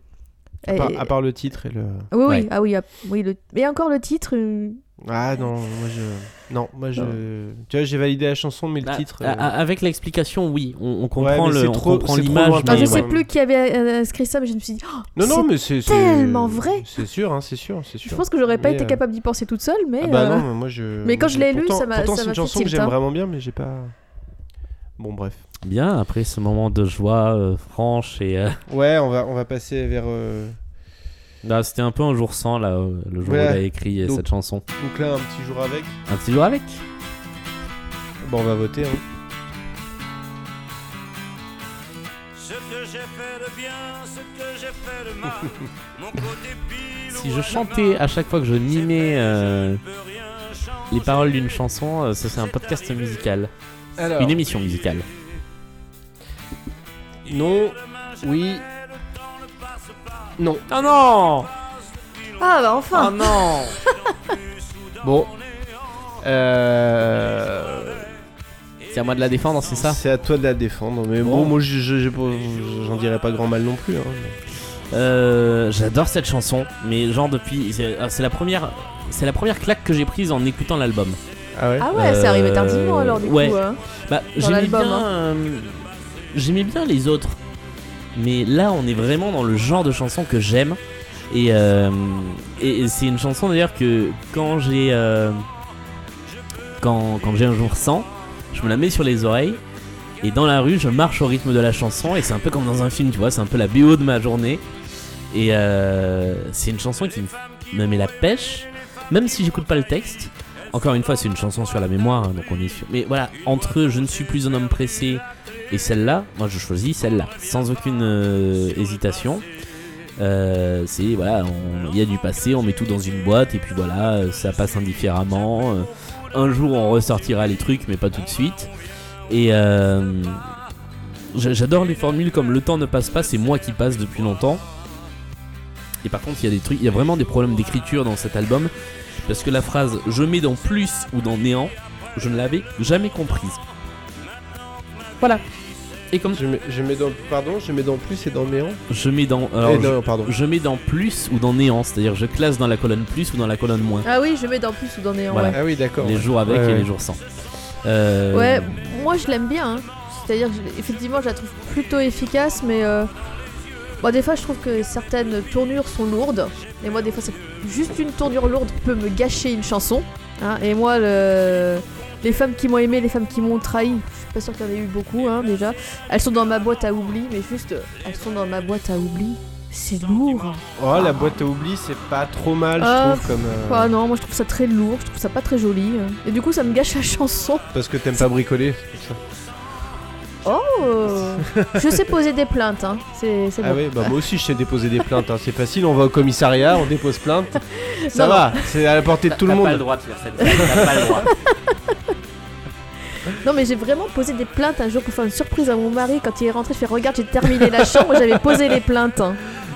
[SPEAKER 3] Et-
[SPEAKER 1] À, part, à part le titre et le.
[SPEAKER 3] Oui, oui,
[SPEAKER 2] Ouais.
[SPEAKER 3] ah oui, ah, oui le... mais encore le titre. euh,
[SPEAKER 1] Ah non, moi je. Non, moi je. Tu vois, j'ai validé la chanson, mais le
[SPEAKER 2] Bah,
[SPEAKER 1] titre.
[SPEAKER 3] ah,
[SPEAKER 2] a-
[SPEAKER 1] euh,
[SPEAKER 2] a- Avec l'explication, oui, on, on
[SPEAKER 1] mais
[SPEAKER 2] comprend
[SPEAKER 1] c'est
[SPEAKER 2] le- on
[SPEAKER 1] trop-
[SPEAKER 2] comprend
[SPEAKER 1] c'est trop
[SPEAKER 2] l'image.
[SPEAKER 1] lointain.
[SPEAKER 3] enfin,
[SPEAKER 2] mais
[SPEAKER 3] je
[SPEAKER 1] ouais.
[SPEAKER 3] sais plus qui avait euh, inscrit ça, mais je me suis dit, oh,
[SPEAKER 1] Non, non,
[SPEAKER 3] c'est-
[SPEAKER 1] mais c'est c'est-
[SPEAKER 3] tellement vrai.
[SPEAKER 1] C'est sûr, hein, c'est sûr, c'est sûr.
[SPEAKER 3] je pense que j'aurais pas
[SPEAKER 1] Mais,
[SPEAKER 3] été
[SPEAKER 1] euh,
[SPEAKER 3] capable d'y penser toute seule, mais.
[SPEAKER 1] Ah bah
[SPEAKER 3] euh,
[SPEAKER 1] non, mais moi je.
[SPEAKER 3] mais quand
[SPEAKER 1] moi,
[SPEAKER 3] je l'ai lu,
[SPEAKER 1] pourtant-
[SPEAKER 3] ça m'a-
[SPEAKER 1] Pourtant,
[SPEAKER 3] ça
[SPEAKER 1] c'est
[SPEAKER 3] m'a
[SPEAKER 1] une
[SPEAKER 3] fait
[SPEAKER 1] chanson que
[SPEAKER 3] tilt,
[SPEAKER 1] j'aime
[SPEAKER 3] hein.
[SPEAKER 1] vraiment bien, mais j'ai pas. Bon, bref.
[SPEAKER 2] Bien, après ce moment de joie euh, franche et. euh, [laughs]
[SPEAKER 1] Ouais, on va, on va passer vers. euh,
[SPEAKER 2] bah, C'était un peu un jour sans, là, euh, le jour
[SPEAKER 1] Voilà.
[SPEAKER 2] où il a écrit euh,
[SPEAKER 1] Donc-
[SPEAKER 2] cette chanson.
[SPEAKER 1] Donc là, un petit jour avec.
[SPEAKER 2] Un petit jour avec
[SPEAKER 1] Bon, on va voter. hein.
[SPEAKER 9] Ce que j'ai fait de bien, ce que j'ai fait
[SPEAKER 1] [laughs]
[SPEAKER 9] de mal, mon côté pile
[SPEAKER 2] Si
[SPEAKER 9] ou
[SPEAKER 2] je
[SPEAKER 9] à la
[SPEAKER 2] chantais
[SPEAKER 9] main,
[SPEAKER 2] à chaque fois que je
[SPEAKER 9] j'ai
[SPEAKER 2] mimais
[SPEAKER 9] fait,
[SPEAKER 2] euh,
[SPEAKER 9] je peux rien changer.
[SPEAKER 2] les paroles d'une chanson, euh, ça c'est un podcast musical.
[SPEAKER 1] Alors.
[SPEAKER 2] Une émission musicale.
[SPEAKER 1] Non. Oui. Non.
[SPEAKER 2] Oh non
[SPEAKER 3] Ah bah enfin
[SPEAKER 2] Oh [laughs] non
[SPEAKER 1] Bon. Euh,
[SPEAKER 2] C'est à moi de la défendre, c'est ça
[SPEAKER 1] C'est à toi de la défendre. Mais bon,
[SPEAKER 2] Bon.
[SPEAKER 1] moi, je- je- je- j'en dirais pas grand mal non plus. hein, mais-
[SPEAKER 2] Euh, J'adore cette chanson, mais genre depuis, c'est ah, c'est la première, c'est la première claque que j'ai prise en écoutant l'album.
[SPEAKER 1] Ah ouais
[SPEAKER 3] Ah ouais, c'est arrivé tardivement alors du
[SPEAKER 2] ouais.
[SPEAKER 3] coup. hein.
[SPEAKER 2] Bah,
[SPEAKER 3] Dans
[SPEAKER 2] j'aimais
[SPEAKER 3] l'album,
[SPEAKER 2] bien,
[SPEAKER 3] hein.
[SPEAKER 2] euh, j'aimais bien les autres, mais là on est vraiment dans le genre de chanson que j'aime. Et, euh, et- et c'est une chanson d'ailleurs que quand j'ai euh, quand, quand j'ai un jour 100, je me la mets sur les oreilles et dans la rue je marche au rythme de la chanson et c'est un peu comme dans un film, tu vois, c'est un peu la BO de ma journée. Et euh, c'est une chanson qui me- me met la pêche, même si j'écoute pas le texte. Encore une fois, c'est une chanson sur la mémoire, hein, donc on est sûr. Mais voilà, entre Je ne suis plus un homme pressé et celle-là, moi je choisis celle-là, sans aucune euh, hésitation. Euh, c'est voilà, on- il y a du passé, on met tout dans une boîte et puis voilà, euh, ça passe indifféremment. Euh, un jour on ressortira les trucs, mais pas tout de suite. Et euh, j'a- j'adore les formules comme le temps ne passe pas, c'est moi qui passe depuis longtemps. Et par contre, il y a des trucs, il y a vraiment des problèmes d'écriture dans cet album parce que la phrase je mets dans plus ou dans néant, je ne l'avais jamais comprise. Voilà. Et comme
[SPEAKER 1] Je mets, je mets dans, pardon, je mets dans plus et dans néant.
[SPEAKER 2] je mets dans alors,
[SPEAKER 1] Eh
[SPEAKER 2] je-
[SPEAKER 1] non, pardon.
[SPEAKER 2] je mets dans plus ou dans néant, c'est-à-dire je classe dans la colonne plus ou dans la colonne moins.
[SPEAKER 3] Ah oui, je mets dans plus ou dans néant.
[SPEAKER 2] Voilà.
[SPEAKER 1] Ah oui, d'accord.
[SPEAKER 2] Les jours avec
[SPEAKER 1] Ouais,
[SPEAKER 2] et
[SPEAKER 1] ouais.
[SPEAKER 2] les jours sans. Euh,
[SPEAKER 3] Ouais. Ouais, moi je l'aime bien. hein. C'est-à-dire, que je- effectivement, je la trouve plutôt efficace, mais euh, bon, des fois je trouve que certaines tournures sont lourdes. Et moi, des fois, c'est juste une tournure lourde peut me gâcher une chanson. hein. Et moi, le- les femmes qui m'ont aimé, les femmes qui m'ont trahi, je suis pas sûre qu'il y en ait eu beaucoup hein, déjà. Elles sont dans ma boîte à oubli, mais juste, euh, elles sont dans ma boîte à oubli. C'est lourd.
[SPEAKER 1] Oh, la boîte à oubli, c'est pas trop mal,
[SPEAKER 3] Ah,
[SPEAKER 1] je trouve, comme. euh,
[SPEAKER 3] Ah non, moi je trouve ça très lourd, je trouve ça pas très joli. euh. Et du coup, ça me gâche la chanson.
[SPEAKER 1] Parce que t'aimes pas bricoler. [laughs]
[SPEAKER 3] Oh Je sais poser des plaintes, hein. c'est c'est
[SPEAKER 1] Ah
[SPEAKER 3] bon.
[SPEAKER 1] oui, bah moi aussi je sais déposer des plaintes. hein. C'est facile, on va au commissariat, on dépose plainte. Ça
[SPEAKER 3] [laughs] Non,
[SPEAKER 1] va, c'est à la portée de tout le
[SPEAKER 10] T'as pas le
[SPEAKER 1] monde.
[SPEAKER 10] droit de faire cette blague, t'as pas le droit.
[SPEAKER 3] Non mais j'ai vraiment posé des plaintes un jour pour faire une surprise à mon mari quand il est rentré, je fais regarde j'ai terminé la
[SPEAKER 1] [laughs]
[SPEAKER 3] chambre, j'avais posé les plaintes. hein.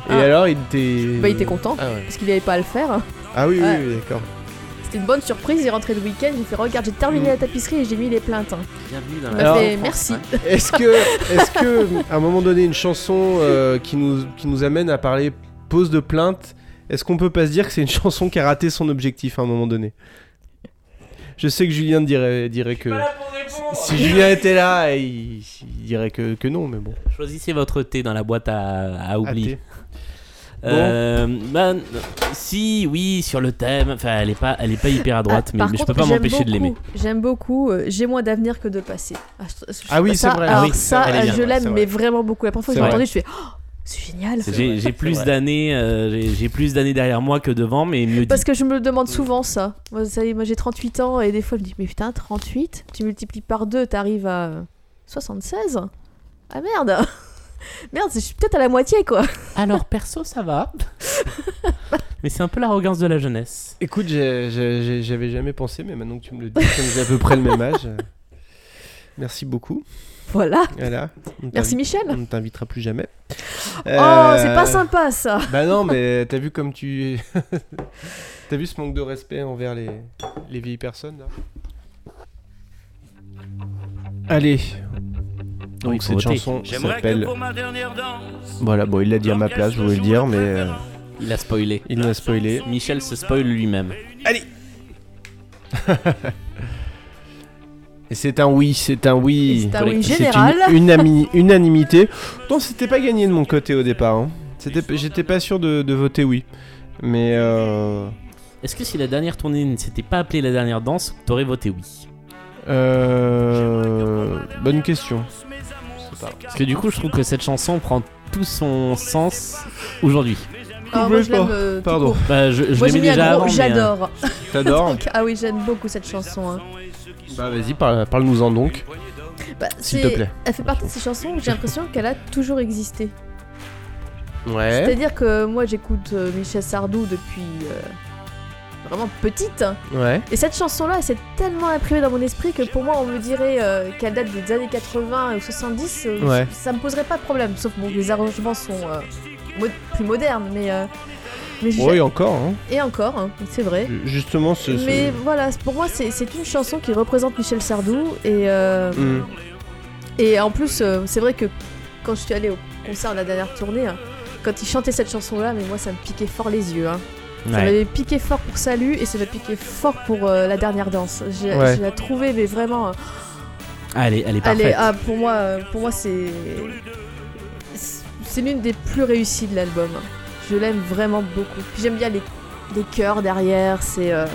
[SPEAKER 1] Et alors, il était.
[SPEAKER 3] Bah il était content
[SPEAKER 1] Ah, ouais.
[SPEAKER 3] parce qu'il n'avait pas à le faire. hein.
[SPEAKER 1] Ah oui, oui,
[SPEAKER 3] Ouais.
[SPEAKER 1] oui, d'accord.
[SPEAKER 3] C'était une bonne surprise, il est rentré le week-end, j'ai fait regarde j'ai terminé la tapisserie et j'ai mis les plaintes. hein.
[SPEAKER 10] Bienvenue dans
[SPEAKER 3] Il
[SPEAKER 10] la
[SPEAKER 1] Mm.
[SPEAKER 3] m'a
[SPEAKER 1] Alors,
[SPEAKER 3] fait, merci.
[SPEAKER 1] Est-ce que, est-ce que, à un moment donné, une chanson euh, qui, nous, qui nous amène à parler pose de plainte, est-ce qu'on peut pas se dire que c'est une chanson qui a raté son objectif à un moment donné Je sais que Julien dirait, dirait que. Si Julien était là, il, il dirait que, que non, mais bon.
[SPEAKER 2] Choisissez votre thé dans la boîte à, à
[SPEAKER 1] Athée.
[SPEAKER 2] oubli. Euh, bah, n- si, oui, sur le thème. Enfin, elle est pas, elle est pas hyper à droite,
[SPEAKER 3] Ah,
[SPEAKER 2] mais,
[SPEAKER 3] par
[SPEAKER 2] mais je
[SPEAKER 3] contre,
[SPEAKER 2] peux pas
[SPEAKER 3] j'aime
[SPEAKER 2] m'empêcher de l'aimer.
[SPEAKER 3] beaucoup- J'aime beaucoup, euh, j'ai moins d'avenir que de passé. Ah, je- je-
[SPEAKER 1] Ah oui,
[SPEAKER 3] ça-
[SPEAKER 1] c'est vrai.
[SPEAKER 3] Alors
[SPEAKER 1] Ah oui, c'est
[SPEAKER 3] ça,
[SPEAKER 1] vrai, elle est
[SPEAKER 3] euh,
[SPEAKER 1] bien,
[SPEAKER 3] je
[SPEAKER 1] ouais,
[SPEAKER 3] l'aime,
[SPEAKER 1] c'est
[SPEAKER 3] mais
[SPEAKER 1] vrai.
[SPEAKER 3] vraiment beaucoup. La première fois que
[SPEAKER 1] C'est
[SPEAKER 3] j'ai
[SPEAKER 1] vrai.
[SPEAKER 3] entendu, je fais oh, c'est génial.
[SPEAKER 2] J'ai j'ai plus d'années, euh, j'ai- j'ai plus d'années derrière moi que devant, mais mieux dit.
[SPEAKER 3] Parce que je me le
[SPEAKER 2] Mm.
[SPEAKER 3] demande souvent ça. Moi, ça y est, moi, j'ai 38 ans et des fois je me dis mais putain 38, tu multiplies par 2, t'arrives à euh, 76 Ah merde [laughs] Merde, je suis peut-être à la moitié quoi. [laughs]
[SPEAKER 2] Alors perso, ça va. mais c'est un peu l'arrogance de la jeunesse.
[SPEAKER 1] Écoute, j'ai- j'ai- j'ai- j'avais jamais pensé, mais maintenant que tu me le dis, comme j'ai à peu près le même âge. euh, Merci beaucoup.
[SPEAKER 3] Voilà.
[SPEAKER 1] Voilà. on
[SPEAKER 3] Merci
[SPEAKER 1] t'invite-
[SPEAKER 3] Michel.
[SPEAKER 1] On ne t'invitera plus jamais.
[SPEAKER 3] Oh,
[SPEAKER 1] Euh,
[SPEAKER 3] c'est pas sympa ça.
[SPEAKER 1] Bah non, mais t'as vu comme tu. [laughs] t'as vu ce manque de respect envers les, les vieilles personnes là Allez. Donc
[SPEAKER 2] Oui, faut
[SPEAKER 1] cette
[SPEAKER 2] voter.
[SPEAKER 1] chanson
[SPEAKER 9] J'aimerais que
[SPEAKER 1] s'appelle.
[SPEAKER 9] pour ma dernière danse.
[SPEAKER 1] Voilà, bon, il l'a dit à ma place, je voulais le dire, mais euh,
[SPEAKER 2] Il a spoilé.
[SPEAKER 1] il nous a spoilé.
[SPEAKER 2] Michel se spoil lui-même.
[SPEAKER 1] Et c'est un oui, c'est un oui.
[SPEAKER 3] Et c'est un oui
[SPEAKER 1] une
[SPEAKER 3] général. [laughs]
[SPEAKER 1] unami- unanimité. Pourtant, c'était pas gagné de mon côté au départ. hein. C'était, j'étais pas sûr de, de voter oui. Mais euh,
[SPEAKER 2] Est-ce que si la dernière tournée ne s'était pas appelée la dernière danse, t'aurais voté oui
[SPEAKER 1] euh, bonne question.
[SPEAKER 2] Parce que du coup, je trouve que cette chanson prend tout son sens aujourd'hui.
[SPEAKER 3] Alors, moi je l'aime euh, tout
[SPEAKER 1] Pardon.
[SPEAKER 3] court.
[SPEAKER 2] Bah, je je
[SPEAKER 3] Moi j'ai
[SPEAKER 2] l'aimais
[SPEAKER 3] mis
[SPEAKER 2] déjà
[SPEAKER 3] un
[SPEAKER 2] avant.
[SPEAKER 3] gros
[SPEAKER 2] mais, euh,
[SPEAKER 3] j'adore.
[SPEAKER 1] T'adores
[SPEAKER 3] Ah oui, j'aime beaucoup cette chanson. hein.
[SPEAKER 1] Bah vas-y, parle, nous en donc,
[SPEAKER 3] Bah,
[SPEAKER 1] s'il
[SPEAKER 3] c'est-
[SPEAKER 1] te plaît. Eh
[SPEAKER 3] Elle fait partie de ces chansons où j'ai l'impression qu'elle a toujours existé.
[SPEAKER 1] Ouais.
[SPEAKER 3] C'est-à-dire que moi j'écoute euh, Michel Sardou depuis euh, vraiment petite.
[SPEAKER 1] Ouais.
[SPEAKER 3] Et cette chanson-là, c'est tellement imprimé dans mon esprit que pour moi, on me dirait euh, qu'elle date des années 80 ou 70, euh,
[SPEAKER 1] Ouais.
[SPEAKER 3] ça me poserait pas de problème. Sauf bon, les arrangements sont euh, mo- plus modernes, mais, euh, mais je-
[SPEAKER 1] Oui, encore. hein.
[SPEAKER 3] et encore, hein, c'est vrai.
[SPEAKER 1] Justement, ce. ce-
[SPEAKER 3] Mais voilà, c'est- pour moi, c'est c'est une chanson qui représente Michel Sardou et euh,
[SPEAKER 1] Hmm.
[SPEAKER 3] et en plus, euh, c'est vrai que quand je suis allée au concert de la dernière tournée, hein, quand il chantait cette chanson-là, mais moi ça me piquait fort les yeux. hein. Ça
[SPEAKER 2] euh, Ouais.
[SPEAKER 3] m'avait piqué fort pour Salut et ça m'a piqué fort pour euh, la dernière danse. J'ai
[SPEAKER 1] Ouais.
[SPEAKER 3] je la trouvé, mais vraiment. euh,
[SPEAKER 2] Ah, elle est, elle est
[SPEAKER 3] elle est-
[SPEAKER 2] parfaite.
[SPEAKER 3] ah, pour moi, euh, pour moi c'est. C'est l'une des plus réussies de l'album. hein. Je l'aime vraiment beaucoup. Puis J'aime bien les, les chœurs derrière. C'est. euh,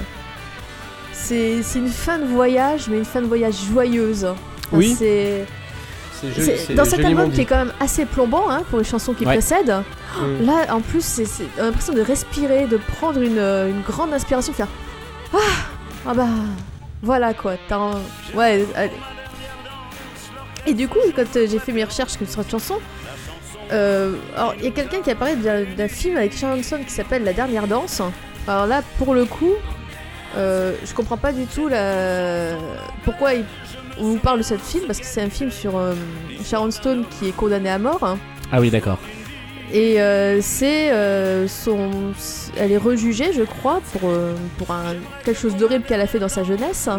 [SPEAKER 3] c'est c'est une fin de voyage, mais une fin de voyage joyeuse. hein. Enfin,
[SPEAKER 1] Oui.
[SPEAKER 3] c'est-
[SPEAKER 1] C'est joli,
[SPEAKER 3] c'est-
[SPEAKER 1] c'est
[SPEAKER 3] Dans cet
[SPEAKER 1] joliment
[SPEAKER 3] album qui
[SPEAKER 1] dit.
[SPEAKER 3] est quand même assez plombant hein, pour les chansons qui
[SPEAKER 2] Ouais.
[SPEAKER 3] précèdent,
[SPEAKER 1] Mm.
[SPEAKER 3] Là, en plus, c'est c'est- on a l'impression de respirer, de prendre une, euh, une grande inspiration, de faire ah, ah bah voilà quoi. t'as un- Ouais. allez. Et du coup, quand euh, j'ai fait mes recherches sur cette chanson, euh, alors il y a quelqu'un qui apparaît d'un d'un film avec Sharonson qui s'appelle La dernière danse. Alors là, pour le coup, euh, je comprends pas du tout la... pourquoi il- on vous parle de cette film parce que c'est un film sur euh, Sharon Stone qui est condamnée à mort. hein.
[SPEAKER 2] Ah oui, d'accord.
[SPEAKER 3] Et euh, c'est euh, son, elle est rejugée, je crois, pour euh, pour un quelque chose d'horrible qu'elle a fait dans sa jeunesse.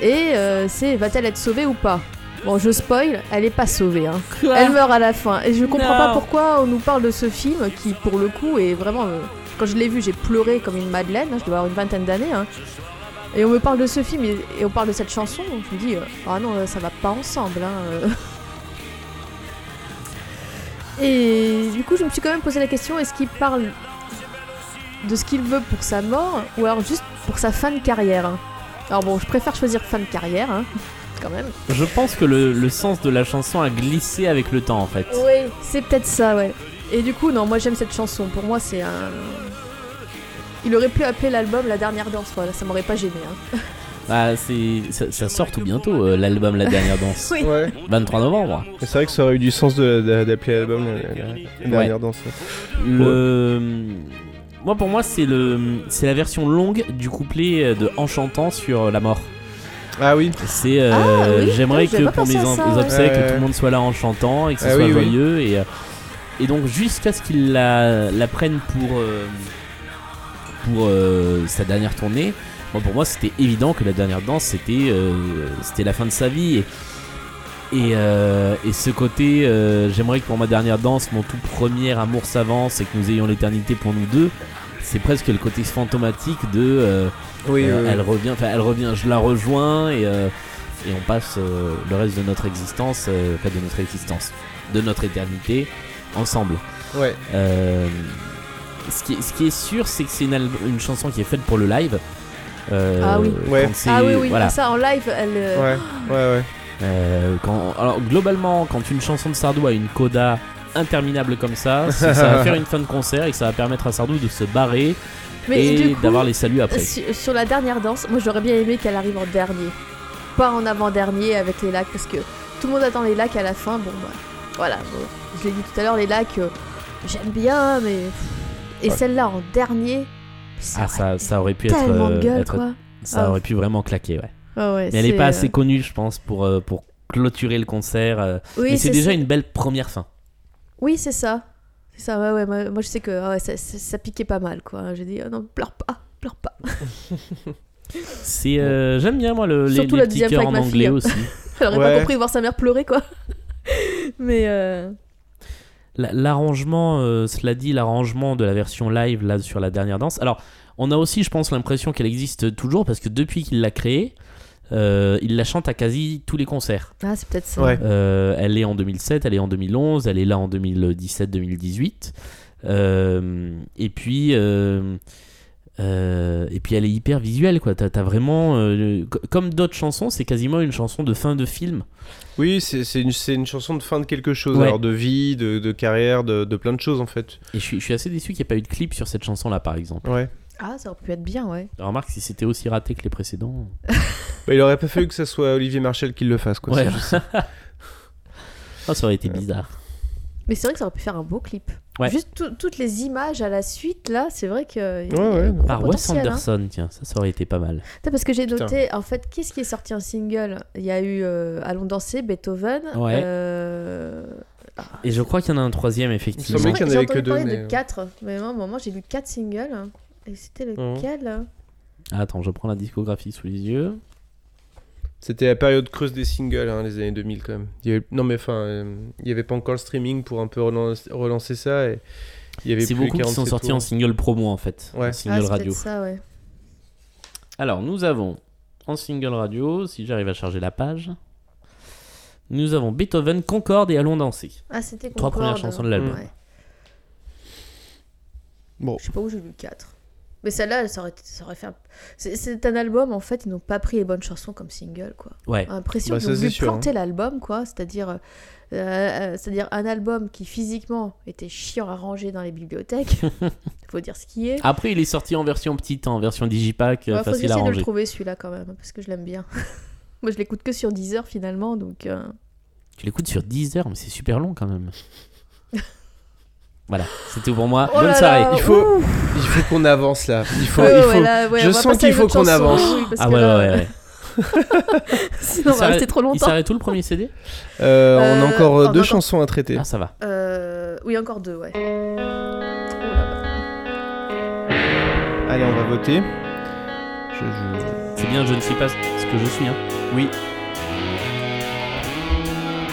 [SPEAKER 3] Et euh, c'est va-t-elle être sauvée ou pas Bon, je spoil, elle est pas sauvée. hein. Elle meurt à la fin. Et je
[SPEAKER 2] Non.
[SPEAKER 3] comprends pas pourquoi on nous parle de ce film qui, pour le coup, est vraiment. euh, quand je l'ai vu, j'ai pleuré comme une madeleine. hein, je dois avoir une vingtaine d'années. hein. Et on me parle de ce film et, et on parle de cette chanson. donc je me dis, euh, ah non, euh, ça va pas ensemble. hein, euh. Et du coup, je me suis quand même posé la question est-ce qu'il parle de ce qu'il veut pour sa mort ou alors juste pour sa fin de carrière hein. Alors bon, je préfère choisir fin de carrière, hein, [laughs] quand même.
[SPEAKER 2] Je pense que le, le sens de la chanson a glissé avec le temps en fait.
[SPEAKER 3] Oui, c'est peut-être ça, ouais. Et du coup, non, moi j'aime cette chanson. Pour moi, c'est un. Il aurait pu appeler l'album La dernière danse, voilà, ça m'aurait pas gêné. Hein.
[SPEAKER 2] Ah, c'est, ça, ça sort tout bientôt euh, l'album La Dernière Danse.
[SPEAKER 3] Oui.
[SPEAKER 1] Ouais.
[SPEAKER 2] 23 novembre.
[SPEAKER 1] Mais C'est vrai que ça aurait eu du sens de- de- d'appeler l'album la, la- la dernière danse.
[SPEAKER 2] Le... Moi pour moi c'est le c'est la version longue du couplet euh, de Enchantant sur la mort.
[SPEAKER 1] Ah oui.
[SPEAKER 2] C'est euh,
[SPEAKER 3] Ah, oui,
[SPEAKER 2] j'aimerais
[SPEAKER 3] j'avais
[SPEAKER 2] que
[SPEAKER 3] pas
[SPEAKER 2] pour
[SPEAKER 3] pensé
[SPEAKER 2] mes
[SPEAKER 3] à
[SPEAKER 2] en-
[SPEAKER 3] ça,
[SPEAKER 2] mes
[SPEAKER 3] ouais.
[SPEAKER 2] obsèques
[SPEAKER 1] Ouais,
[SPEAKER 2] tout
[SPEAKER 1] ouais.
[SPEAKER 2] le monde soit là en chantant et que ce
[SPEAKER 1] Ah
[SPEAKER 2] soit
[SPEAKER 1] oui, oui.
[SPEAKER 2] joyeux et euh, et donc jusqu'à ce qu'il la, la prenne pour euh, pour euh, sa dernière tournée. Moi pour moi c'était évident que la dernière danse c'était euh, c'était la fin de sa vie et et, euh, et ce côté, euh, j'aimerais que pour ma dernière danse, mon tout premier amour s'avance et que nous ayons l'éternité pour nous deux. C'est presque le côté fantomatique de euh,
[SPEAKER 1] Oui.
[SPEAKER 2] euh,
[SPEAKER 1] oui,
[SPEAKER 2] elle revient, enfin elle revient, je la rejoins et, euh, et on passe euh, le reste de notre existence, euh, pas de notre existence, de notre éternité ensemble.
[SPEAKER 1] oui. Ouais.
[SPEAKER 2] Euh, ce, qui, est- ce qui est sûr, c'est que c'est une, al- une chanson qui est faite pour le live. Euh,
[SPEAKER 3] Ah oui.
[SPEAKER 2] quand
[SPEAKER 1] Ouais.
[SPEAKER 2] c'est-
[SPEAKER 3] Ah oui, oui,
[SPEAKER 2] voilà.
[SPEAKER 3] ça en live, elle. euh,
[SPEAKER 1] Ouais. Ouais. ouais.
[SPEAKER 2] Euh, quand, alors globalement, quand une chanson de Sardou a une coda interminable
[SPEAKER 1] [laughs]
[SPEAKER 2] comme ça, c'est que ça va faire une fin de concert et que ça va permettre à Sardou de se barrer
[SPEAKER 3] Mais
[SPEAKER 2] et
[SPEAKER 3] du coup,
[SPEAKER 2] d'avoir les saluts après.
[SPEAKER 3] sur, sur la dernière danse, moi j'aurais bien aimé qu'elle arrive en dernier. Pas en avant-dernier avec les lacs, parce que tout le monde attend les lacs à la fin. Bon, bah, voilà. bon, je l'ai dit tout à l'heure, les lacs, euh, j'aime bien, mais. Et
[SPEAKER 1] Ouais.
[SPEAKER 3] celle-là en dernier, ça
[SPEAKER 2] Ah, ça,
[SPEAKER 3] aurait
[SPEAKER 2] ça aurait pu être,
[SPEAKER 3] tellement de
[SPEAKER 2] euh,
[SPEAKER 3] gueule,
[SPEAKER 2] être-
[SPEAKER 3] quoi.
[SPEAKER 2] ça
[SPEAKER 3] Ah.
[SPEAKER 2] aurait pu vraiment claquer. Ouais.
[SPEAKER 3] Ah ouais,
[SPEAKER 2] Mais elle est
[SPEAKER 3] c'est,
[SPEAKER 2] pas
[SPEAKER 3] euh,
[SPEAKER 2] assez connue, je pense, pour euh, pour clôturer le concert. euh.
[SPEAKER 3] Oui,
[SPEAKER 2] Mais c'est
[SPEAKER 3] c'est
[SPEAKER 2] déjà
[SPEAKER 3] ça.
[SPEAKER 2] une belle première fin.
[SPEAKER 3] Oui, c'est ça. C'est ça, ouais, ouais. Moi, moi, je sais que ah ouais, ça, ça- ça piquait pas mal, quoi. J'ai dit, ah non, pleure pas, pleure pas. [laughs]
[SPEAKER 2] C'est euh, j'aime bien moi le, les,
[SPEAKER 3] Surtout
[SPEAKER 2] les
[SPEAKER 3] la
[SPEAKER 2] petits
[SPEAKER 3] deuxième
[SPEAKER 2] chœurs
[SPEAKER 3] fois
[SPEAKER 2] en
[SPEAKER 3] avec ma
[SPEAKER 2] anglais
[SPEAKER 3] fille.
[SPEAKER 2] aussi.
[SPEAKER 3] Elle aurait
[SPEAKER 1] Ouais.
[SPEAKER 3] pas compris de voir sa mère pleurer, quoi. [laughs] Mais euh,
[SPEAKER 2] La- L'arrangement, euh, cela dit, l'arrangement de la version live là sur la dernière danse. Alors, on a aussi, je pense, l'impression qu'elle existe toujours parce que depuis qu'il l'a créée, euh, il la chante à quasi tous les concerts.
[SPEAKER 3] ah, c'est peut-être ça.
[SPEAKER 1] Ouais.
[SPEAKER 2] Euh, elle est en 2007, elle est en 2011, elle est là en 2017-2018. Euh, et puis, euh, euh, et puis elle est hyper visuelle quoi. T'as t'as vraiment, euh, co- comme d'autres chansons, c'est quasiment une chanson de fin de film.
[SPEAKER 1] Oui, c'est c'est une, c'est une chanson de fin de quelque chose,
[SPEAKER 2] Ouais.
[SPEAKER 1] alors de vie, de, de carrière, de, de plein de choses en fait.
[SPEAKER 2] Et je suis, je suis assez déçu qu'il n'y ait pas eu de clip sur cette chanson là, par exemple.
[SPEAKER 1] Ouais.
[SPEAKER 3] Ah, ça aurait pu être bien, ouais.
[SPEAKER 2] Remarque si c'était aussi raté que les précédents.
[SPEAKER 1] Bah, il aurait pas fallu que ça soit Olivier Marchal qui le fasse quoi.
[SPEAKER 2] Ouais.
[SPEAKER 1] c'est juste
[SPEAKER 2] [laughs]
[SPEAKER 1] ça. Euh,
[SPEAKER 2] Oh, ça aurait été bizarre.
[SPEAKER 3] Mais c'est vrai que ça aurait pu faire un beau clip.
[SPEAKER 2] Ouais.
[SPEAKER 3] Juste tout- toutes les images à la suite, là, c'est vrai que. il y a
[SPEAKER 1] Ouais, ouais.
[SPEAKER 3] un gros
[SPEAKER 2] Par Wes
[SPEAKER 3] potentiel, hein.
[SPEAKER 2] Anderson, tiens, ça, ça aurait été pas mal.
[SPEAKER 3] Putain, Parce que j'ai
[SPEAKER 1] Putain.
[SPEAKER 3] noté, en fait, qu'est-ce qui est sorti en single Il y a eu euh, Allons danser, Beethoven.
[SPEAKER 2] Ouais.
[SPEAKER 3] euh,
[SPEAKER 2] Et je crois qu'il y en a un troisième,
[SPEAKER 1] Il me
[SPEAKER 3] C'est
[SPEAKER 1] semblait
[SPEAKER 2] effectivement.
[SPEAKER 3] vrai,
[SPEAKER 1] qu'il y en
[SPEAKER 3] j'ai
[SPEAKER 1] avait que
[SPEAKER 3] entendu
[SPEAKER 1] deux,
[SPEAKER 3] parler
[SPEAKER 1] mais- euh,
[SPEAKER 3] de 4. Mais moi, à un moment, j'ai lu 4 singles. hein. Et c'était lequel hein
[SPEAKER 2] Ah, Attends, je prends la discographie sous les yeux.
[SPEAKER 1] C'était la période creuse des singles, hein, les années 2000 quand même. Il y avait- Non mais enfin, euh, il n'y avait pas encore le streaming pour un peu relancer, relancer ça. Et... Il y avait
[SPEAKER 2] C'est
[SPEAKER 1] plus
[SPEAKER 2] beaucoup qui sont
[SPEAKER 1] 47
[SPEAKER 2] sortis
[SPEAKER 1] tours.
[SPEAKER 2] en single promo en fait,
[SPEAKER 1] Ouais.
[SPEAKER 2] en
[SPEAKER 3] Ah,
[SPEAKER 2] single
[SPEAKER 3] c'est
[SPEAKER 2] radio.
[SPEAKER 3] peut-être ça, ouais.
[SPEAKER 2] Alors, nous avons en single radio, si j'arrive à charger la page, nous avons Beethoven, Concorde et Allons danser.
[SPEAKER 3] Ah, c'était
[SPEAKER 2] Trois premières
[SPEAKER 3] Concorde.
[SPEAKER 2] chansons de l'album.
[SPEAKER 3] Ouais.
[SPEAKER 1] Bon.
[SPEAKER 3] Je sais pas où j'ai lu 4. Mais celle-là, ça aurait, ça aurait fait un... C'est- C'est un album, en fait, ils n'ont pas pris les bonnes chansons comme single, quoi.
[SPEAKER 2] Ouais.
[SPEAKER 3] L'impression
[SPEAKER 1] Bah,
[SPEAKER 3] qu'ils
[SPEAKER 1] ça,
[SPEAKER 3] ont
[SPEAKER 1] c'est
[SPEAKER 3] voulu
[SPEAKER 1] sûr,
[SPEAKER 3] planter l'album, quoi. C'est-à-dire... euh, euh, c'est-à-dire un album qui physiquement était chiant à ranger dans les bibliothèques,
[SPEAKER 1] [laughs]
[SPEAKER 3] faut dire ce qui
[SPEAKER 1] Ah,
[SPEAKER 3] est.
[SPEAKER 2] Après, il est sorti en version petite, en version digipack, euh,
[SPEAKER 3] Ouais, faut que
[SPEAKER 2] facile à
[SPEAKER 3] j'essaie de le
[SPEAKER 2] ranger.
[SPEAKER 3] trouver celui-là quand même, hein, parce que je l'aime bien. [laughs] Moi je l'écoute que sur 10 heures finalement, donc... euh,
[SPEAKER 2] Tu l'écoutes sur 10 heures, mais c'est super long quand
[SPEAKER 3] [laughs]
[SPEAKER 2] même. voilà, c'était tout pour moi.
[SPEAKER 3] Oh
[SPEAKER 2] Bonne
[SPEAKER 3] là
[SPEAKER 2] soirée. Ah
[SPEAKER 3] là,
[SPEAKER 1] Ah, Il faut-
[SPEAKER 3] ouh.
[SPEAKER 1] Il faut qu'on avance là. Il faut,
[SPEAKER 3] Ouais,
[SPEAKER 1] il
[SPEAKER 3] ouais,
[SPEAKER 1] faut-
[SPEAKER 3] là, ouais,
[SPEAKER 1] je
[SPEAKER 3] on va
[SPEAKER 1] sens
[SPEAKER 3] passer à
[SPEAKER 1] qu'il
[SPEAKER 3] une
[SPEAKER 1] faut
[SPEAKER 3] autre
[SPEAKER 1] qu'on
[SPEAKER 3] chanson,
[SPEAKER 1] avance.
[SPEAKER 3] oui, parce
[SPEAKER 2] Ah
[SPEAKER 3] que
[SPEAKER 2] ouais,
[SPEAKER 3] là, euh,
[SPEAKER 2] ouais, ouais.
[SPEAKER 3] [laughs] Sinon, on va
[SPEAKER 2] s'arrête-
[SPEAKER 3] rester trop
[SPEAKER 2] Il
[SPEAKER 3] longtemps.
[SPEAKER 2] s'arrête tout le premier CD
[SPEAKER 1] Euh, on a
[SPEAKER 3] Euh,
[SPEAKER 1] encore euh,
[SPEAKER 3] on a
[SPEAKER 1] deux
[SPEAKER 3] encore-
[SPEAKER 1] chansons à traiter.
[SPEAKER 2] Ah, ça va.
[SPEAKER 3] Euh, oui, encore deux, ouais. Oh
[SPEAKER 1] Ah.
[SPEAKER 3] là
[SPEAKER 1] Allez, on va voter. Je- je-
[SPEAKER 2] C'est bien, je ne suis pas ce que je suis. hein.
[SPEAKER 1] Oui.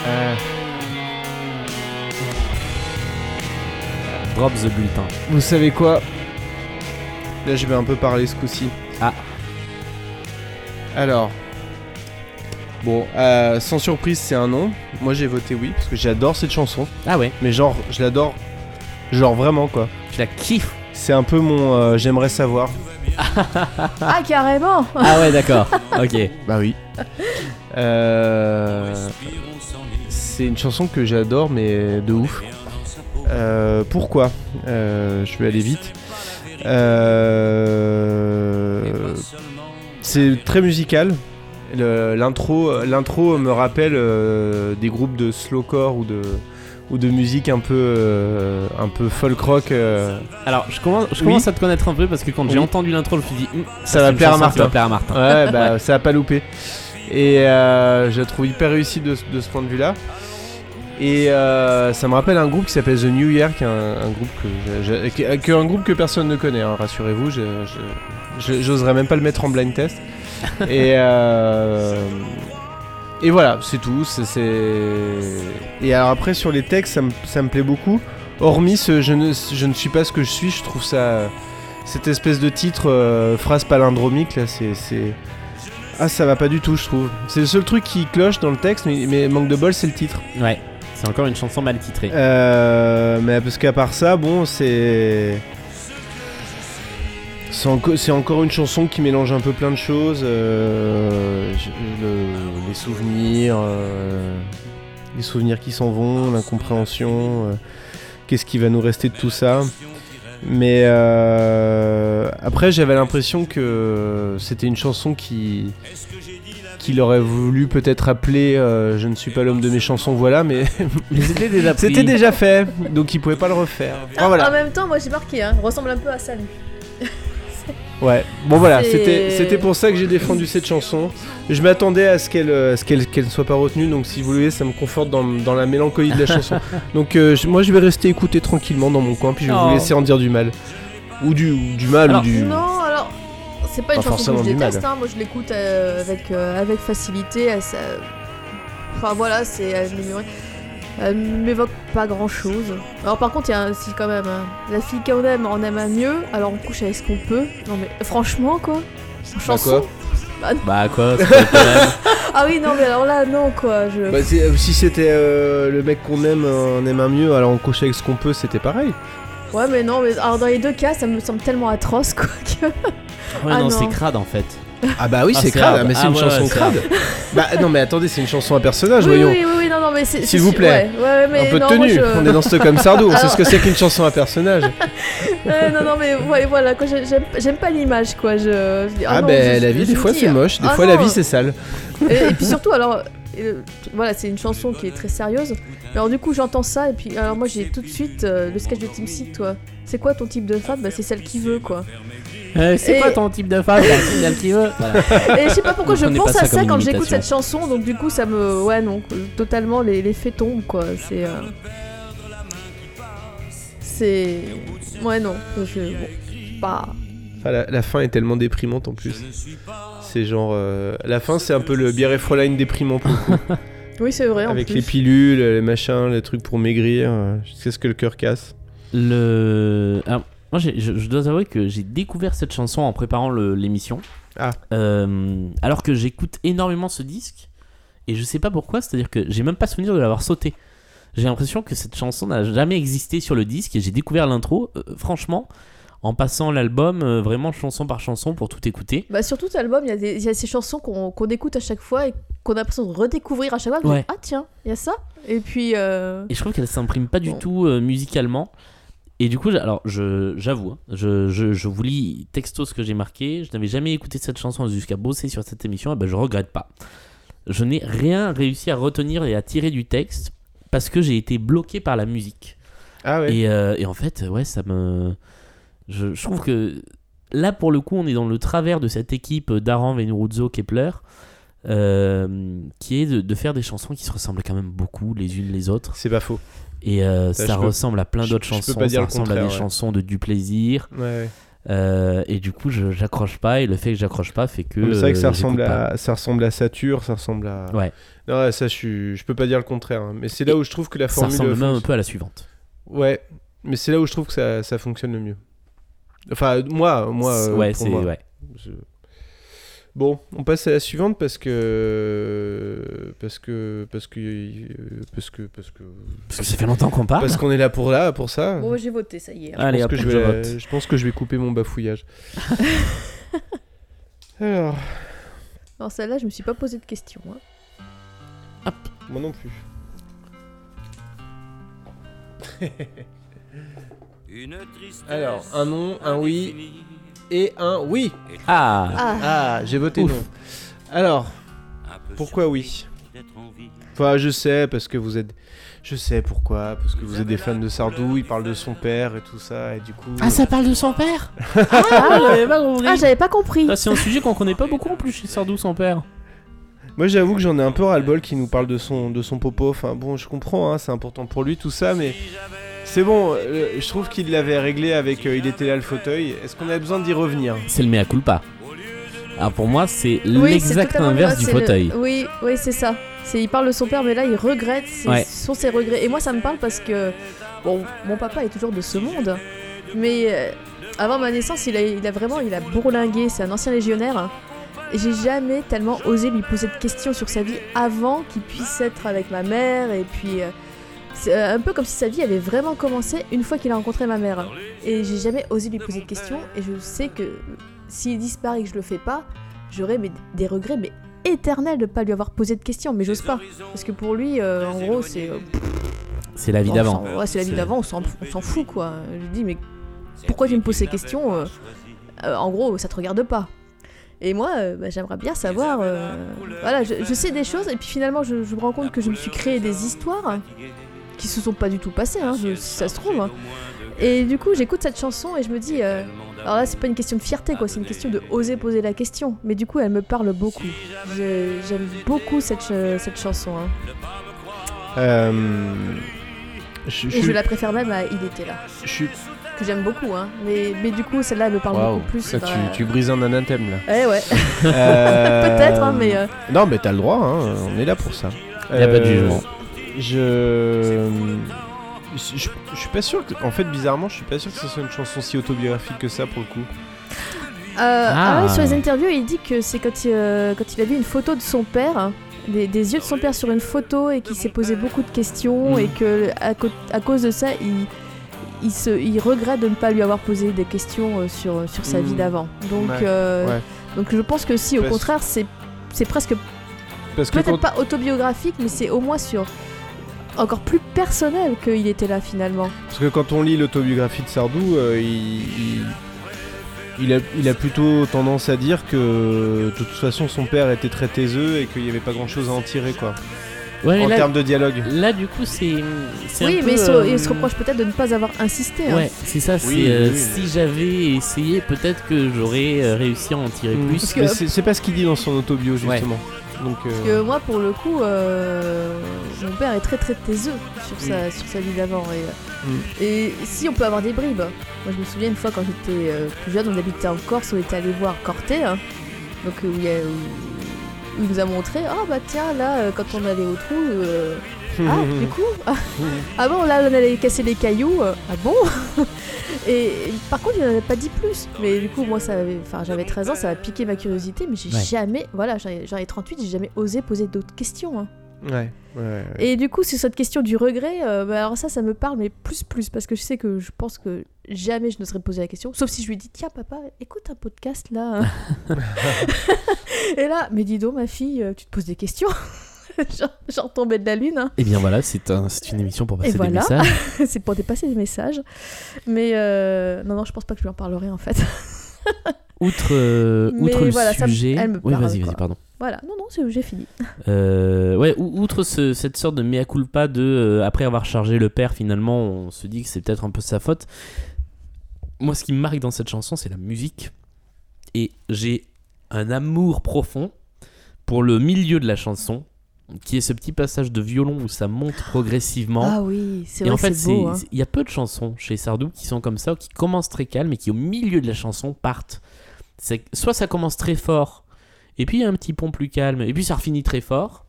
[SPEAKER 1] Euh,
[SPEAKER 2] Drop the bulletin.
[SPEAKER 1] vous savez quoi Là, je vais un peu parler ce coup-ci.
[SPEAKER 2] Ah.
[SPEAKER 1] Alors. Bon, euh, sans surprise, c'est un non. Moi, j'ai voté oui parce que j'adore cette chanson.
[SPEAKER 2] Ah ouais,
[SPEAKER 1] Mais genre, je l'adore. Genre vraiment quoi.
[SPEAKER 2] je la kiffe.
[SPEAKER 1] C'est un peu mon euh, j'aimerais savoir.
[SPEAKER 3] bah. Ah, carrément
[SPEAKER 2] Ah ouais, d'accord. [laughs] ok.
[SPEAKER 1] Bah oui. [laughs] Euh, c'est une chanson que j'adore, mais de ouf. Euh, pourquoi Euh, Je vais aller vite. Euh, c'est très musical. Le- L'intro, l'intro me rappelle euh, des groupes de slowcore ou de ou de musique un peu euh, un peu folk rock. euh.
[SPEAKER 2] Alors, je commence, je
[SPEAKER 1] Oui.
[SPEAKER 2] commence à te connaître un peu parce que quand j'ai
[SPEAKER 1] Oui.
[SPEAKER 2] entendu l'intro, je me suis dit, Hum,
[SPEAKER 1] Ça va
[SPEAKER 2] c'est une
[SPEAKER 1] plaire à
[SPEAKER 2] chanson qui va
[SPEAKER 1] Martin.
[SPEAKER 2] plaire à Martin.
[SPEAKER 1] Ouais, bah ça a pas loupé. Et euh, je la trouve hyper réussie de, de ce point de vue-là. Et euh, ça me rappelle un groupe qui s'appelle The New Year, qui est un, un groupe que, j'ai- j'ai- euh, que- que un groupe que personne ne connaît. hein, Rassurez-vous, je- je- je- j'oserais même pas le mettre en blind test. Et euh, et voilà, c'est tout. c'est- c'est- Et alors après sur les textes, ça me, ça me plaît beaucoup. Hormis ce je ne, je ne suis pas ce que je suis, je trouve ça cette espèce de titre euh, phrase palindromique là, c'est c'est- ah ça va pas du tout, je trouve. C'est le seul truc qui cloche dans le texte, mais, mais manque de bol, c'est le titre.
[SPEAKER 2] Ouais, c'est encore une chanson mal [laughs] titrée.
[SPEAKER 1] Euh, mais parce qu'à part ça, bon, c'est c'est enco- c'est encore une chanson qui mélange un peu plein de choses, euh, je- le- les souvenirs, euh, les souvenirs qui s'en vont, l'incompréhension, euh, qu'est-ce qui va nous rester de tout ça. Mais euh, après, j'avais l'impression que c'était une chanson qui qu'il aurait voulu peut-être appeler euh, Je ne suis pas l'homme de mes chansons, voilà, mais
[SPEAKER 2] C'était déjà pris.
[SPEAKER 1] c'était déjà fait, donc il pouvait pas le refaire. Ah,
[SPEAKER 3] En
[SPEAKER 1] voilà.
[SPEAKER 3] même temps, moi j'ai marqué, hein, ressemble un peu à Salut.
[SPEAKER 1] Ouais. Bon voilà,
[SPEAKER 3] C'est-
[SPEAKER 1] c'était c'était pour ça que j'ai défendu cette chanson. Je m'attendais à ce qu'elle euh, à ce qu'elle qu'elle ne soit pas retenue, donc si vous voulez, ça me conforte dans, dans la mélancolie de la
[SPEAKER 3] [laughs]
[SPEAKER 1] chanson. Donc euh, je- moi, je vais rester écouter tranquillement dans mon coin, puis je vais
[SPEAKER 2] Oh.
[SPEAKER 1] vous laisser en dire du mal ou du ou du mal
[SPEAKER 2] Alors,
[SPEAKER 1] ou du.
[SPEAKER 3] Non, alors, c'est pas une
[SPEAKER 1] Pas
[SPEAKER 3] chanson que
[SPEAKER 1] forcément
[SPEAKER 3] je
[SPEAKER 1] du mal.
[SPEAKER 3] déteste, hein, moi je l'écoute euh, avec, euh, avec facilité. elle, ça- Enfin voilà, c'est. Elle m'évoque- elle m'évoque pas grand chose. Alors par contre, il y a un- si quand même. hein, la fille qu'on aime, on aime un mieux, alors on couche avec ce qu'on peut. Non mais franchement quoi. En chanson.
[SPEAKER 2] Bah quoi, c'est pas le [laughs] problème.
[SPEAKER 3] Ah oui, non mais alors là, non quoi. Je...
[SPEAKER 1] Bah, c'est- euh, si c'était euh, le mec qu'on aime, euh, on aime un mieux, alors on coche avec ce qu'on peut, c'était pareil.
[SPEAKER 3] Ouais, mais non, mais alors dans les deux cas, ça me semble tellement atroce quoi. Que...
[SPEAKER 2] Ouais,
[SPEAKER 3] Ah
[SPEAKER 2] non,
[SPEAKER 3] non.
[SPEAKER 2] c'est crade en fait.
[SPEAKER 1] Ah bah oui,
[SPEAKER 2] Ah,
[SPEAKER 1] c'est
[SPEAKER 2] c'est
[SPEAKER 1] crade,
[SPEAKER 2] hard.
[SPEAKER 1] mais c'est
[SPEAKER 2] Ah
[SPEAKER 1] une
[SPEAKER 2] ouais,
[SPEAKER 1] chanson
[SPEAKER 2] ouais, c'est
[SPEAKER 1] crade. [laughs] bah non, mais attendez, c'est une chanson à personnage,
[SPEAKER 3] [laughs] oui,
[SPEAKER 1] voyons.
[SPEAKER 3] oui, oui, oui, non, non, mais c'est.
[SPEAKER 1] Ah, S'il
[SPEAKER 3] c'est-
[SPEAKER 1] vous plaît.
[SPEAKER 3] Ouais, ouais, ouais, mais
[SPEAKER 1] un peu de
[SPEAKER 3] non, moi,
[SPEAKER 1] tenue,
[SPEAKER 3] je-
[SPEAKER 1] on est dans Stockholm Sardou, on sait
[SPEAKER 3] Alors-
[SPEAKER 1] ce que c'est qu'une chanson à personnage.
[SPEAKER 3] Ouais, Eh, non, non, mais ouais, voilà, quoi, j'ai- j'aime j'aime pas l'image, quoi. Je, je dis,
[SPEAKER 1] Ah,
[SPEAKER 3] non,
[SPEAKER 1] ben
[SPEAKER 3] je-
[SPEAKER 1] la
[SPEAKER 3] je-
[SPEAKER 1] vie
[SPEAKER 3] je
[SPEAKER 1] des
[SPEAKER 3] me
[SPEAKER 1] fois
[SPEAKER 3] dis,
[SPEAKER 1] c'est moche, des
[SPEAKER 3] ah
[SPEAKER 1] fois
[SPEAKER 3] non.
[SPEAKER 1] la vie c'est sale. [laughs]
[SPEAKER 3] Et, et puis surtout, alors, euh, voilà, c'est une chanson qui est très sérieuse. Mais alors, du coup, j'entends ça, et puis, alors, moi, j'ai tout de suite euh, le sketch de Team Seed, toi. C'est quoi ton type de femme Bah, c'est celle qui veut, quoi.
[SPEAKER 2] Eh, c'est
[SPEAKER 3] Et-
[SPEAKER 2] quoi ton type de [laughs] femme C'est un petit peu. Voilà.
[SPEAKER 3] Et je sais
[SPEAKER 1] [laughs]
[SPEAKER 3] pas pourquoi
[SPEAKER 2] Ne
[SPEAKER 3] je
[SPEAKER 2] prenez
[SPEAKER 3] pense
[SPEAKER 2] pas
[SPEAKER 3] à
[SPEAKER 2] ça
[SPEAKER 3] ça
[SPEAKER 2] comme
[SPEAKER 3] quand
[SPEAKER 2] une
[SPEAKER 3] j'écoute
[SPEAKER 2] imitation.
[SPEAKER 3] cette chanson, donc du coup, ça me. Ouais, non, totalement, les, les faits tombent, quoi. C'est. euh, C'est. Ouais, non. Je... Bon, c'est pas.
[SPEAKER 1] Enfin, la, la fin est tellement déprimante en plus. C'est- C'est genre. euh, la fin, c'est un peu le bière et Fräulein déprimant pour le coup.
[SPEAKER 3] Oui, c'est vrai.
[SPEAKER 1] Avec
[SPEAKER 3] [laughs] en
[SPEAKER 1] les
[SPEAKER 3] plus.
[SPEAKER 1] pilules, les machins, les trucs pour maigrir, euh, jusqu'à ce que le cœur casse.
[SPEAKER 2] Le. alors, moi, j'ai- je, je dois avouer que j'ai découvert cette chanson en préparant le- l'émission.
[SPEAKER 1] Ah.
[SPEAKER 2] Euh, alors que j'écoute énormément ce disque. Et je sais pas pourquoi, c'est-à-dire que j'ai même pas souvenir de l'avoir sauté. J'ai l'impression que cette chanson n'a jamais existé sur le disque et j'ai découvert l'intro, euh, franchement, en passant l'album euh, vraiment chanson par chanson pour tout écouter.
[SPEAKER 3] Bah, sur tout album, il y, a des- il y a ces chansons qu'on qu'on écoute à chaque fois et qu'on a l'impression de redécouvrir à chaque fois.
[SPEAKER 2] Ouais.
[SPEAKER 3] Ah tiens, il y a ça. Et puis, euh,
[SPEAKER 2] Et je trouve qu'elle s'imprime pas du
[SPEAKER 3] Bon.
[SPEAKER 2] tout euh, musicalement. Et du coup, j'ai- alors je- j'avoue, hein, je, je, je vous lis texto ce que j'ai marqué. Je n'avais jamais écouté cette chanson jusqu'à bosser sur cette émission. Et ben, je regrette pas. Je n'ai rien réussi à retenir et à tirer du texte parce que j'ai été bloqué par la musique.
[SPEAKER 1] Ah ouais.
[SPEAKER 2] Et, euh, et en fait, ouais, ça me. Je, je trouve que là, pour le coup, on est dans le travers de cette équipe d'Aran, Venuruzzo, Kepler, euh, qui est de, de faire des chansons qui se ressemblent quand même beaucoup les unes les autres.
[SPEAKER 1] C'est pas faux.
[SPEAKER 2] Et euh,
[SPEAKER 1] Ça,
[SPEAKER 2] ça,
[SPEAKER 1] je peux-
[SPEAKER 2] ressemble à plein
[SPEAKER 1] je-
[SPEAKER 2] d'autres
[SPEAKER 1] je peux
[SPEAKER 2] chansons.
[SPEAKER 1] pas dire
[SPEAKER 2] ça
[SPEAKER 1] le
[SPEAKER 2] ressemble à des
[SPEAKER 1] contraire, ouais.
[SPEAKER 2] chansons de du plaisir.
[SPEAKER 1] Ouais, ouais.
[SPEAKER 2] Euh, et du coup, je- j'accroche pas. Et le fait que j'accroche pas fait que.
[SPEAKER 1] Non, mais c'est vrai que ça
[SPEAKER 2] euh, j'écoute
[SPEAKER 1] ressemble,
[SPEAKER 2] pas.
[SPEAKER 1] à, ça ressemble à Satur, ça ressemble à.
[SPEAKER 2] Ouais.
[SPEAKER 1] Non, ouais, ça, je, suis- je peux pas dire le contraire. hein. Mais c'est là
[SPEAKER 2] Et
[SPEAKER 1] où je trouve que la
[SPEAKER 2] Ça
[SPEAKER 1] formule.
[SPEAKER 2] ressemble même
[SPEAKER 1] fonc-
[SPEAKER 2] un peu à la suivante.
[SPEAKER 1] Ouais, mais c'est là où je trouve que ça, ça fonctionne le mieux. Enfin, moi, moi. euh,
[SPEAKER 2] ouais,
[SPEAKER 1] pour
[SPEAKER 2] c'est.
[SPEAKER 1] moi.
[SPEAKER 2] Ouais.
[SPEAKER 1] Je- Bon, on passe à la suivante parce que parce que parce que parce que parce que
[SPEAKER 2] Parce que ça fait longtemps qu'on parle.
[SPEAKER 1] parce qu'on est là pour là pour ça.
[SPEAKER 3] bon, j'ai voté, ça y
[SPEAKER 1] Je
[SPEAKER 3] est.
[SPEAKER 2] Ah. Allez,
[SPEAKER 1] pense
[SPEAKER 2] hop,
[SPEAKER 1] que
[SPEAKER 2] je,
[SPEAKER 1] je, vais,
[SPEAKER 2] vote.
[SPEAKER 1] je pense que je vais couper mon bafouillage. Alors,
[SPEAKER 3] Alors celle-là, je me suis pas posé de questions. hein.
[SPEAKER 1] moi non plus.
[SPEAKER 9] Une tristesse
[SPEAKER 1] Alors, un non, un oui et un oui.
[SPEAKER 2] Ah,
[SPEAKER 1] Ah, j'ai voté
[SPEAKER 2] Ouf.
[SPEAKER 1] non. Alors, pourquoi oui Enfin, je sais, parce que vous êtes. Je sais pourquoi, parce que vous êtes des fans de Sardou, il parle de son père et tout ça, et du coup.
[SPEAKER 2] ah ça parle de son père Ah, j'avais pas compris.
[SPEAKER 3] Ah, j'avais pas compris.
[SPEAKER 2] Ça, c'est un sujet qu'on connaît pas beaucoup en plus chez Sardou, son père.
[SPEAKER 1] Moi, j'avoue que j'en ai un peu ras-le-bol qui nous parle de son, de son popo. Enfin, bon, je comprends, hein, c'est important pour lui, tout ça, mais. C'est bon, euh, je trouve qu'il l'avait réglé avec euh, Il était là le fauteuil. Est-ce qu'on a besoin d'y revenir
[SPEAKER 2] C'est le mea culpa. Ah, pour moi, c'est
[SPEAKER 3] Oui, c'est
[SPEAKER 2] l'exact
[SPEAKER 3] totalement
[SPEAKER 2] inverse
[SPEAKER 3] vrai,
[SPEAKER 2] du
[SPEAKER 3] c'est le-
[SPEAKER 2] fauteuil.
[SPEAKER 3] Oui, oui, c'est ça. C'est il parle de son père, mais là il regrette. c'est-
[SPEAKER 2] Ouais.
[SPEAKER 3] Ce sont ses regrets. Et moi, ça me parle parce que bon, mon papa est toujours de ce monde, mais euh, avant ma naissance, il a, il a vraiment, il a bourlingué. C'est un ancien légionnaire. Et j'ai jamais tellement osé lui poser de questions sur sa vie avant qu'il puisse être avec ma mère. Et puis euh, c'est euh, un peu comme si sa vie avait vraiment commencé une fois qu'il a rencontré ma mère. Et j'ai jamais osé lui poser de questions. Et je sais que s'il disparaît et que je le fais pas, j'aurais mais, des regrets mais éternels de pas lui avoir posé de questions. Mais j'ose pas parce que pour lui, euh, en gros, c'est euh, pff,
[SPEAKER 2] C'est la vie
[SPEAKER 3] on
[SPEAKER 2] d'avant.
[SPEAKER 3] s'en- Ouais, c'est la vie
[SPEAKER 2] C'est-
[SPEAKER 3] d'avant. On s'en on s'en fout quoi. Je lui dis mais pourquoi tu me poses ces questions euh, euh, En gros, ça te regarde pas. Et moi, euh, bah, j'aimerais bien savoir. euh, voilà, je, je sais des choses, et puis finalement, je, je me rends compte que je me suis créé des histoires qui se sont pas du tout passées, hein, je- si ça se trouve. hein. Et du coup, j'écoute cette chanson et je me dis. euh, alors là, c'est pas une question de fierté, quoi, c'est une question de oser poser la question. Mais du coup, elle me parle beaucoup. Je- J'aime beaucoup cette, ch- cette chanson. hein.
[SPEAKER 1] Euh, je,
[SPEAKER 3] Et je la préfère même à Il était là,
[SPEAKER 1] je suis-
[SPEAKER 3] que j'aime beaucoup. Hein. Mais, mais du coup, celle-là, elle me parle
[SPEAKER 1] Waouh,
[SPEAKER 3] beaucoup plus.
[SPEAKER 1] ça,
[SPEAKER 3] c'est
[SPEAKER 1] tu,
[SPEAKER 3] pas-
[SPEAKER 1] tu brises un anathème là.
[SPEAKER 3] Eh ouais,
[SPEAKER 1] [laughs] Euh,
[SPEAKER 3] [laughs] peut-être, hein, mais. euh,
[SPEAKER 1] Non, mais t'as le droit, hein, on est là pour ça. Euh,
[SPEAKER 2] Y a pas de jugement.
[SPEAKER 1] Je... je. je- je suis pas sûr que. En fait, bizarrement, je suis pas sûr que ce soit une chanson si autobiographique que ça pour le coup.
[SPEAKER 3] Euh,
[SPEAKER 2] Ah.
[SPEAKER 3] ah ouais, sur les interviews, il dit que c'est quand, il, euh, quand il a vu une photo de son père, hein, des, des yeux de son père sur une photo, et qu'il s'est posé beaucoup de questions,
[SPEAKER 1] Hmm.
[SPEAKER 2] Mhm.
[SPEAKER 3] et que à, co- à cause de ça, il, il, se, il regrette de ne pas lui avoir posé des questions euh, sur, sur sa
[SPEAKER 1] Mhm.
[SPEAKER 3] vie d'avant. Donc,
[SPEAKER 1] Ouais,
[SPEAKER 3] euh,
[SPEAKER 1] ouais.
[SPEAKER 3] donc je pense que si, au
[SPEAKER 1] Parce-
[SPEAKER 3] contraire, c'est c'est presque
[SPEAKER 1] Parce que
[SPEAKER 3] peut-être
[SPEAKER 1] quand.
[SPEAKER 3] pas autobiographique, mais c'est au moins sur encore plus personnel qu'il était là finalement.
[SPEAKER 1] Parce que quand on lit l'autobiographie de Sardou, euh, il, il- il a, il a plutôt tendance à dire que de toute façon son père était très taiseux et qu'il n'y avait pas grand chose à en tirer quoi.
[SPEAKER 2] Ouais, mais
[SPEAKER 1] en
[SPEAKER 2] là,
[SPEAKER 1] termes de dialogue.
[SPEAKER 2] là, du coup, c'est. c'est un
[SPEAKER 3] Oui,
[SPEAKER 2] peu,
[SPEAKER 3] mais il se-
[SPEAKER 2] euh,
[SPEAKER 3] il se reproche peut-être de ne pas avoir insisté. hein.
[SPEAKER 2] Ouais, c'est ça. c'est,
[SPEAKER 1] oui,
[SPEAKER 2] euh,
[SPEAKER 1] oui.
[SPEAKER 2] Si j'avais essayé, peut-être que j'aurais euh, réussi à en tirer plus.
[SPEAKER 1] Mais c'est c'est pas ce qu'il dit dans son autobio justement. Donc, euh,
[SPEAKER 3] Parce que moi, pour le coup, euh, mon père est très très taiseux sur
[SPEAKER 2] Mm.
[SPEAKER 3] sa, sur sa vie d'avant. Et, euh,
[SPEAKER 1] Mm.
[SPEAKER 3] et si on peut avoir des bribes. Moi, je me souviens une fois quand j'étais euh, plus jeune, on habitait en Corse, on était allé voir Corté. hein. Donc euh, où, il y a- où- où il nous a montré, ah bah tiens là euh, quand on allait au trou, euh, ah du coup, [laughs] ah, ah bon là on allait casser les cailloux, euh, ah bon [laughs] et, et par contre il n'en avait pas dit plus, mais du coup moi ça avait, enfin j'avais 13 ans, ça a piqué ma curiosité, mais j'ai
[SPEAKER 2] Ouais.
[SPEAKER 3] jamais, voilà j'en ai j'en ai 38, j'ai jamais osé poser d'autres questions. hein.
[SPEAKER 1] Ouais, ouais, ouais.
[SPEAKER 3] Et du coup, sur cette question du regret, euh, bah, alors ça, ça me parle, mais plus, plus, parce que je sais que je pense que jamais je ne serais posé la question, sauf si je lui dis Tiens, papa, écoute un podcast
[SPEAKER 2] [laughs]
[SPEAKER 3] là. [laughs] Et là, mais dis donc, ma fille, euh, tu te poses des questions [laughs] Genre- Genre tombé de la lune, hein. [laughs]
[SPEAKER 2] Et Eh bien voilà, c'est un- c'est une émission pour passer des
[SPEAKER 3] voilà.
[SPEAKER 2] messages.
[SPEAKER 3] c'est pour dépasser les messages. Mais euh, non, non, je pense pas que je lui en parlerai en fait. [laughs]
[SPEAKER 2] Outre, euh,
[SPEAKER 3] Mais
[SPEAKER 2] outre le
[SPEAKER 3] voilà, ça me-
[SPEAKER 2] sujet.
[SPEAKER 3] elle me
[SPEAKER 2] oui,
[SPEAKER 3] parle,
[SPEAKER 2] vas-y, vas-y,
[SPEAKER 3] quoi.
[SPEAKER 2] pardon.
[SPEAKER 3] voilà, non, non, c'est- j'ai fini.
[SPEAKER 2] Euh, ouais, ou- outre ce- cette sorte de mea culpa de euh, après avoir chargé le père, finalement, on se dit que c'est peut-être un peu sa faute. Moi, ce qui me marque dans cette chanson, c'est la musique. Et j'ai un amour profond pour le milieu de la chanson, qui est ce petit passage de violon où ça monte progressivement.
[SPEAKER 3] Ah oui, c'est
[SPEAKER 2] Et
[SPEAKER 3] vrai
[SPEAKER 2] en
[SPEAKER 3] que
[SPEAKER 2] fait,
[SPEAKER 3] c'est beau.
[SPEAKER 2] c'est-
[SPEAKER 3] hein.
[SPEAKER 2] c'est- il y a peu de chansons chez Sardou qui sont comme ça, qui commencent très calmes et qui, au milieu de la chanson, partent. C'est- Soit ça commence très fort, et puis il y a un petit pont plus calme, et puis ça finit très fort.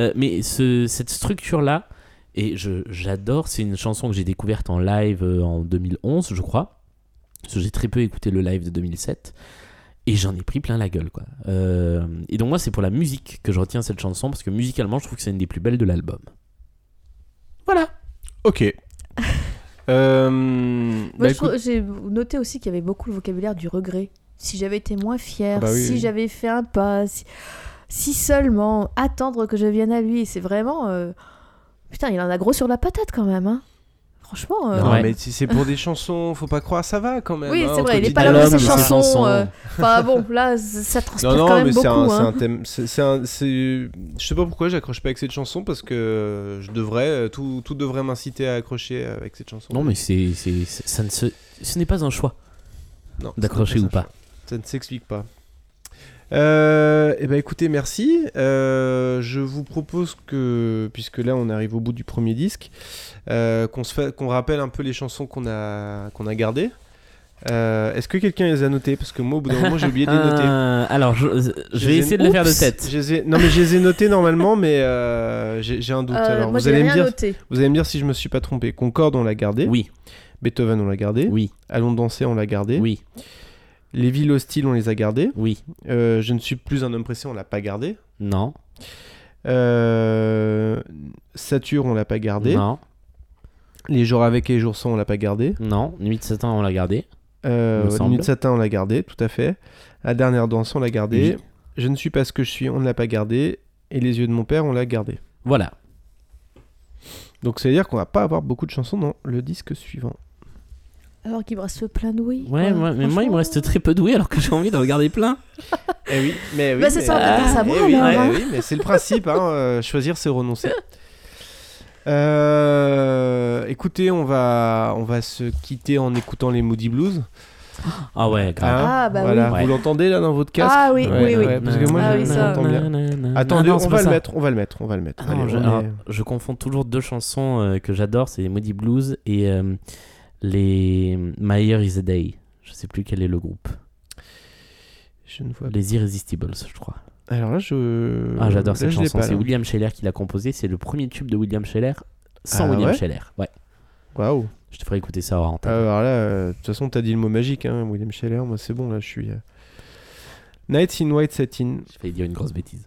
[SPEAKER 2] Euh, mais ce- cette structure-là, et je- j'adore, c'est une chanson que j'ai découverte en live euh, en 2011, je crois. Parce que j'ai très peu écouté le live de 2007. Et j'en ai pris plein la gueule, quoi. Euh, et donc, moi, c'est pour la musique que je retiens cette chanson, parce que musicalement, je trouve que c'est une des plus belles de l'album. Voilà!
[SPEAKER 1] Ok. Euh,
[SPEAKER 3] Moi,
[SPEAKER 1] bah,
[SPEAKER 3] je trouve- j'ai noté aussi qu'il y avait beaucoup le vocabulaire du regret. Si j'avais été moins fière,
[SPEAKER 1] Ah bah oui,
[SPEAKER 3] si
[SPEAKER 1] oui.
[SPEAKER 3] j'avais fait un pas, si... si seulement attendre que je vienne à lui, c'est vraiment. euh, Putain, il en a gros sur la patate quand même. hein. Franchement. euh,
[SPEAKER 1] Non,
[SPEAKER 2] Ouais.
[SPEAKER 1] mais si c'est pour des chansons, faut pas croire, ça va quand même.
[SPEAKER 3] Oui,
[SPEAKER 1] hein,
[SPEAKER 3] c'est
[SPEAKER 1] entre
[SPEAKER 3] vrai, il est
[SPEAKER 1] petits
[SPEAKER 3] pas là
[SPEAKER 1] bonhommes.
[SPEAKER 3] pour ses
[SPEAKER 2] L'homme, ses chansons.
[SPEAKER 3] chansons. euh, Enfin bon, là,
[SPEAKER 1] [laughs]
[SPEAKER 3] c- ça transpire
[SPEAKER 1] Non, non,
[SPEAKER 3] quand même
[SPEAKER 1] mais c'est
[SPEAKER 3] beaucoup.
[SPEAKER 1] un, c'est
[SPEAKER 3] hein.
[SPEAKER 1] un thème. c'est- c'est un- c'est- je sais pas pourquoi j'accroche pas avec cette chanson parce que euh, je devrais, euh, tout, tout devrait m'inciter à accrocher avec cette chanson.
[SPEAKER 2] Non, mais c'est, c'est, c'est- ça ne se, ce n'est pas un choix
[SPEAKER 1] Non,
[SPEAKER 2] d'accrocher
[SPEAKER 1] ça
[SPEAKER 2] ou
[SPEAKER 1] ne-
[SPEAKER 2] pas.
[SPEAKER 1] Ça ne s'explique pas. Euh, eh ben écoutez, merci. Euh, je vous propose que, puisque là on arrive au bout du premier disque, euh, qu'on se fa- qu'on rappelle un peu les chansons qu'on a, qu'on a gardées. Euh, Est-ce que quelqu'un les a notées Parce que moi, au bout d'un moment, j'ai oublié
[SPEAKER 2] [laughs]
[SPEAKER 1] de les noter.
[SPEAKER 2] Euh, alors, je, je
[SPEAKER 1] les
[SPEAKER 2] vais
[SPEAKER 1] ai-
[SPEAKER 2] essayer de le faire de
[SPEAKER 1] Oups
[SPEAKER 2] tête.
[SPEAKER 1] Je les ai- Non, mais je les ai notées normalement, mais euh, j'ai j'ai un doute.
[SPEAKER 3] Euh,
[SPEAKER 1] alors,
[SPEAKER 3] moi,
[SPEAKER 1] vous
[SPEAKER 3] j'ai
[SPEAKER 1] allez, me
[SPEAKER 3] rien
[SPEAKER 1] dire,
[SPEAKER 3] noté.
[SPEAKER 1] vous allez me dire si je me suis pas trompé. Concorde, on l'a gardé.
[SPEAKER 2] Oui,
[SPEAKER 1] Beethoven, on l'a gardé.
[SPEAKER 2] oui,
[SPEAKER 1] Allons danser, on l'a gardé.
[SPEAKER 2] oui,
[SPEAKER 1] Les villes hostiles, on les a gardées.
[SPEAKER 2] oui.
[SPEAKER 1] Euh, je ne suis plus un homme pressé, on l'a pas gardé.
[SPEAKER 2] Non,
[SPEAKER 1] Euh, Saturne, on l'a pas gardé.
[SPEAKER 2] non,
[SPEAKER 1] Les jours avec et les jours sans, on l'a pas gardé.
[SPEAKER 2] non. Nuit de Satan, on l'a gardé.
[SPEAKER 1] Euh,
[SPEAKER 2] Il me semble.
[SPEAKER 1] Nuit de Satin, on l'a gardé, tout à fait. La dernière danse, on l'a gardé.
[SPEAKER 2] Oui.
[SPEAKER 1] Je ne suis pas ce que je suis, on ne l'a pas gardé. Et les yeux de mon père, on l'a gardé.
[SPEAKER 2] Voilà.
[SPEAKER 1] Donc c'est à dire qu'on va pas avoir beaucoup de chansons dans le disque suivant.
[SPEAKER 3] Alors qu'il me reste plein de oui.
[SPEAKER 2] Ouais,
[SPEAKER 3] quoi.
[SPEAKER 2] moi- mais moi, il me reste très peu doué alors que j'ai envie de regarder plein.
[SPEAKER 1] Eh oui, mais oui.
[SPEAKER 3] Bah, c'est ça, on va
[SPEAKER 1] mais...
[SPEAKER 3] dire ça, moi,
[SPEAKER 1] eh oui,
[SPEAKER 3] alors,
[SPEAKER 1] mais
[SPEAKER 3] hein.
[SPEAKER 1] oui, mais c'est le principe, hein, euh, choisir c'est renoncer. Euh, écoutez, on va, on va se quitter en écoutant les Moody Blues.
[SPEAKER 2] Ah ouais, grave.
[SPEAKER 1] Hein,
[SPEAKER 3] Ah, bah
[SPEAKER 1] voilà.
[SPEAKER 2] oui.
[SPEAKER 1] Vous
[SPEAKER 2] Ouais.
[SPEAKER 1] l'entendez là dans votre casque
[SPEAKER 3] Ah oui,
[SPEAKER 1] Ouais,
[SPEAKER 3] oui, oui.
[SPEAKER 1] ouais. parce que moi,
[SPEAKER 3] Ah oui, ça.
[SPEAKER 1] j'entends bien. Attendez,
[SPEAKER 2] Ah non,
[SPEAKER 1] on
[SPEAKER 2] c'est
[SPEAKER 1] va
[SPEAKER 2] pas
[SPEAKER 1] le
[SPEAKER 2] ça.
[SPEAKER 1] mettre, on va le mettre, on va le mettre.
[SPEAKER 2] Ah non,
[SPEAKER 1] Allez,
[SPEAKER 2] je,
[SPEAKER 1] on
[SPEAKER 2] alors,
[SPEAKER 1] est-
[SPEAKER 2] je confonds toujours deux chansons euh, que j'adore, c'est les Moody Blues et euh, les My Year Is a Day. Je sais plus quel est le groupe.
[SPEAKER 1] je ne vois
[SPEAKER 2] Les Irresistibles, je crois.
[SPEAKER 1] Alors là, je.
[SPEAKER 2] Ah, j'adore
[SPEAKER 1] là,
[SPEAKER 2] cette
[SPEAKER 1] Euh, je l'ai
[SPEAKER 2] chanson.
[SPEAKER 1] pas,
[SPEAKER 2] C'est
[SPEAKER 1] là.
[SPEAKER 2] William Scheller qui l'a composée. C'est le premier tube de William Scheller sans
[SPEAKER 1] Ah
[SPEAKER 2] William
[SPEAKER 1] ouais
[SPEAKER 2] Scheller. Ouais.
[SPEAKER 1] Waouh.
[SPEAKER 2] Je te ferai écouter ça hors antenne.
[SPEAKER 1] Ah, Alors là, euh, de toute façon, t'as dit le mot magique, hein, William Scheller. Moi, c'est bon, là, je suis. euh, Nights in White Satin.
[SPEAKER 2] J'ai failli dire une grosse bêtise.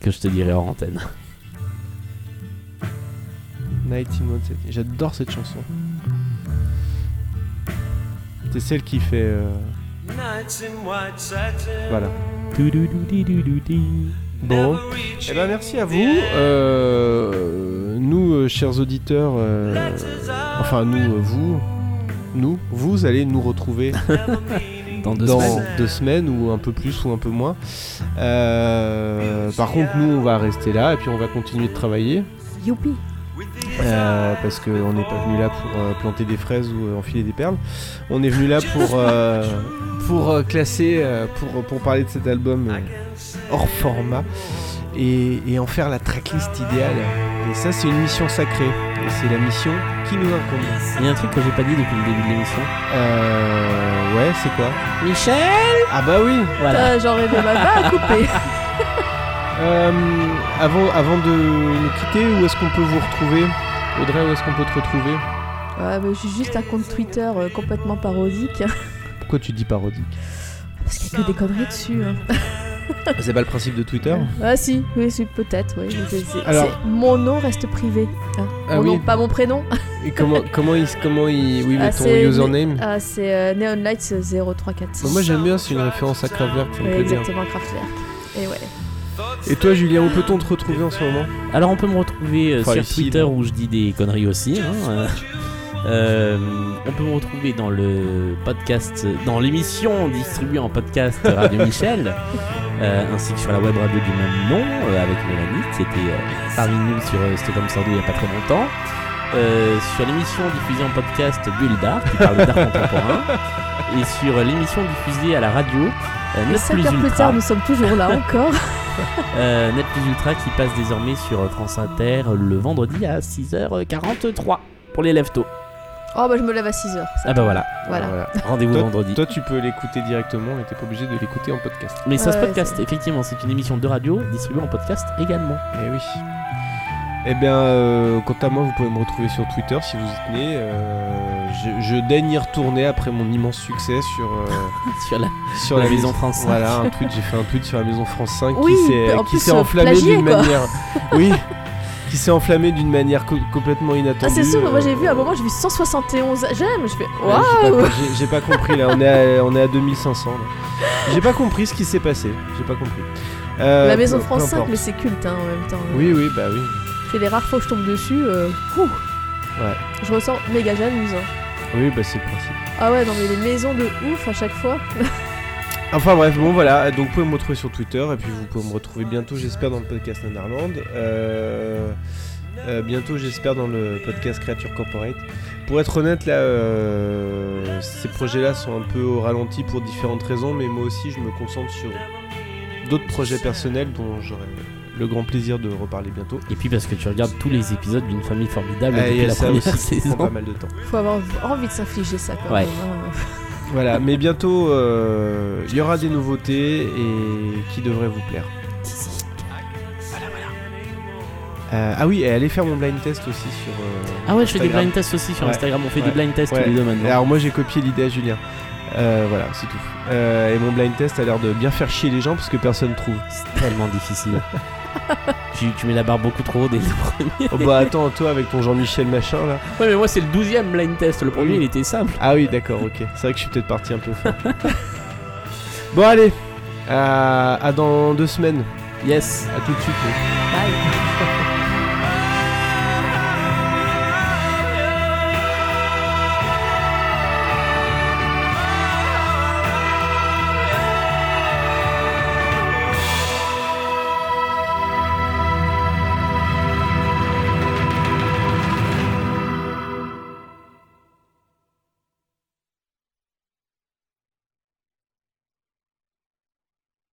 [SPEAKER 2] Que je te dirai hors antenne.
[SPEAKER 1] Nights in White Satin. J'adore cette chanson. C'est celle qui fait. euh,
[SPEAKER 9] Nights in white satin.
[SPEAKER 1] Voilà. Bon.
[SPEAKER 9] Bon.
[SPEAKER 1] Eh ben, merci à vous. Euh, nous, euh, chers auditeurs, euh, enfin, nous, euh, vous, nous, vous allez nous retrouver
[SPEAKER 2] Dans deux
[SPEAKER 1] dans
[SPEAKER 2] semaines.
[SPEAKER 1] deux semaines ou un peu plus ou un peu moins. Euh, par contre, nous, on va rester là et puis on va continuer de travailler
[SPEAKER 3] Youpi.
[SPEAKER 1] euh, parce qu'on n'est pas venu là pour euh, planter des fraises ou euh, enfiler des perles. On est venu là pour euh, pour euh, classer, euh, pour pour parler de cet album euh, hors format.
[SPEAKER 11] et, et en faire la tracklist idéale. Et ça, c'est une mission sacrée. Et c'est la mission qui nous incombe.
[SPEAKER 2] Il y a un truc que j'ai pas dit depuis le début de l'émission.
[SPEAKER 11] Euh. Ouais, c'est quoi
[SPEAKER 2] Michel
[SPEAKER 11] Ah bah oui
[SPEAKER 2] Voilà.
[SPEAKER 3] Putain, J'aurais de ma main à bah, couper. [laughs]
[SPEAKER 11] Euh, avant, avant de nous quitter, où est-ce qu'on peut vous retrouver Audrey, où est-ce qu'on peut te retrouver
[SPEAKER 3] Ouais, mais j'ai juste un compte Twitter euh, complètement parodique. hein.
[SPEAKER 11] Pourquoi tu dis parodique
[SPEAKER 3] Parce qu'il y a que des conneries dessus. hein.
[SPEAKER 11] C'est pas le principe de Twitter
[SPEAKER 3] Ah si, oui, si, peut-être, oui. C'est- c'est-
[SPEAKER 11] Alors-
[SPEAKER 3] c'est- Mon nom reste privé. hein.
[SPEAKER 11] Ah
[SPEAKER 3] mon
[SPEAKER 11] oui.
[SPEAKER 3] nom, pas mon prénom.
[SPEAKER 11] Et comment, comment il, comment il, oui,
[SPEAKER 3] Ah,
[SPEAKER 11] mais ton
[SPEAKER 3] c'est-
[SPEAKER 11] username
[SPEAKER 3] Ah, c'est euh, Neon Lights 0346.
[SPEAKER 11] Bon, Moi j'aime bien, c'est une référence à Kraftwerk, ça me
[SPEAKER 3] Ouais,
[SPEAKER 11] plaît bien.
[SPEAKER 3] exactement, Kraftwerk. Et ouais.
[SPEAKER 11] Et toi Julien, où peut-on te retrouver en ce moment
[SPEAKER 2] Alors on peut me retrouver euh,
[SPEAKER 11] Enfin,
[SPEAKER 2] sur
[SPEAKER 11] ici,
[SPEAKER 2] Twitter
[SPEAKER 11] non.
[SPEAKER 2] où je dis des conneries aussi. hein, euh. Euh, on peut me retrouver dans le podcast, dans l'émission distribuée en podcast
[SPEAKER 3] [laughs]
[SPEAKER 2] Radio Michel, euh, ainsi que sur la web radio du même nom euh, avec Mélanie qui était euh, parmi nous sur euh, Stockholm Sardou il n'y a pas très longtemps. Euh, sur l'émission diffusée en podcast Bulle d'art qui parle d'art
[SPEAKER 3] [laughs]
[SPEAKER 2] contemporain et sur l'émission diffusée à la radio euh,
[SPEAKER 3] Et
[SPEAKER 2] Note
[SPEAKER 3] 5
[SPEAKER 2] Plus
[SPEAKER 3] heures plus
[SPEAKER 2] Ultra.
[SPEAKER 3] tard, nous sommes toujours là encore. [laughs]
[SPEAKER 2] Euh, Net Plus Ultra qui passe désormais sur France Inter le vendredi à 6h43 pour les lève-tôt.
[SPEAKER 3] Oh bah je me lève à 6 heures.
[SPEAKER 2] Ah bah voilà,
[SPEAKER 3] Voilà.
[SPEAKER 11] euh,
[SPEAKER 2] rendez-vous vendredi.
[SPEAKER 11] Toi tu peux l'écouter directement et t'es pas obligé de l'écouter en podcast.
[SPEAKER 2] Mais ça se
[SPEAKER 3] Ouais,
[SPEAKER 2] podcast, effectivement, c'est une émission de radio distribuée en podcast également. [laughs]
[SPEAKER 11] Eh oui. Eh bien, euh, quant à moi, vous pouvez me retrouver sur Twitter si vous y tenez. Euh, je, je daigne y retourner après mon immense succès sur, euh,
[SPEAKER 2] Sur la,
[SPEAKER 11] sur
[SPEAKER 2] la maison France.
[SPEAKER 11] Voilà, un tweet, j'ai fait un tweet sur la Maison France 5
[SPEAKER 3] Oui,
[SPEAKER 11] qui s'est-
[SPEAKER 3] en
[SPEAKER 11] qui
[SPEAKER 3] plus,
[SPEAKER 11] s'est
[SPEAKER 3] euh,
[SPEAKER 11] enflammé
[SPEAKER 3] plagié,
[SPEAKER 11] d'une
[SPEAKER 3] quoi.
[SPEAKER 11] manière.
[SPEAKER 3] [laughs]
[SPEAKER 11] Oui, qui s'est enflammé d'une manière co- complètement inattendue.
[SPEAKER 3] Ah c'est sûr, moi j'ai vu à un
[SPEAKER 11] Euh,
[SPEAKER 3] moment, j'ai vu 171 j'aime, je fais
[SPEAKER 11] ouais, j'ai
[SPEAKER 3] waouh
[SPEAKER 11] pas- j'ai- J'ai pas compris là, on est à, on est à 2500. là. J'ai pas compris ce qui s'est passé, j'ai pas compris. Euh,
[SPEAKER 3] La maison
[SPEAKER 11] peu- peu
[SPEAKER 3] France 5,
[SPEAKER 11] importe.
[SPEAKER 3] mais c'est culte hein, en même temps.
[SPEAKER 11] Oui, oui, bah oui.
[SPEAKER 3] C'est les rares fois que je tombe dessus, euh, ouh.
[SPEAKER 11] Ouais.
[SPEAKER 3] je ressens méga jalouse. hein.
[SPEAKER 11] Oui, bah c'est le principe.
[SPEAKER 3] Ah ouais, non mais les maisons de ouf à chaque fois.
[SPEAKER 11] Enfin bref, bon voilà, donc vous pouvez me retrouver sur Twitter et puis vous pouvez me retrouver bientôt, j'espère, dans le podcast Nanarland. Euh, euh, bientôt, j'espère, dans le podcast Creature Corporate. Pour être honnête, là, euh, ces projets-là sont un peu au ralenti pour différentes raisons, mais moi aussi, je me concentre sur d'autres projets personnels dont j'aurai le grand plaisir de reparler bientôt.
[SPEAKER 2] Et puis parce que tu regardes tous les épisodes d'une famille formidable
[SPEAKER 11] Ah, il y
[SPEAKER 2] depuis
[SPEAKER 11] a
[SPEAKER 2] la
[SPEAKER 11] ça
[SPEAKER 2] première
[SPEAKER 11] aussi qui prend pas
[SPEAKER 2] saison.
[SPEAKER 11] mal de temps.
[SPEAKER 3] Faut avoir envie de s'infliger ça quand
[SPEAKER 2] Ouais.
[SPEAKER 3] même. hein.
[SPEAKER 11] Voilà, mais bientôt, euh, il y aura des nouveautés et qui devraient vous plaire. Euh, ah oui, et allez faire mon blind test aussi sur. euh,
[SPEAKER 2] Ah ouais, je fais des
[SPEAKER 11] Instagram.
[SPEAKER 2] blind tests aussi sur
[SPEAKER 11] Ouais.
[SPEAKER 2] Instagram, on fait
[SPEAKER 11] Ouais.
[SPEAKER 2] des blind tests
[SPEAKER 11] Ouais.
[SPEAKER 2] tous les deux maintenant.
[SPEAKER 11] Alors moi j'ai copié l'idée à Julien. Euh, voilà, c'est tout. Euh, et mon blind test a l'air de bien faire chier les gens parce que personne trouve.
[SPEAKER 2] C'est tellement difficile. tu, tu mets la barre beaucoup trop haut dès le premier.
[SPEAKER 11] [laughs] Oh bah attends, toi avec ton Jean-Michel machin là.
[SPEAKER 2] Ouais, mais moi c'est le 12 e blind test, le premier
[SPEAKER 11] Oui.
[SPEAKER 2] il était simple.
[SPEAKER 11] Ah oui, d'accord, ok. C'est vrai que je suis peut-être parti un peu
[SPEAKER 2] [laughs]
[SPEAKER 11] fort. bon allez, à- à dans deux semaines.
[SPEAKER 2] Yes.
[SPEAKER 11] À tout de suite.
[SPEAKER 3] Bye.